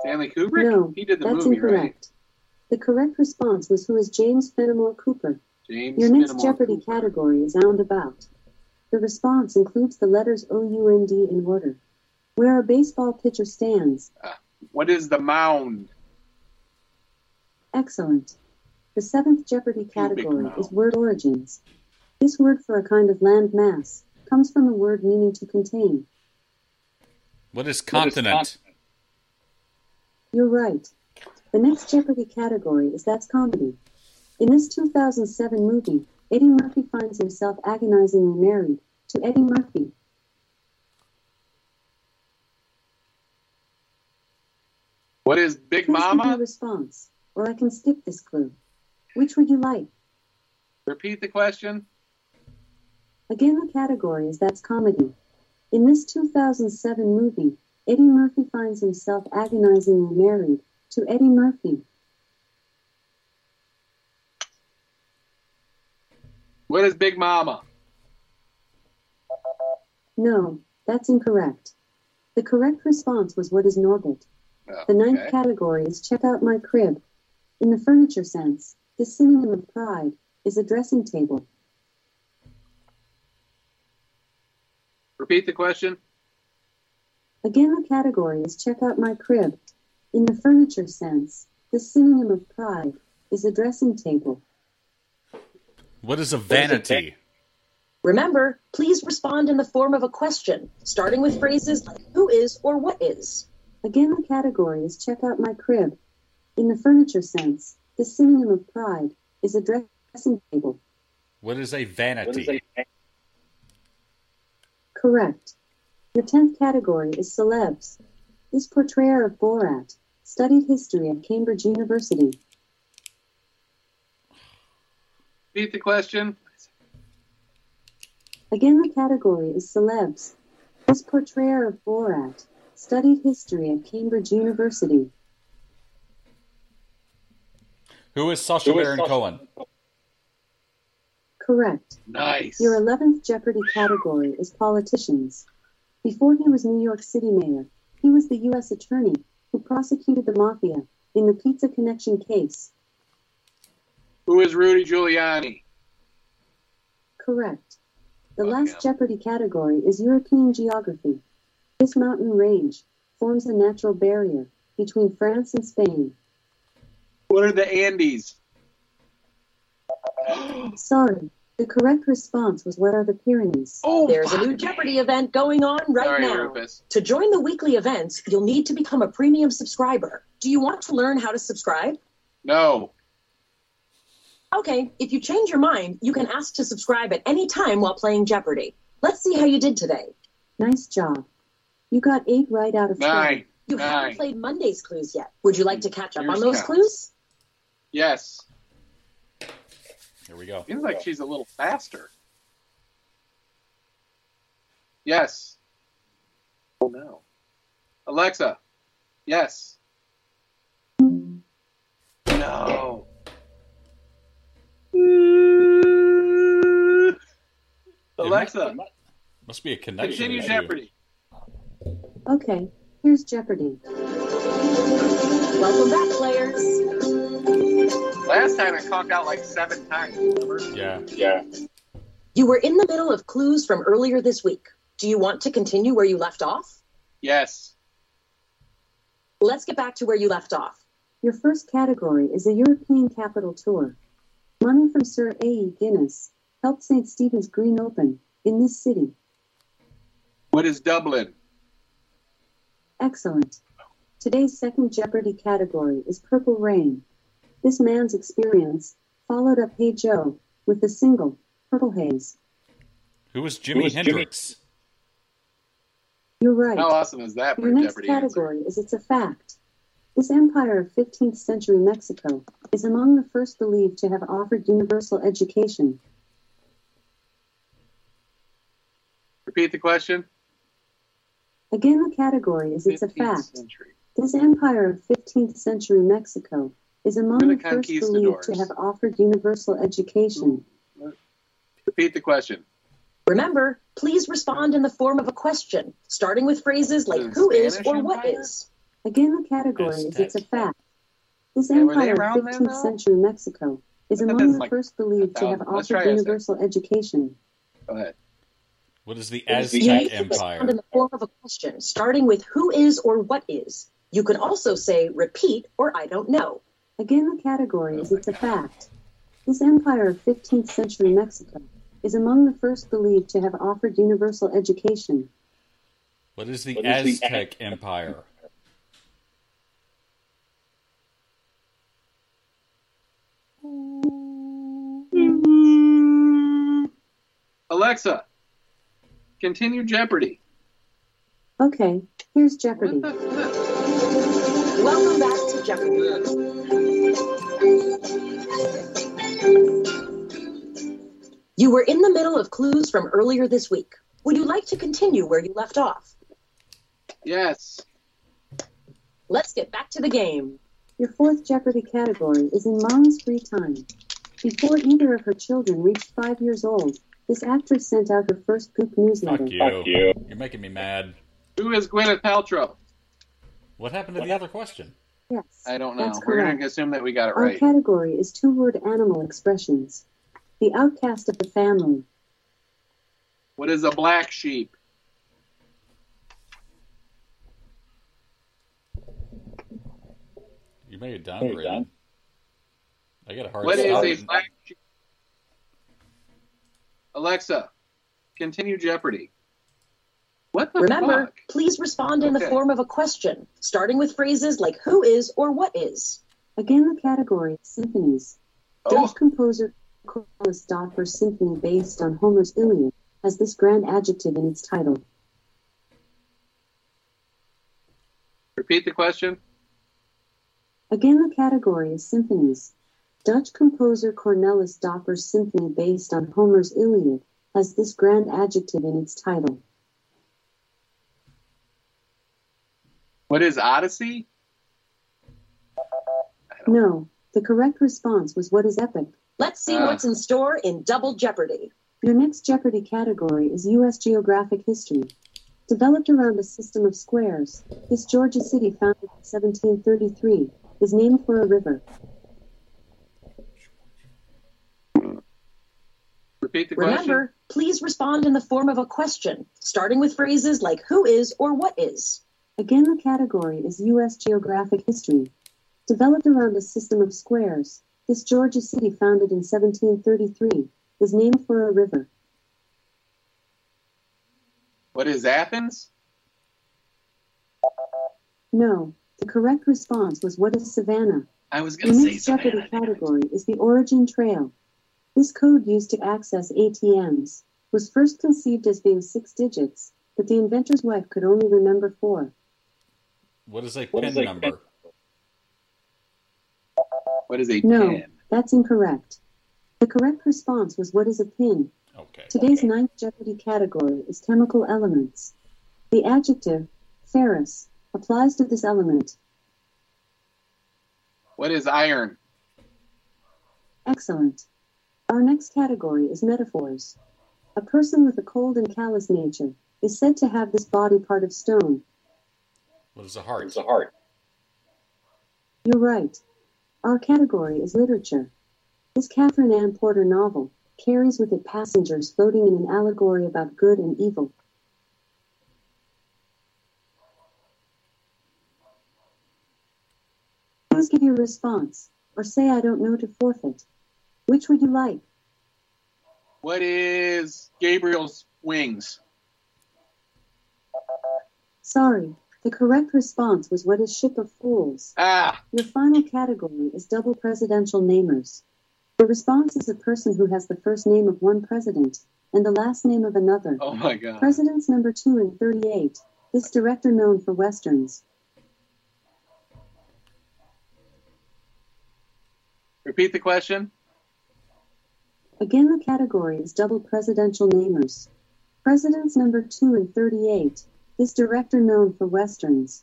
Speaker 2: Stanley Kubrick?
Speaker 9: No,
Speaker 2: he did the
Speaker 9: that's
Speaker 2: movie, right?
Speaker 9: incorrect. The correct response was who is James Fenimore Cooper.
Speaker 2: James
Speaker 9: Your next
Speaker 2: Finnemore.
Speaker 9: Jeopardy category is Roundabout. The response includes the letters O U N D in order. Where a baseball pitcher stands.
Speaker 2: What is the mound?
Speaker 9: Excellent. The seventh Jeopardy
Speaker 2: big
Speaker 9: category
Speaker 2: mouth.
Speaker 9: is word origins. This word for a kind of land mass comes from a word meaning to contain.
Speaker 3: What is continent?
Speaker 9: You're right. The next Jeopardy category is That's Comedy. In this 2007 movie, Eddie Murphy finds himself agonizingly married to Eddie Murphy.
Speaker 2: What is Big
Speaker 9: Please give
Speaker 2: Mama?
Speaker 9: your response, or I can skip this clue. Which would you like?
Speaker 2: Repeat the question.
Speaker 9: Again, the category is That's Comedy. In this 2007 movie, Eddie Murphy finds himself agonizingly married to Eddie Murphy.
Speaker 2: What is Big Mama?
Speaker 9: No, that's incorrect. The correct response was What is Norbit? The ninth
Speaker 2: Oh, okay.
Speaker 9: category is Check Out My Crib. In the furniture sense, the synonym of pride is a dressing table.
Speaker 2: Repeat the question.
Speaker 9: Again, the category is Check Out My Crib. In the furniture sense, the synonym of pride is a dressing table.
Speaker 3: What is a vanity?
Speaker 10: Remember, please respond in the form of a question, starting with phrases like who is or what is.
Speaker 9: Again, the category is Check Out My Crib. In the furniture sense, the synonym of pride is a dressing table.
Speaker 3: What is a vanity?
Speaker 9: Correct. Your tenth category is celebs. This portrayer of Borat studied history at Cambridge University.
Speaker 2: Repeat the question.
Speaker 9: Again, the category is celebs. This portrayer of Borat studied history at Cambridge University.
Speaker 3: Who is Sacha Baron Cohen?
Speaker 9: Correct.
Speaker 2: Nice.
Speaker 9: Your 11th Jeopardy category is politicians. Before he was New York City mayor, he was the U.S. attorney who prosecuted the mafia in the Pizza Connection case.
Speaker 2: Who is Rudy Giuliani?
Speaker 9: Correct. The last Jeopardy category is European geography. This mountain range forms a natural barrier between France and Spain.
Speaker 2: What are the Andes?
Speaker 9: Sorry, the correct response was what are the Pyrenees?
Speaker 10: There's a new Jeopardy event going on right
Speaker 2: Oh, Sorry,
Speaker 10: now.
Speaker 2: Rufus.
Speaker 10: To join the weekly events, you'll need to become a premium subscriber. Do you want to learn how to subscribe?
Speaker 2: No.
Speaker 10: Okay, if you change your mind, you can ask to subscribe at any time while playing Jeopardy. Let's see how you did today.
Speaker 9: Nice job. You got eight right out of
Speaker 2: Nine.
Speaker 10: You haven't
Speaker 2: Nine.
Speaker 10: played Monday's clues yet. Would you like to catch up on
Speaker 2: Here's
Speaker 10: those
Speaker 2: Kat.
Speaker 10: clues?
Speaker 2: Yes.
Speaker 3: Here we go.
Speaker 2: Seems like she's a little faster. Yes. Oh no. Alexa. Yes. No. Alexa,
Speaker 3: Must be a connection.
Speaker 2: continue
Speaker 3: issue.
Speaker 2: Jeopardy.
Speaker 9: Okay, here's Jeopardy.
Speaker 10: Welcome back, players.
Speaker 2: Last time I conked out like seven times. remember?
Speaker 3: Yeah.
Speaker 7: Yeah.
Speaker 10: You were in the middle of clues from earlier this week. Do you want to continue where you left off?
Speaker 2: Yes.
Speaker 10: Let's get back to where you left off.
Speaker 9: Your first category is a European capital tour. Money from Sir A.E. Guinness helped St. Stephen's Green open in this city.
Speaker 2: What is Dublin?
Speaker 9: Excellent. Today's second Jeopardy category is Purple Rain. This man's experience followed up Hey Joe with the single Purple Haze.
Speaker 3: Who is Jimi Hendrix?
Speaker 9: You're right.
Speaker 2: How awesome is that for
Speaker 9: Your
Speaker 2: a
Speaker 9: next
Speaker 2: Jeopardy answer?
Speaker 9: category is It's a Fact. This empire of 15th century Mexico is among the first believed to have offered universal education.
Speaker 2: Repeat the question.
Speaker 9: Again, the category is It's a
Speaker 2: 15th
Speaker 9: Fact.
Speaker 2: century.
Speaker 9: This empire of 15th century Mexico is among
Speaker 2: We're the
Speaker 9: the first believed
Speaker 2: conquistadors.
Speaker 9: to have offered universal education.
Speaker 2: Repeat the question.
Speaker 10: Remember, please respond in the form of a question, starting with phrases like
Speaker 2: The
Speaker 10: who is
Speaker 2: Spanish
Speaker 10: or what
Speaker 2: Empire?
Speaker 10: is.
Speaker 9: Again, the category is It's a Fact. This
Speaker 2: Yeah, were they
Speaker 9: empire of
Speaker 2: around then,
Speaker 9: 15th
Speaker 2: though?
Speaker 9: century Mexico is
Speaker 2: I thought
Speaker 9: among
Speaker 2: that's
Speaker 9: the
Speaker 2: like
Speaker 9: first believed to have
Speaker 2: 1,000. Let's try
Speaker 9: offered
Speaker 2: this.
Speaker 9: universal education.
Speaker 2: Go ahead.
Speaker 3: What is the
Speaker 10: You
Speaker 3: Aztec
Speaker 10: need to respond in
Speaker 3: Empire?
Speaker 10: the form of a question, starting with who is or what is. You can also say repeat or I don't know.
Speaker 2: Oh
Speaker 9: Again, the category is It's a Fact. This empire of 15th century Mexico is among the first believed to have offered universal education.
Speaker 3: What is the
Speaker 9: What is the
Speaker 3: Aztec Empire?
Speaker 2: Alexa, continue Jeopardy.
Speaker 9: Okay, here's Jeopardy.
Speaker 10: Welcome back to Jeopardy. You were in the middle of clues from earlier this week. Would you like to continue where you left off?
Speaker 2: Yes.
Speaker 10: Let's get back to the game.
Speaker 9: Your fourth Jeopardy category is in Mom's Free Time. Before either of her children reached five years old, this actress sent out her first poop newsletter.
Speaker 3: Fuck you. you. are making me mad.
Speaker 2: Who is Gwyneth Paltrow?
Speaker 3: What happened to the other question?
Speaker 9: Yes.
Speaker 2: I don't know.
Speaker 9: That's
Speaker 2: We're going
Speaker 9: correct.
Speaker 2: to assume that we got it
Speaker 9: Our
Speaker 2: right.
Speaker 9: category is two word animal expressions. The outcast of the family.
Speaker 2: What is a black sheep?
Speaker 3: You made a downgrade. I got a hard
Speaker 2: What is
Speaker 3: stop.
Speaker 2: a black sheep? Alexa, continue Jeopardy. What the
Speaker 10: Remember,
Speaker 2: fuck?
Speaker 10: please respond in the
Speaker 2: Okay.
Speaker 10: form of a question, starting with phrases like who is or what is.
Speaker 9: Again, the category is symphonies.
Speaker 2: Oh.
Speaker 9: Dutch composer Cornelis Dopper's symphony based on Homer's Iliad has this grand adjective in its title.
Speaker 2: Repeat the question.
Speaker 9: Again, the category is symphonies. Dutch composer Cornelis Dopper's symphony based on Homer's Iliad has this grand adjective in its title.
Speaker 2: What is Odyssey?
Speaker 9: No, the correct response was what is epic.
Speaker 10: Let's see
Speaker 9: Ah.
Speaker 10: what's in store in Double Jeopardy.
Speaker 9: Your next Jeopardy category is U.S. geographic history. Developed around a system of squares, this Georgia city founded in 1733 is named for a river.
Speaker 2: Repeat the question.
Speaker 10: Remember, please respond in the form of a question, starting with phrases like who is or what is.
Speaker 9: Again, the category is U.S. geographic history. Developed around a system of squares, this Georgia city founded in 1733 is named for a river.
Speaker 2: What is Athens?
Speaker 9: No, the correct response was what is Savannah?
Speaker 2: I was
Speaker 9: The
Speaker 2: going to say
Speaker 9: next
Speaker 2: something.
Speaker 9: Jeopardy category is the Origin Trail. This code used to access ATMs was first conceived as being six digits, but the inventor's wife could only remember four.
Speaker 3: What is a
Speaker 2: What
Speaker 3: pin
Speaker 2: is a
Speaker 3: number?
Speaker 2: What is a
Speaker 9: no,
Speaker 2: pin?
Speaker 9: that's incorrect. The correct response was what is a pin?
Speaker 3: Okay.
Speaker 9: Today's ninth Jeopardy category is chemical elements. The adjective ferrous applies to this element.
Speaker 2: What is iron?
Speaker 9: Excellent. Our next category is metaphors. A person with a cold and callous nature is said to have this body part of stone.
Speaker 3: What is a heart? It's
Speaker 2: a heart.
Speaker 9: You're right. Our category is literature. This Catherine Ann Porter novel carries with it passengers floating in an allegory about good and evil. Please give your response, or say I don't know to forfeit. Which would you like?
Speaker 2: What is Gabriel's wings?
Speaker 9: Sorry, the correct response was what is Ship of Fools.
Speaker 2: Ah!
Speaker 9: Your final category is double presidential namers. The response is a person who has the first name of one president and the last name of another.
Speaker 2: Oh my god.
Speaker 9: Presidents number 2 and 38. This director known for westerns.
Speaker 2: Repeat the question.
Speaker 9: Again the category is double presidential namers. Presidents number 2 and 38. This director known for westerns.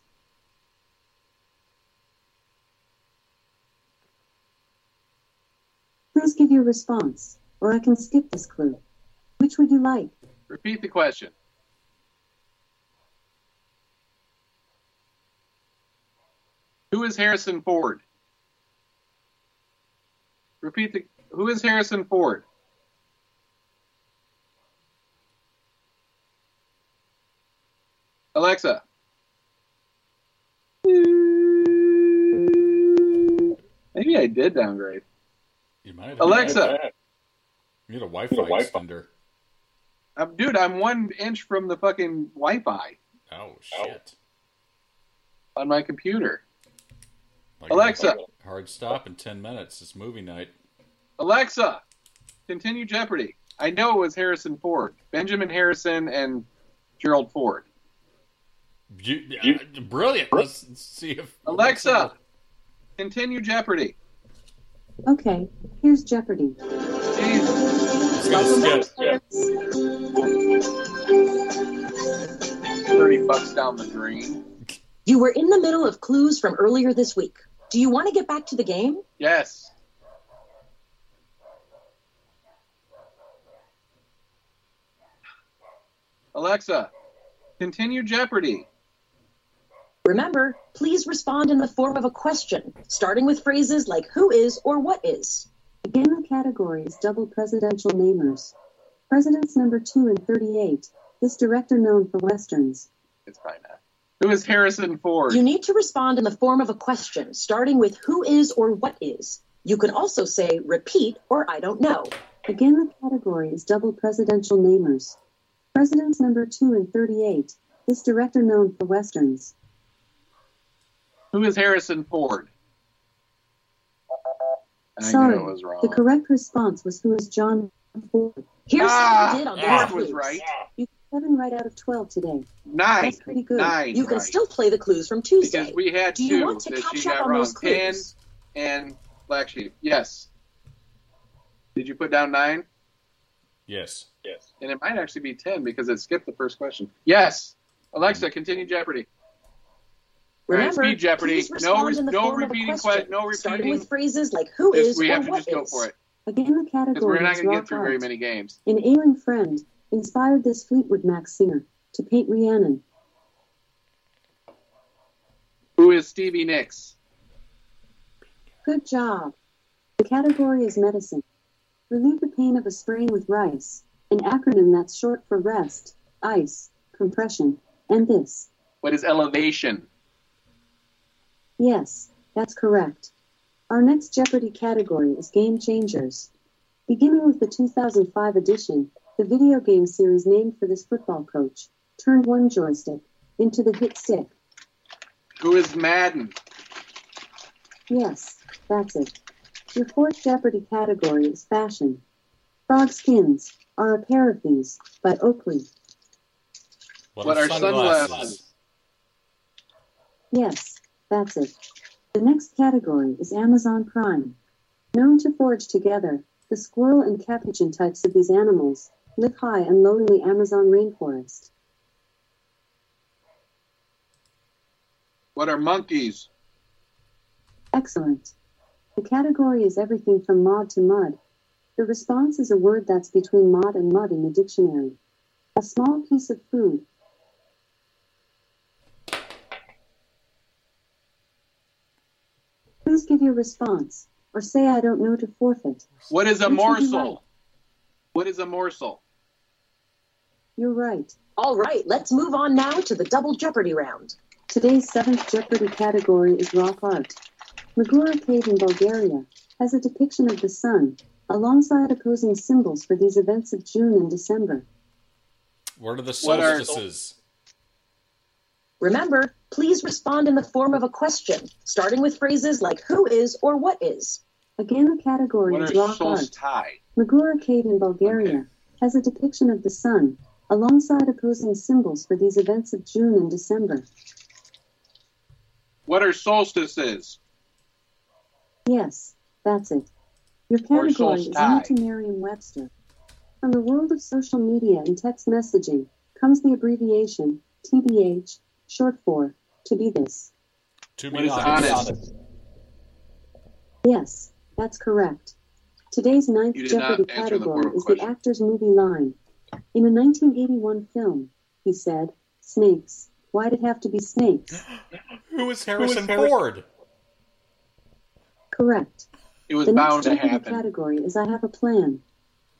Speaker 9: Please give your response, or I can skip this clue. Which would you like?
Speaker 2: Repeat the question. Who is Harrison Ford? Repeat the. Who is Harrison Ford? Alexa. Maybe I did downgrade.
Speaker 3: You might have
Speaker 2: Alexa,
Speaker 3: You need a Wi-Fi extender.
Speaker 2: Um, dude, I'm one inch from the fucking Wi-Fi
Speaker 3: Oh shit!
Speaker 2: on my computer.
Speaker 3: Like,
Speaker 2: Alexa.
Speaker 3: hard stop in ten minutes. It's movie night.
Speaker 2: Alexa, continue Jeopardy. I know it was Harrison Ford, Benjamin Harrison, and Gerald Ford.
Speaker 3: You, uh, brilliant. Let's see if
Speaker 2: Alexa, continue Jeopardy.
Speaker 9: Okay, here's Jeopardy.
Speaker 3: It's gonna skip.
Speaker 2: Thirty bucks down the drain.
Speaker 10: You were in the middle of clues from earlier this week. Do you want to get back to the game?
Speaker 2: Yes. Alexa, continue Jeopardy.
Speaker 10: Remember, please respond in the form of a question, starting with phrases like who is or what is.
Speaker 9: Again, the category is double presidential namers. Presidents number 2 and 38, this director known for westerns.
Speaker 2: It's fine now. Who is Harrison Ford?
Speaker 10: You need to respond in the form of a question, starting with who is or what is. You can also say repeat or I don't know.
Speaker 9: Again, the category is double presidential namers. Presidents number 2 and 38, this director known for westerns.
Speaker 2: Who is Harrison Ford? I
Speaker 9: Sorry,
Speaker 2: knew it was wrong.
Speaker 9: the correct response was who is John Ford.
Speaker 10: Here's
Speaker 2: Ah,
Speaker 10: how you did on
Speaker 2: Ford
Speaker 10: these
Speaker 2: was
Speaker 10: clues.
Speaker 2: right.
Speaker 9: You got 7 right out of 12 today.
Speaker 2: Nine.
Speaker 9: That's pretty good.
Speaker 2: Nine.
Speaker 10: You can
Speaker 2: right.
Speaker 10: still play the clues from Tuesday.
Speaker 2: Because we had
Speaker 10: Do you
Speaker 2: two
Speaker 10: want to
Speaker 2: that she
Speaker 10: catch
Speaker 2: got
Speaker 10: up on
Speaker 2: wrong.
Speaker 10: those clues?
Speaker 2: Ten and Black Sheep. Yes. Did you put down nine?
Speaker 3: Yes.
Speaker 7: Yes.
Speaker 2: And it might actually be ten because it skipped the first question. Yes. Alexa, continue Jeopardy. All right,
Speaker 10: Remember,
Speaker 2: speed Jeopardy.
Speaker 10: please
Speaker 2: No,
Speaker 10: respond
Speaker 2: re-
Speaker 10: in the
Speaker 2: no
Speaker 10: form of a
Speaker 2: repeating.
Speaker 10: question,
Speaker 2: que- no
Speaker 10: starting
Speaker 2: repeating.
Speaker 10: with phrases like who
Speaker 2: This-
Speaker 10: is
Speaker 2: we
Speaker 10: or
Speaker 2: have to
Speaker 10: what
Speaker 2: just go
Speaker 10: is.
Speaker 2: for it
Speaker 9: Again, the
Speaker 2: because we're
Speaker 9: category
Speaker 2: not
Speaker 9: is
Speaker 2: going to
Speaker 9: rock
Speaker 2: get through very
Speaker 9: art.
Speaker 2: many games.
Speaker 9: An ailing friend inspired this Fleetwood Mac singer to paint Rhiannon.
Speaker 2: Who is Stevie Nicks?
Speaker 9: Good job. The category is medicine. Relieve the pain of a sprain with rice, an acronym that's short for rest, ice, compression, and this.
Speaker 2: What is elevation?
Speaker 9: Yes, that's correct. Our next Jeopardy category is Game Changers. Beginning with the 2005 edition, the video game series named for this football coach turned one joystick into the hit stick.
Speaker 2: Who is Madden?
Speaker 9: Yes, that's it. Your fourth Jeopardy category is fashion. Frog skins are a pair of these by Oakley.
Speaker 3: What,
Speaker 2: What
Speaker 3: are
Speaker 2: are
Speaker 3: sunglasses?
Speaker 2: sunglasses?
Speaker 9: Yes, that's it. The next category is Amazon Prime. Known to forage together, the squirrel and capuchin types of these animals live high and low in the Amazon rainforest.
Speaker 2: What are monkeys?
Speaker 9: Excellent. The category is everything from mod to mud. The response is a word that's between mod and mud in the dictionary. A small piece of food, Please give your response, or say I don't know to forfeit.
Speaker 2: What is a
Speaker 9: Which would you like?
Speaker 2: morsel? What is a morsel?
Speaker 9: You're right.
Speaker 10: All right, let's move on now to the double Jeopardy round.
Speaker 9: Today's seventh Jeopardy category is rock art. Megura Cave in Bulgaria has a depiction of the sun, alongside opposing symbols for these events of June and December.
Speaker 3: What are the
Speaker 2: What are-
Speaker 3: solstices?
Speaker 10: Remember, please respond in the form of a question, starting with phrases like who is or what is.
Speaker 9: Again, the category
Speaker 2: What
Speaker 9: is
Speaker 2: are
Speaker 9: rock art.
Speaker 2: solstice?
Speaker 9: Megura Cave in Bulgaria has a depiction of the sun, alongside opposing symbols for these events of June and December.
Speaker 2: What are solstices?
Speaker 9: Yes, that's it. Your
Speaker 2: Or
Speaker 9: category is new
Speaker 2: solstice.
Speaker 9: to Merriam Webster. From the world of social media and text messaging comes the abbreviation TBH, short for to be this.
Speaker 3: To
Speaker 2: What
Speaker 3: be
Speaker 2: is
Speaker 3: honest.
Speaker 2: honest?
Speaker 9: Yes, that's correct. Today's ninth
Speaker 2: You did
Speaker 9: Jeopardy
Speaker 2: not answer the
Speaker 9: category
Speaker 2: moral
Speaker 9: is the
Speaker 2: question.
Speaker 9: actor's movie line. In a 1981 film, he said, Snakes. Why'd it have to be snakes?
Speaker 3: Who is Harrison
Speaker 7: Harrison-
Speaker 3: Ford?
Speaker 9: Correct.
Speaker 2: It was
Speaker 9: The
Speaker 2: bound
Speaker 9: next
Speaker 2: to
Speaker 9: Jeopardy
Speaker 2: happen.
Speaker 9: category is I Have a Plan.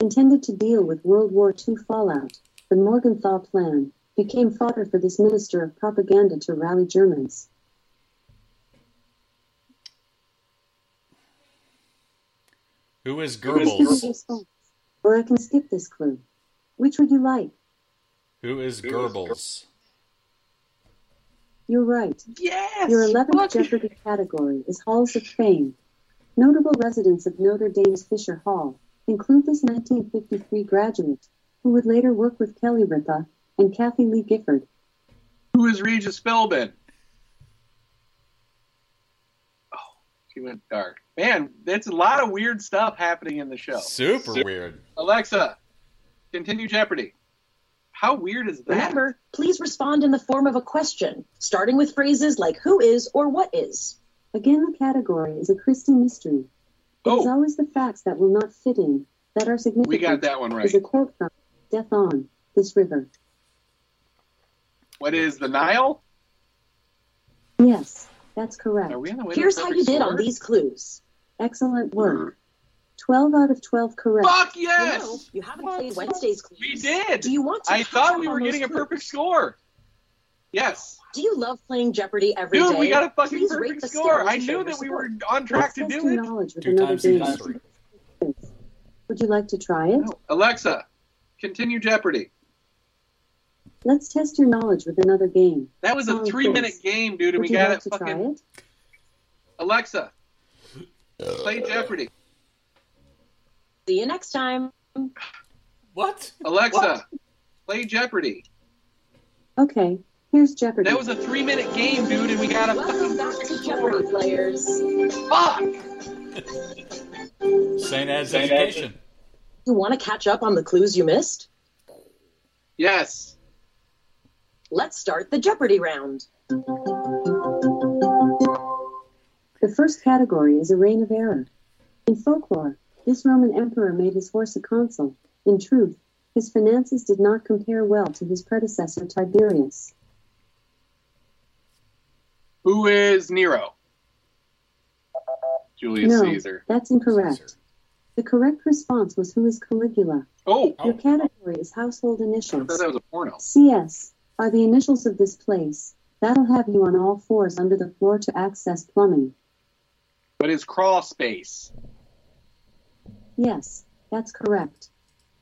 Speaker 9: Intended to deal with World War II fallout, the Morgenthau Plan became fodder for this minister of propaganda to rally Germans.
Speaker 3: Who is
Speaker 9: Give your
Speaker 3: Goebbels?
Speaker 9: response, Or I can skip this clue. Which would you like?
Speaker 3: Who is Goebbels?
Speaker 9: You're right.
Speaker 2: Yes!
Speaker 9: Your 11th Jeopardy category is Halls of Fame. Notable residents of Notre Dame's Fisher Hall include this 1953 graduate, who would later work with Kelly Ripa and Kathy Lee Gifford.
Speaker 2: Who is Regis Philbin? Oh, she went dark. Man, that's a lot of weird stuff happening in the show.
Speaker 3: Super weird.
Speaker 2: Alexa, continue Jeopardy. How weird is that?
Speaker 10: Remember, please respond in the form of a question, starting with phrases like who is or what is.
Speaker 9: Again, the category is a Christian mystery. It is always the facts that will not fit in, that are significant.
Speaker 2: Oh, We got that one right.
Speaker 9: Is a quote from Death on This River.
Speaker 2: What is the Nile?
Speaker 9: Yes, that's correct.
Speaker 2: Are we on the way to
Speaker 10: Here's
Speaker 2: the
Speaker 10: how
Speaker 2: perfect
Speaker 10: you did on
Speaker 2: score? Hmm.
Speaker 10: these clues.
Speaker 9: Excellent work. 12 out of 12 correct.
Speaker 2: Fuck
Speaker 10: No,
Speaker 2: yes!
Speaker 10: you haven't played Wednesday's clues.
Speaker 2: We did!
Speaker 10: Do you want to
Speaker 2: I
Speaker 10: catch
Speaker 2: thought
Speaker 10: up
Speaker 2: we
Speaker 10: on
Speaker 2: were
Speaker 10: those
Speaker 2: getting a
Speaker 10: clues?
Speaker 2: perfect score. Yes.
Speaker 10: Do you love playing Jeopardy every day?
Speaker 2: Dude, we got a fucking
Speaker 10: Please rate
Speaker 2: perfect
Speaker 10: the
Speaker 2: score.
Speaker 10: skills
Speaker 2: I
Speaker 10: and
Speaker 2: knew
Speaker 10: your
Speaker 2: that we
Speaker 10: support.
Speaker 2: were on track
Speaker 9: Let's
Speaker 2: to
Speaker 9: test
Speaker 2: do
Speaker 9: your
Speaker 2: it.
Speaker 9: knowledge with
Speaker 3: Two
Speaker 9: another
Speaker 3: times in
Speaker 9: game.
Speaker 3: history.
Speaker 9: Would you like to try it?
Speaker 2: Alexa, continue Jeopardy.
Speaker 9: Let's test your knowledge with another game.
Speaker 2: That was a
Speaker 9: Song
Speaker 2: three minute
Speaker 9: quiz.
Speaker 2: game, dude, and
Speaker 9: Oh,
Speaker 2: we
Speaker 9: Would you
Speaker 2: got
Speaker 9: like
Speaker 2: it
Speaker 9: to
Speaker 2: fucking.
Speaker 9: try it?
Speaker 2: Alexa, play Jeopardy.
Speaker 10: See you next time.
Speaker 3: What?
Speaker 2: Alexa, play Jeopardy.
Speaker 9: Okay, here's Jeopardy.
Speaker 2: That was a three minute game, dude, and we got a
Speaker 10: Welcome
Speaker 2: fucking
Speaker 10: back to
Speaker 2: perfect score.
Speaker 10: Jeopardy, players.
Speaker 2: Fuck!
Speaker 3: St. Ed's Education.
Speaker 10: You want to catch up on the clues you missed?
Speaker 2: Yes.
Speaker 10: Let's start the Jeopardy round.
Speaker 9: The first category is a reign of error. In folklore, this Roman emperor made his horse a consul. In truth, his finances did not compare well to his predecessor Tiberius.
Speaker 2: Who is Nero? Julius
Speaker 9: no,
Speaker 2: Caesar.
Speaker 9: that's incorrect. The correct response was who is Caligula.
Speaker 2: Oh,
Speaker 9: Your category is household
Speaker 2: I thought
Speaker 9: initials.
Speaker 2: that was a porno.
Speaker 9: CS are the initials of this place. That'll have you on all fours under the floor to access plumbing.
Speaker 2: But is crawl space?
Speaker 9: Yes, that's correct.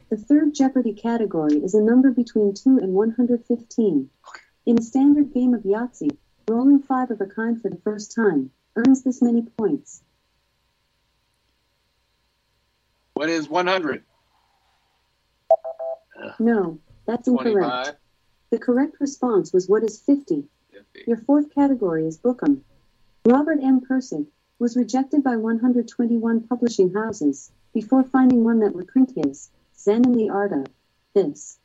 Speaker 9: The third Jeopardy category is a number between 2 and 115. In a standard game of Yahtzee, rolling five of a kind for the first time earns this many points.
Speaker 2: What is 100?
Speaker 9: No, that's incorrect.
Speaker 2: 25?
Speaker 9: The correct response was what is 50?
Speaker 2: 50.
Speaker 9: Your fourth category is Bookham. Robert M. Persig was rejected by 121 publishing houses before finding one that would print his Zen and the Art of This.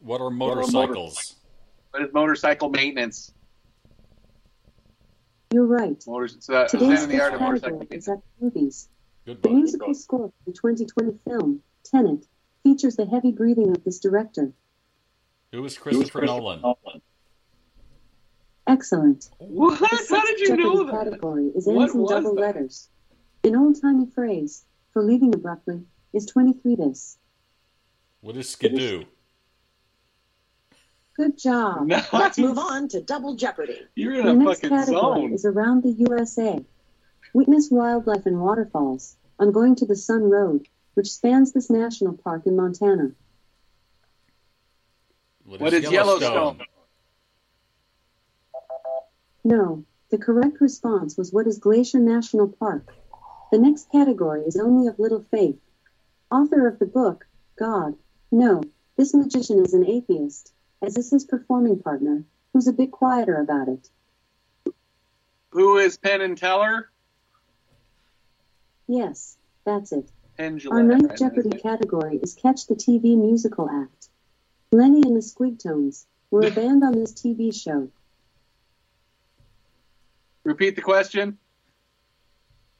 Speaker 3: What are
Speaker 2: are
Speaker 3: motorcycles?
Speaker 2: What is motorcycle maintenance?
Speaker 9: You're right.
Speaker 2: Motors, so, uh,
Speaker 9: Today's
Speaker 2: Zen and the art
Speaker 9: fifth
Speaker 2: of motorcycle
Speaker 9: category
Speaker 2: maintenance.
Speaker 9: is at movies.
Speaker 3: Good
Speaker 9: The
Speaker 3: book.
Speaker 9: musical score for the 2020 film Tenet features the heavy breathing of this director.
Speaker 3: Who is Christopher Nolan?
Speaker 9: Excellent.
Speaker 2: [laughs] What?
Speaker 9: The
Speaker 2: How
Speaker 9: sixth
Speaker 2: did you know
Speaker 9: Jeopardy
Speaker 2: that?
Speaker 9: category is
Speaker 2: What
Speaker 9: ends in
Speaker 2: was
Speaker 9: double
Speaker 2: that?
Speaker 9: letters. An old-timey phrase for leaving abruptly is 23 this.
Speaker 3: What is Skidoo?
Speaker 9: Good job.
Speaker 2: [laughs] Nice.
Speaker 10: Let's move on to Double Jeopardy.
Speaker 2: You're in
Speaker 9: The
Speaker 2: a
Speaker 9: next
Speaker 2: fucking
Speaker 9: category
Speaker 2: zone.
Speaker 9: is around the USA. Witness wildlife and waterfalls on going to the Sun Road, which spans this national park in Montana.
Speaker 2: What is Yellowstone?
Speaker 9: No, the correct response was what is Glacier National Park. The next category is only of little faith. Author of the book, God. No, this magician is an atheist, as is his performing partner, who's a bit quieter about it.
Speaker 2: Who is Penn and Teller?
Speaker 9: Yes, that's it.
Speaker 2: Penn
Speaker 9: Our
Speaker 2: Gillette,
Speaker 9: ninth
Speaker 2: right?
Speaker 9: Jeopardy category is Catch the TV Musical Act. Lenny and the Squigtones were a band on this TV show.
Speaker 2: Repeat the question.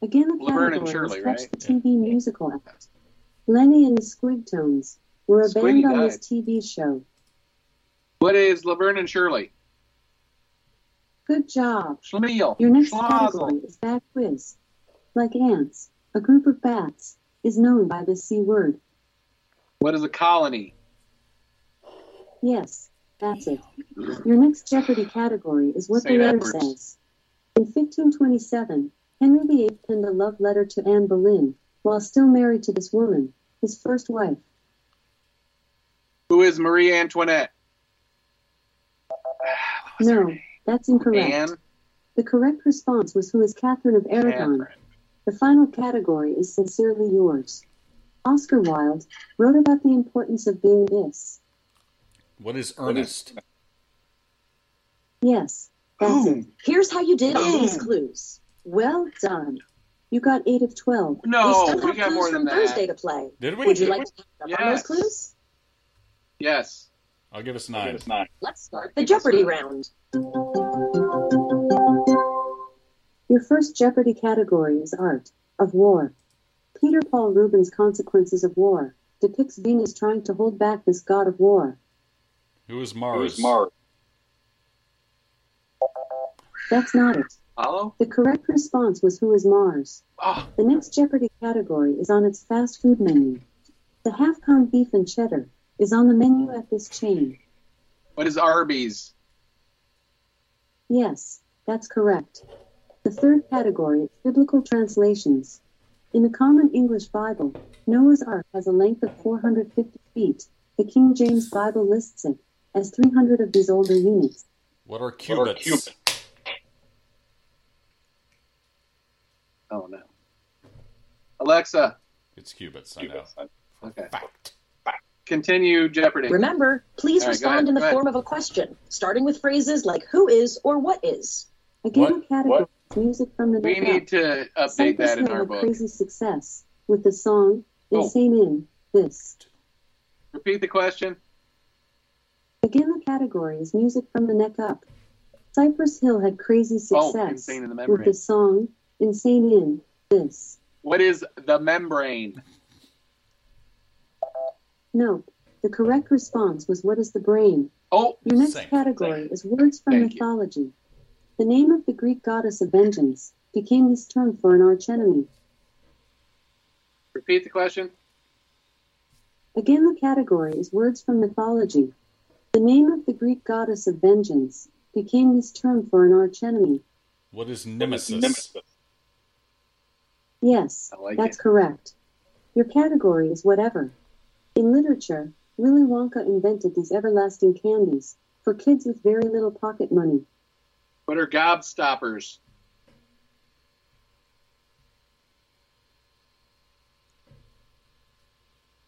Speaker 9: Again, the
Speaker 2: Laverne and
Speaker 9: category
Speaker 2: Shirley,
Speaker 9: is
Speaker 2: right?
Speaker 9: Catch the TV Musical Act. Lenny and the Squigtones were a
Speaker 2: Squiggy
Speaker 9: band on
Speaker 2: died.
Speaker 9: this TV show.
Speaker 2: What is Laverne and Shirley?
Speaker 9: Good job.
Speaker 2: Schlemiel.
Speaker 9: Your next
Speaker 2: Schlossel.
Speaker 9: category is Bat Quiz. Like ants, a group of bats is known by this C word.
Speaker 2: What is a colony?
Speaker 9: Yes, that's it. Your next Jeopardy category is what
Speaker 2: Say
Speaker 9: the
Speaker 2: that
Speaker 9: letter
Speaker 2: first.
Speaker 9: says. In 1527, Henry VIII penned a love letter to Anne Boleyn. While still married to this woman, his first wife.
Speaker 2: Who is Marie Antoinette?
Speaker 9: No, that's incorrect.
Speaker 2: Oh, Anne?
Speaker 9: The correct response was who is Catherine of Aragon. The final category is sincerely yours. Oscar Wilde wrote about the importance of being this.
Speaker 3: What is earnest?
Speaker 9: Yes, that's
Speaker 2: Oh.
Speaker 9: it. Here's how you did on these clues. Well done. You got eight of twelve.
Speaker 2: No,
Speaker 9: we still
Speaker 2: we
Speaker 9: have
Speaker 2: got
Speaker 9: clues
Speaker 2: more
Speaker 9: from
Speaker 2: than that.
Speaker 9: Thursday to play.
Speaker 3: Did we?
Speaker 9: Would you
Speaker 3: Did
Speaker 9: like
Speaker 3: we?
Speaker 9: to have up on those
Speaker 2: Yes.
Speaker 9: clues?
Speaker 2: Yes.
Speaker 3: I'll give us nine. nine.
Speaker 10: Let's start the Jeopardy round.
Speaker 9: Your first Jeopardy category is art of war. Peter Paul Rubens' Consequences of War depicts Venus trying to hold back this god of war.
Speaker 3: Who is Mars?
Speaker 9: That's not it.
Speaker 2: Follow?
Speaker 9: The correct response was Who is Mars?
Speaker 2: Ah.
Speaker 9: The next Jeopardy category is on its fast food menu. The half pound beef and cheddar is on the menu at this chain.
Speaker 2: What is Arby's?
Speaker 9: Yes, that's correct. The third category is biblical translations. In the Common English Bible, Noah's Ark has a length of 450 feet. The King James Bible lists it as 300 of these older units.
Speaker 3: What are cubits?
Speaker 2: Oh no. Alexa.
Speaker 3: It's cubits. I know.
Speaker 2: Okay.
Speaker 3: Fact.
Speaker 2: Continue Jeopardy.
Speaker 10: Remember, please
Speaker 2: All right, go
Speaker 10: respond
Speaker 2: ahead,
Speaker 10: in the
Speaker 2: go ahead.
Speaker 10: form of a question, starting with phrases like who is or what is.
Speaker 9: Again,
Speaker 3: What?
Speaker 9: a category is music from the
Speaker 2: We
Speaker 9: neck up.
Speaker 2: need to update
Speaker 9: Cypress
Speaker 2: that in
Speaker 9: Hill
Speaker 2: our
Speaker 9: a
Speaker 2: book. Oh.
Speaker 9: crazy success with the song Insane in This.
Speaker 2: Repeat the question.
Speaker 9: Again, the category is music from the neck up. Cypress Hill had crazy
Speaker 2: Oh,
Speaker 9: success
Speaker 2: Insane in the
Speaker 9: with
Speaker 2: Membrane.
Speaker 9: the song Insane in This.
Speaker 2: What is the membrane?
Speaker 9: Nope. The correct response was What is the brain?
Speaker 2: Oh,
Speaker 9: Your next
Speaker 3: Same,
Speaker 9: category is words from
Speaker 2: Thank you.
Speaker 9: mythology. The name of the Greek goddess of vengeance became this term for an archenemy.
Speaker 2: repeat the question.
Speaker 9: Again, the category is words from mythology. The name of the Greek goddess of vengeance became this term for an archenemy.
Speaker 3: What is nemesis?
Speaker 9: Yes,
Speaker 2: I like
Speaker 9: that's
Speaker 2: it.
Speaker 9: correct. Your category is whatever. In literature, Willy Wonka invented these everlasting candies for kids with very little pocket money.
Speaker 2: What are gobstoppers?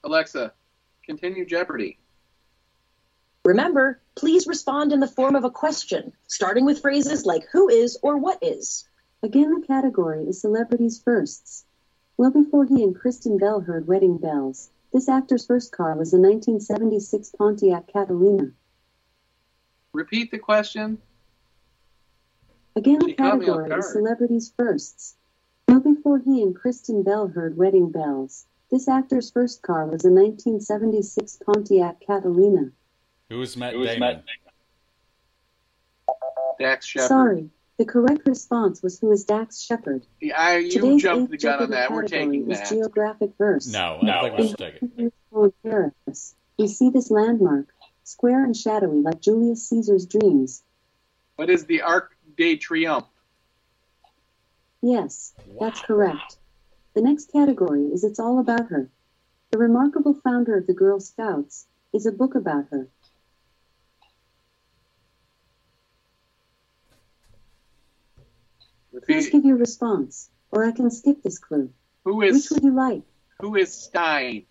Speaker 2: Alexa, continue Jeopardy.
Speaker 10: Remember, please respond in the form of a question, starting with phrases like who is or what is.
Speaker 9: Again, the category is celebrities' firsts. Well before he and Kristen Bell heard wedding bells, this actor's first car was a 1976 Pontiac Catalina.
Speaker 2: Repeat the question.
Speaker 9: Again, the
Speaker 2: She caught me off
Speaker 9: category is
Speaker 2: guard.
Speaker 9: celebrities' firsts. Well before he and Kristen Bell heard wedding bells, this actor's first car was a 1976 Pontiac Catalina.
Speaker 3: Who is Matt
Speaker 7: Who is
Speaker 3: Damon?
Speaker 7: Matt
Speaker 2: Dax Shepard.
Speaker 9: Sorry, the correct response was who is Dax Shepard.
Speaker 2: I, you
Speaker 9: Today's
Speaker 2: jumped
Speaker 9: eighth
Speaker 2: the gun on
Speaker 9: Jeopardy
Speaker 2: that. We're
Speaker 9: category
Speaker 2: taking
Speaker 9: is
Speaker 2: that.
Speaker 9: geographic verse.
Speaker 3: No, I don't think we should take it.
Speaker 9: in Paris, we see this landmark, square and shadowy like Julius Caesar's dreams.
Speaker 2: What is the Arc de Triomphe?
Speaker 9: Yes, that's correct. The next category is It's All About Her. The remarkable founder of the Girl Scouts is a book about her.
Speaker 2: Repeat.
Speaker 9: Please
Speaker 2: it.
Speaker 9: give your response, or I can skip this clue.
Speaker 2: Who
Speaker 9: Which
Speaker 2: is
Speaker 9: would you like?
Speaker 2: who is Stein?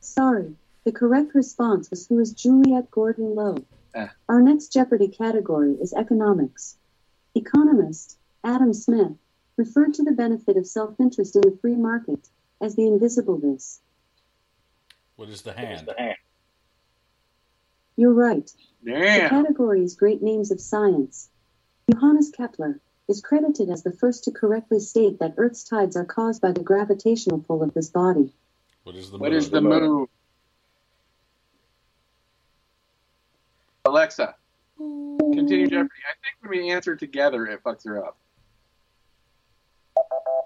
Speaker 9: Sorry, the correct response was who is Juliet Gordon Lowe.
Speaker 2: Ah.
Speaker 9: Our next Jeopardy category is economics. Economist Adam Smith referred to the benefit of self interest in the free market as the invisible this.
Speaker 3: What is the hand?
Speaker 9: You're right. The
Speaker 2: Damn.
Speaker 9: category is great names of science. Johannes Kepler is credited as the first to correctly state that Earth's tides are caused by the gravitational pull of this body.
Speaker 3: What is the
Speaker 2: What
Speaker 3: moon?
Speaker 2: is the moon? Alexa, continue Jeopardy. I think when we answer together, it fucks her up.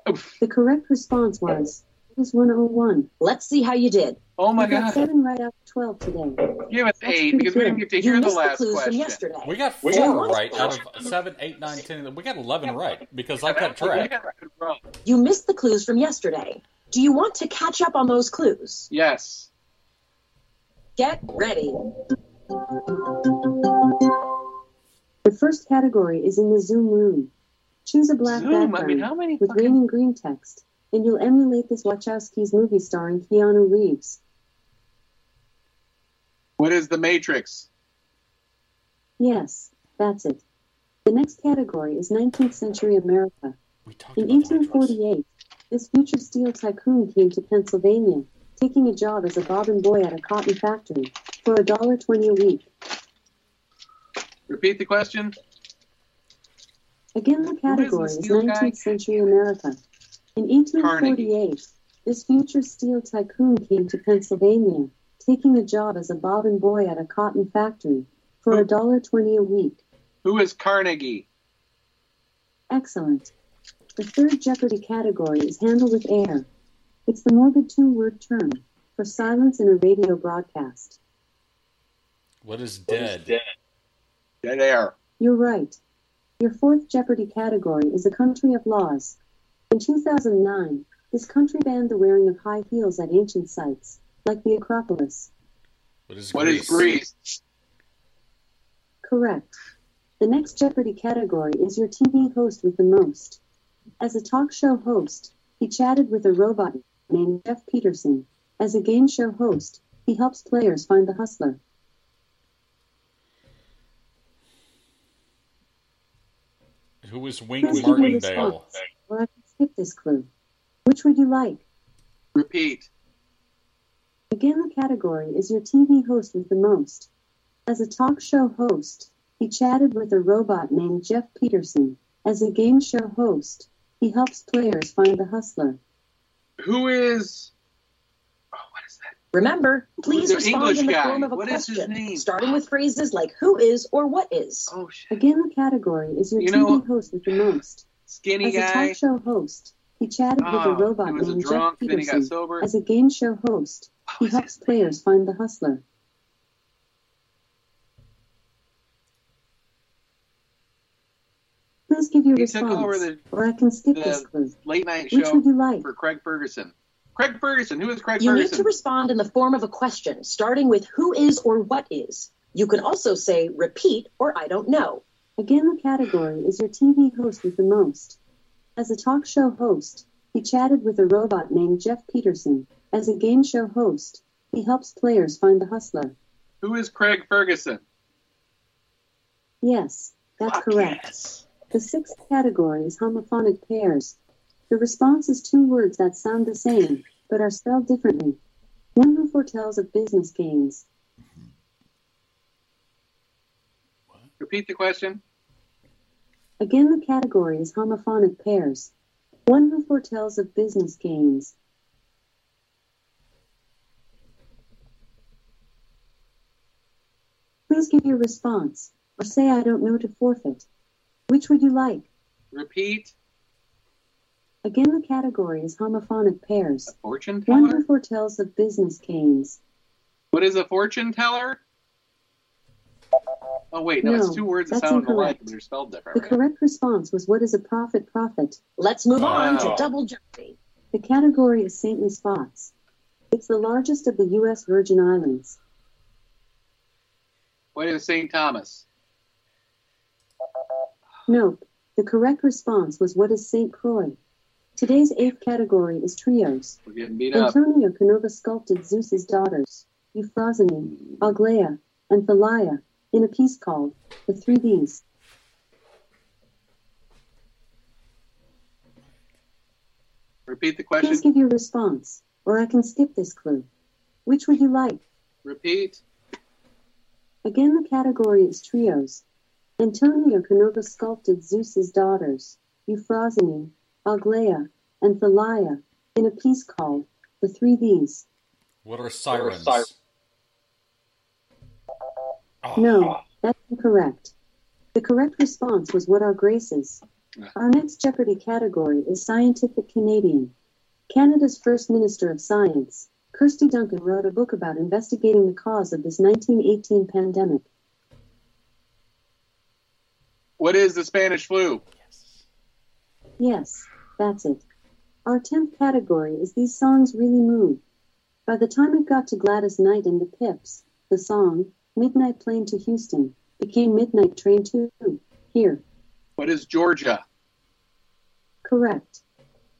Speaker 2: Oof.
Speaker 9: The correct response was it is 101.
Speaker 10: Let's see how you did.
Speaker 2: Oh my
Speaker 9: we got
Speaker 2: god!
Speaker 9: seven right out of 12 today.
Speaker 2: Give us
Speaker 9: That's
Speaker 2: eight because we
Speaker 9: pretty
Speaker 2: didn't get to
Speaker 10: you
Speaker 2: hear the
Speaker 10: missed
Speaker 2: last
Speaker 10: clues from
Speaker 2: question.
Speaker 10: yesterday.
Speaker 3: We got
Speaker 7: We
Speaker 3: four
Speaker 7: got
Speaker 10: one.
Speaker 3: right out of seven, eight, nine, ten. We got eleven right because I
Speaker 2: That's-
Speaker 3: kept
Speaker 2: we
Speaker 3: track.
Speaker 2: got it wrong.
Speaker 10: You missed the clues from yesterday. Do you want to catch up on those clues?
Speaker 2: Yes.
Speaker 10: Get ready.
Speaker 9: The first category is in the Zoom room. Choose a black
Speaker 2: Zoom, I mean,
Speaker 9: background
Speaker 2: how many
Speaker 9: with
Speaker 2: fucking-
Speaker 9: rain and green text, and you'll emulate this Wachowski's movie starring Keanu Reeves.
Speaker 2: What is the Matrix?
Speaker 9: Yes, that's it. The next category is 19th century America. In 1848, this future steel tycoon came to Pennsylvania, taking a job as a bobbin boy at a cotton factory for $1.20 a week.
Speaker 2: Repeat the question.
Speaker 9: Again, the category
Speaker 2: this
Speaker 9: is
Speaker 2: steel guy?
Speaker 9: 19th century America. In 1848, this future steel tycoon came to Pennsylvania, taking a job as a bobbin boy at a cotton factory for
Speaker 2: Hmm.
Speaker 9: $1.20 a week.
Speaker 2: Who is Carnegie?
Speaker 9: Excellent. The third Jeopardy category is Handle with Air. It's the morbid two word term for silence in a radio broadcast.
Speaker 3: What is dead?
Speaker 2: Dead air.
Speaker 9: You're right. Your fourth Jeopardy category is a country of laws. In 2009, this country banned the wearing of high heels at ancient sites, like the Acropolis.
Speaker 3: What is
Speaker 2: What is Greece?
Speaker 9: Correct. The next Jeopardy category is your TV host with the most. As a talk show host, he chatted with a robot named Jeff Peterson. As a game show host, he helps players find the hustler.
Speaker 3: Who is Wink
Speaker 9: Let's give you this
Speaker 3: Martindale?
Speaker 9: box, Or I can skip this clue. Which would you like?
Speaker 2: Repeat.
Speaker 9: Again, the category is your TV host with the most. As a talk show host, he chatted with a robot named Jeff Peterson. As a game show host, he helps players find the hustler.
Speaker 2: Who is?
Speaker 10: Remember, please
Speaker 2: The
Speaker 10: respond
Speaker 2: English
Speaker 10: in the
Speaker 2: guy.
Speaker 10: form of a
Speaker 2: What is his
Speaker 10: question,
Speaker 2: name?
Speaker 10: starting with phrases like who is or what is.
Speaker 2: Oh shit.
Speaker 9: Again, the category is your
Speaker 2: You
Speaker 9: TV
Speaker 2: know-
Speaker 9: host with the most.
Speaker 2: Skinny
Speaker 9: As a
Speaker 2: guy.
Speaker 9: talk show host, he chatted with a
Speaker 2: Oh,
Speaker 9: robot
Speaker 2: he was a
Speaker 9: named
Speaker 2: drunk,
Speaker 9: Jeff
Speaker 2: then he got
Speaker 9: Peterson.
Speaker 2: sober. Oh,
Speaker 9: As a game show host, he helps players find the hustler. Please give your
Speaker 2: He took
Speaker 9: response,
Speaker 2: over the-
Speaker 9: or I can skip this
Speaker 2: The
Speaker 9: clue.
Speaker 2: late night
Speaker 9: Which
Speaker 2: show
Speaker 9: would you like?
Speaker 2: for Craig Ferguson. Craig Ferguson. Who is Craig
Speaker 10: You need
Speaker 2: Ferguson?
Speaker 10: to respond in the form of a question, starting with who is or what is. You can also say repeat or I don't know.
Speaker 9: Again, the category is your TV host with the most. As a talk show host, he chatted with a robot named Jeff Peterson. As a game show host, he helps players find the hustler.
Speaker 2: Who is Craig Ferguson?
Speaker 9: Yes, that's correct. The sixth category is homophonic pairs. The response is two words that sound the same, but are spelled differently. One who foretells of business gains.
Speaker 2: Repeat the question.
Speaker 9: Again, the category is homophonic pairs. One who foretells of business gains. Please give your response, or say I don't know to forfeit. Which would you like?
Speaker 2: Repeat.
Speaker 9: Again, the category is homophonic pairs.
Speaker 2: Fortune
Speaker 9: One
Speaker 2: teller.
Speaker 9: who foretells of business gains.
Speaker 2: What is a fortune teller? Oh wait, no, it's
Speaker 9: No,
Speaker 2: two words that
Speaker 9: that's
Speaker 2: sound alike,
Speaker 9: incorrect.
Speaker 2: but they're spelled
Speaker 9: The
Speaker 2: different. right?
Speaker 9: correct response was what is a profit profit?
Speaker 10: Let's move on
Speaker 2: Wow.
Speaker 10: to double jeopardy.
Speaker 9: The category is saintly spots. It's the largest of the U.S. Virgin Islands.
Speaker 2: What is St. Thomas?
Speaker 9: Nope. The correct response was what is St. Croix? Today's eighth category is trios.
Speaker 2: We're getting beat up.
Speaker 9: Antonio Canova sculpted Zeus's daughters, Euphrosyne, Aglaia, and Thalia, in a piece called The Three Ds.
Speaker 2: Repeat the
Speaker 9: Please
Speaker 2: question.
Speaker 9: give your response, or I can skip this clue. Which would you like?
Speaker 2: Repeat.
Speaker 9: Again, the category is trios. Antonio Canova sculpted Zeus's daughters, Euphrosyne, Aglaia, and Thalia, in a piece called The Three Ds.
Speaker 3: What are sirens?
Speaker 9: No, that's incorrect. The correct response was What Are Graces? Our next Jeopardy category is Scientific Canadian. Canada's first Minister of Science, Kirsty Duncan, wrote a book about investigating the cause of this 1918 pandemic.
Speaker 2: What is the Spanish flu?
Speaker 9: Yes, that's it. Our 10th category is These Songs Really Move. By the time it got to Gladys Knight and the Pips, the song, Midnight Plane to Houston, became Midnight Train to Here.
Speaker 2: What is Georgia?
Speaker 9: Correct.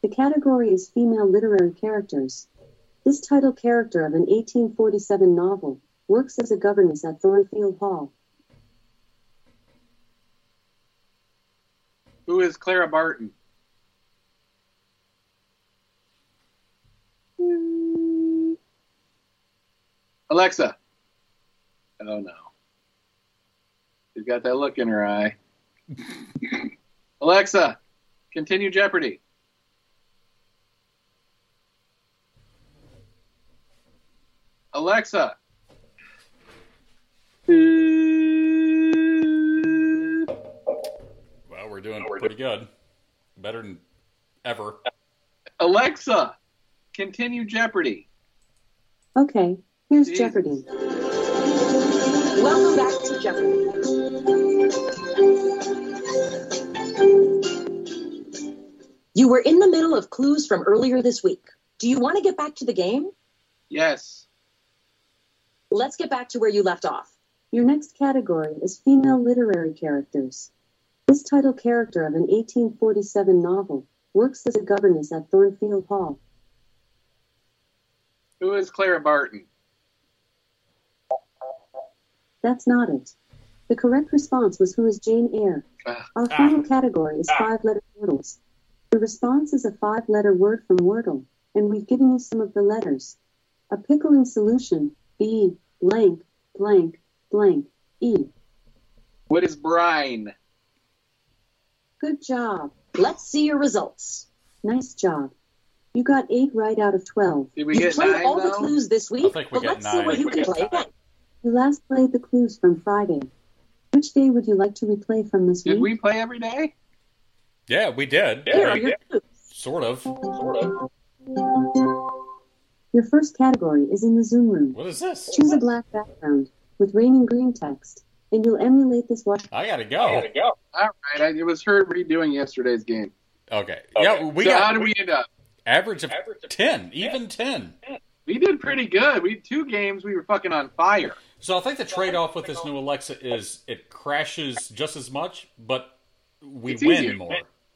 Speaker 9: The category is female literary characters. This title character of an 1847 novel works as a governess at Thornfield Hall.
Speaker 2: Who is Clara Barton? Alexa. Oh no. She's got that look in her eye. Alexa, continue Jeopardy. Alexa.
Speaker 3: Well, we're doing pretty good. Better than ever.
Speaker 2: Alexa, continue Jeopardy.
Speaker 9: Okay, here's Jeopardy.
Speaker 10: Welcome back to Jeopardy. You were in the middle of clues from earlier this week. Do you want to get back to the game?
Speaker 2: Yes.
Speaker 10: Let's get back to where you left off.
Speaker 9: Your next category is female literary characters. This title character of an 1847 novel works as a governess at Thornfield Hall.
Speaker 2: Who is Clara Barton?
Speaker 9: That's not it. The correct response was Who is Jane Eyre? Our final category is five letter wordles. The response is a five letter word from Wordle, and we've given you some of the letters. A pickling solution, B, blank, blank, blank, E.
Speaker 2: What is brine?
Speaker 9: Good job.
Speaker 10: Let's see your results.
Speaker 9: Nice job. You got eight right out of 12.
Speaker 2: Did we
Speaker 10: you
Speaker 2: get
Speaker 10: played
Speaker 2: nine,
Speaker 10: all the
Speaker 2: though?
Speaker 10: clues this week,
Speaker 3: think we
Speaker 10: but
Speaker 3: got
Speaker 10: let's see
Speaker 3: nine.
Speaker 10: what
Speaker 3: I think
Speaker 10: you
Speaker 3: we
Speaker 10: can
Speaker 3: got
Speaker 10: play again.
Speaker 9: You last played the clues from Friday. Which day would you like to replay from this
Speaker 2: Did we
Speaker 9: week?
Speaker 2: play every day?
Speaker 3: Yeah, we did.
Speaker 10: Here are
Speaker 3: Like,
Speaker 10: your clues.
Speaker 3: Sort of. Sort of.
Speaker 9: Your first category is in the Zoom room.
Speaker 3: What is this?
Speaker 9: Choose a black background with raining green text, and you'll emulate this watch.
Speaker 3: I gotta go.
Speaker 7: go.
Speaker 2: All right. I, it was her redoing yesterday's game.
Speaker 3: Okay. Yeah, we
Speaker 2: so how
Speaker 3: got
Speaker 2: did we end up?
Speaker 3: average of
Speaker 7: Average of
Speaker 3: ten, even ten.
Speaker 2: We did pretty good. We two games. We were fucking on fire.
Speaker 3: So I think the trade-off with this new Alexa is it crashes just as much, but we
Speaker 2: It's
Speaker 3: win
Speaker 2: easier.
Speaker 3: more.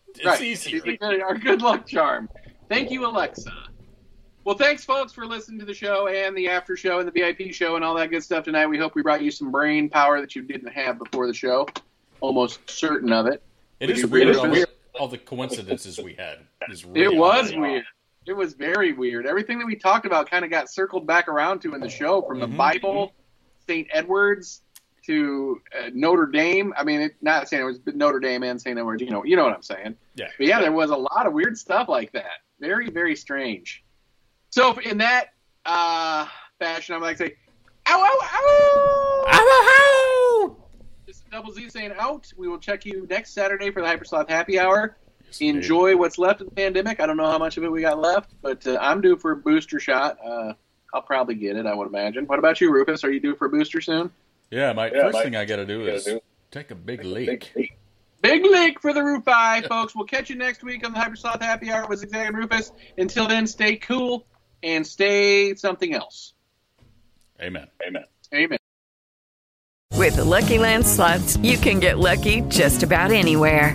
Speaker 3: It's
Speaker 2: right.
Speaker 3: easier.
Speaker 2: She's a good- our good luck charm. Thank you, Alexa. Well, thanks, folks, for listening to the show and the after show and the VIP show and all that good stuff tonight. We hope we brought you some brain power that you didn't have before the show. Almost certain of it.
Speaker 3: It
Speaker 2: Would
Speaker 3: is
Speaker 2: you
Speaker 3: weird.
Speaker 2: read
Speaker 3: All,
Speaker 2: it?
Speaker 3: the- all the coincidences we had. Is
Speaker 2: It
Speaker 3: really
Speaker 2: was
Speaker 3: odd.
Speaker 2: weird. It was very weird. Everything that we talked about kind of got circled back around to in the show, from the
Speaker 3: Mhm.
Speaker 2: Bible, St. Edwards, to uh, Notre Dame. I mean, it, not St. Edwards, but Notre Dame and St. Edwards. You know, you know what I'm saying.
Speaker 3: Yeah.
Speaker 2: But yeah, there was a lot of weird stuff like that. Very, very strange. So in that uh, fashion, I'm like say, ow, ow, ow.
Speaker 3: Ah,
Speaker 2: This is Double Z saying out. We will check you next Saturday for the Hypersloth Happy Hour
Speaker 3: Yes, indeed.
Speaker 2: enjoy what's left of the pandemic. I don't know how much of it we got left, but uh, I'm due for a booster shot. Uh, I'll probably get it, I would imagine. What about you, Rufus? Are you due for a booster soon?
Speaker 3: Yeah, my
Speaker 7: Yeah,
Speaker 3: first
Speaker 7: my-
Speaker 3: thing I gotta do
Speaker 7: gotta
Speaker 3: is
Speaker 7: do-
Speaker 3: take a big leak.
Speaker 2: Big leak for the Rufi, folks. We'll catch you next week on the Hypersloth Happy Hour with Zigzag and Rufus. Until then, stay cool and stay something else.
Speaker 3: Amen.
Speaker 7: Amen.
Speaker 2: Amen.
Speaker 11: With the Lucky Land slots, you can get lucky just about anywhere.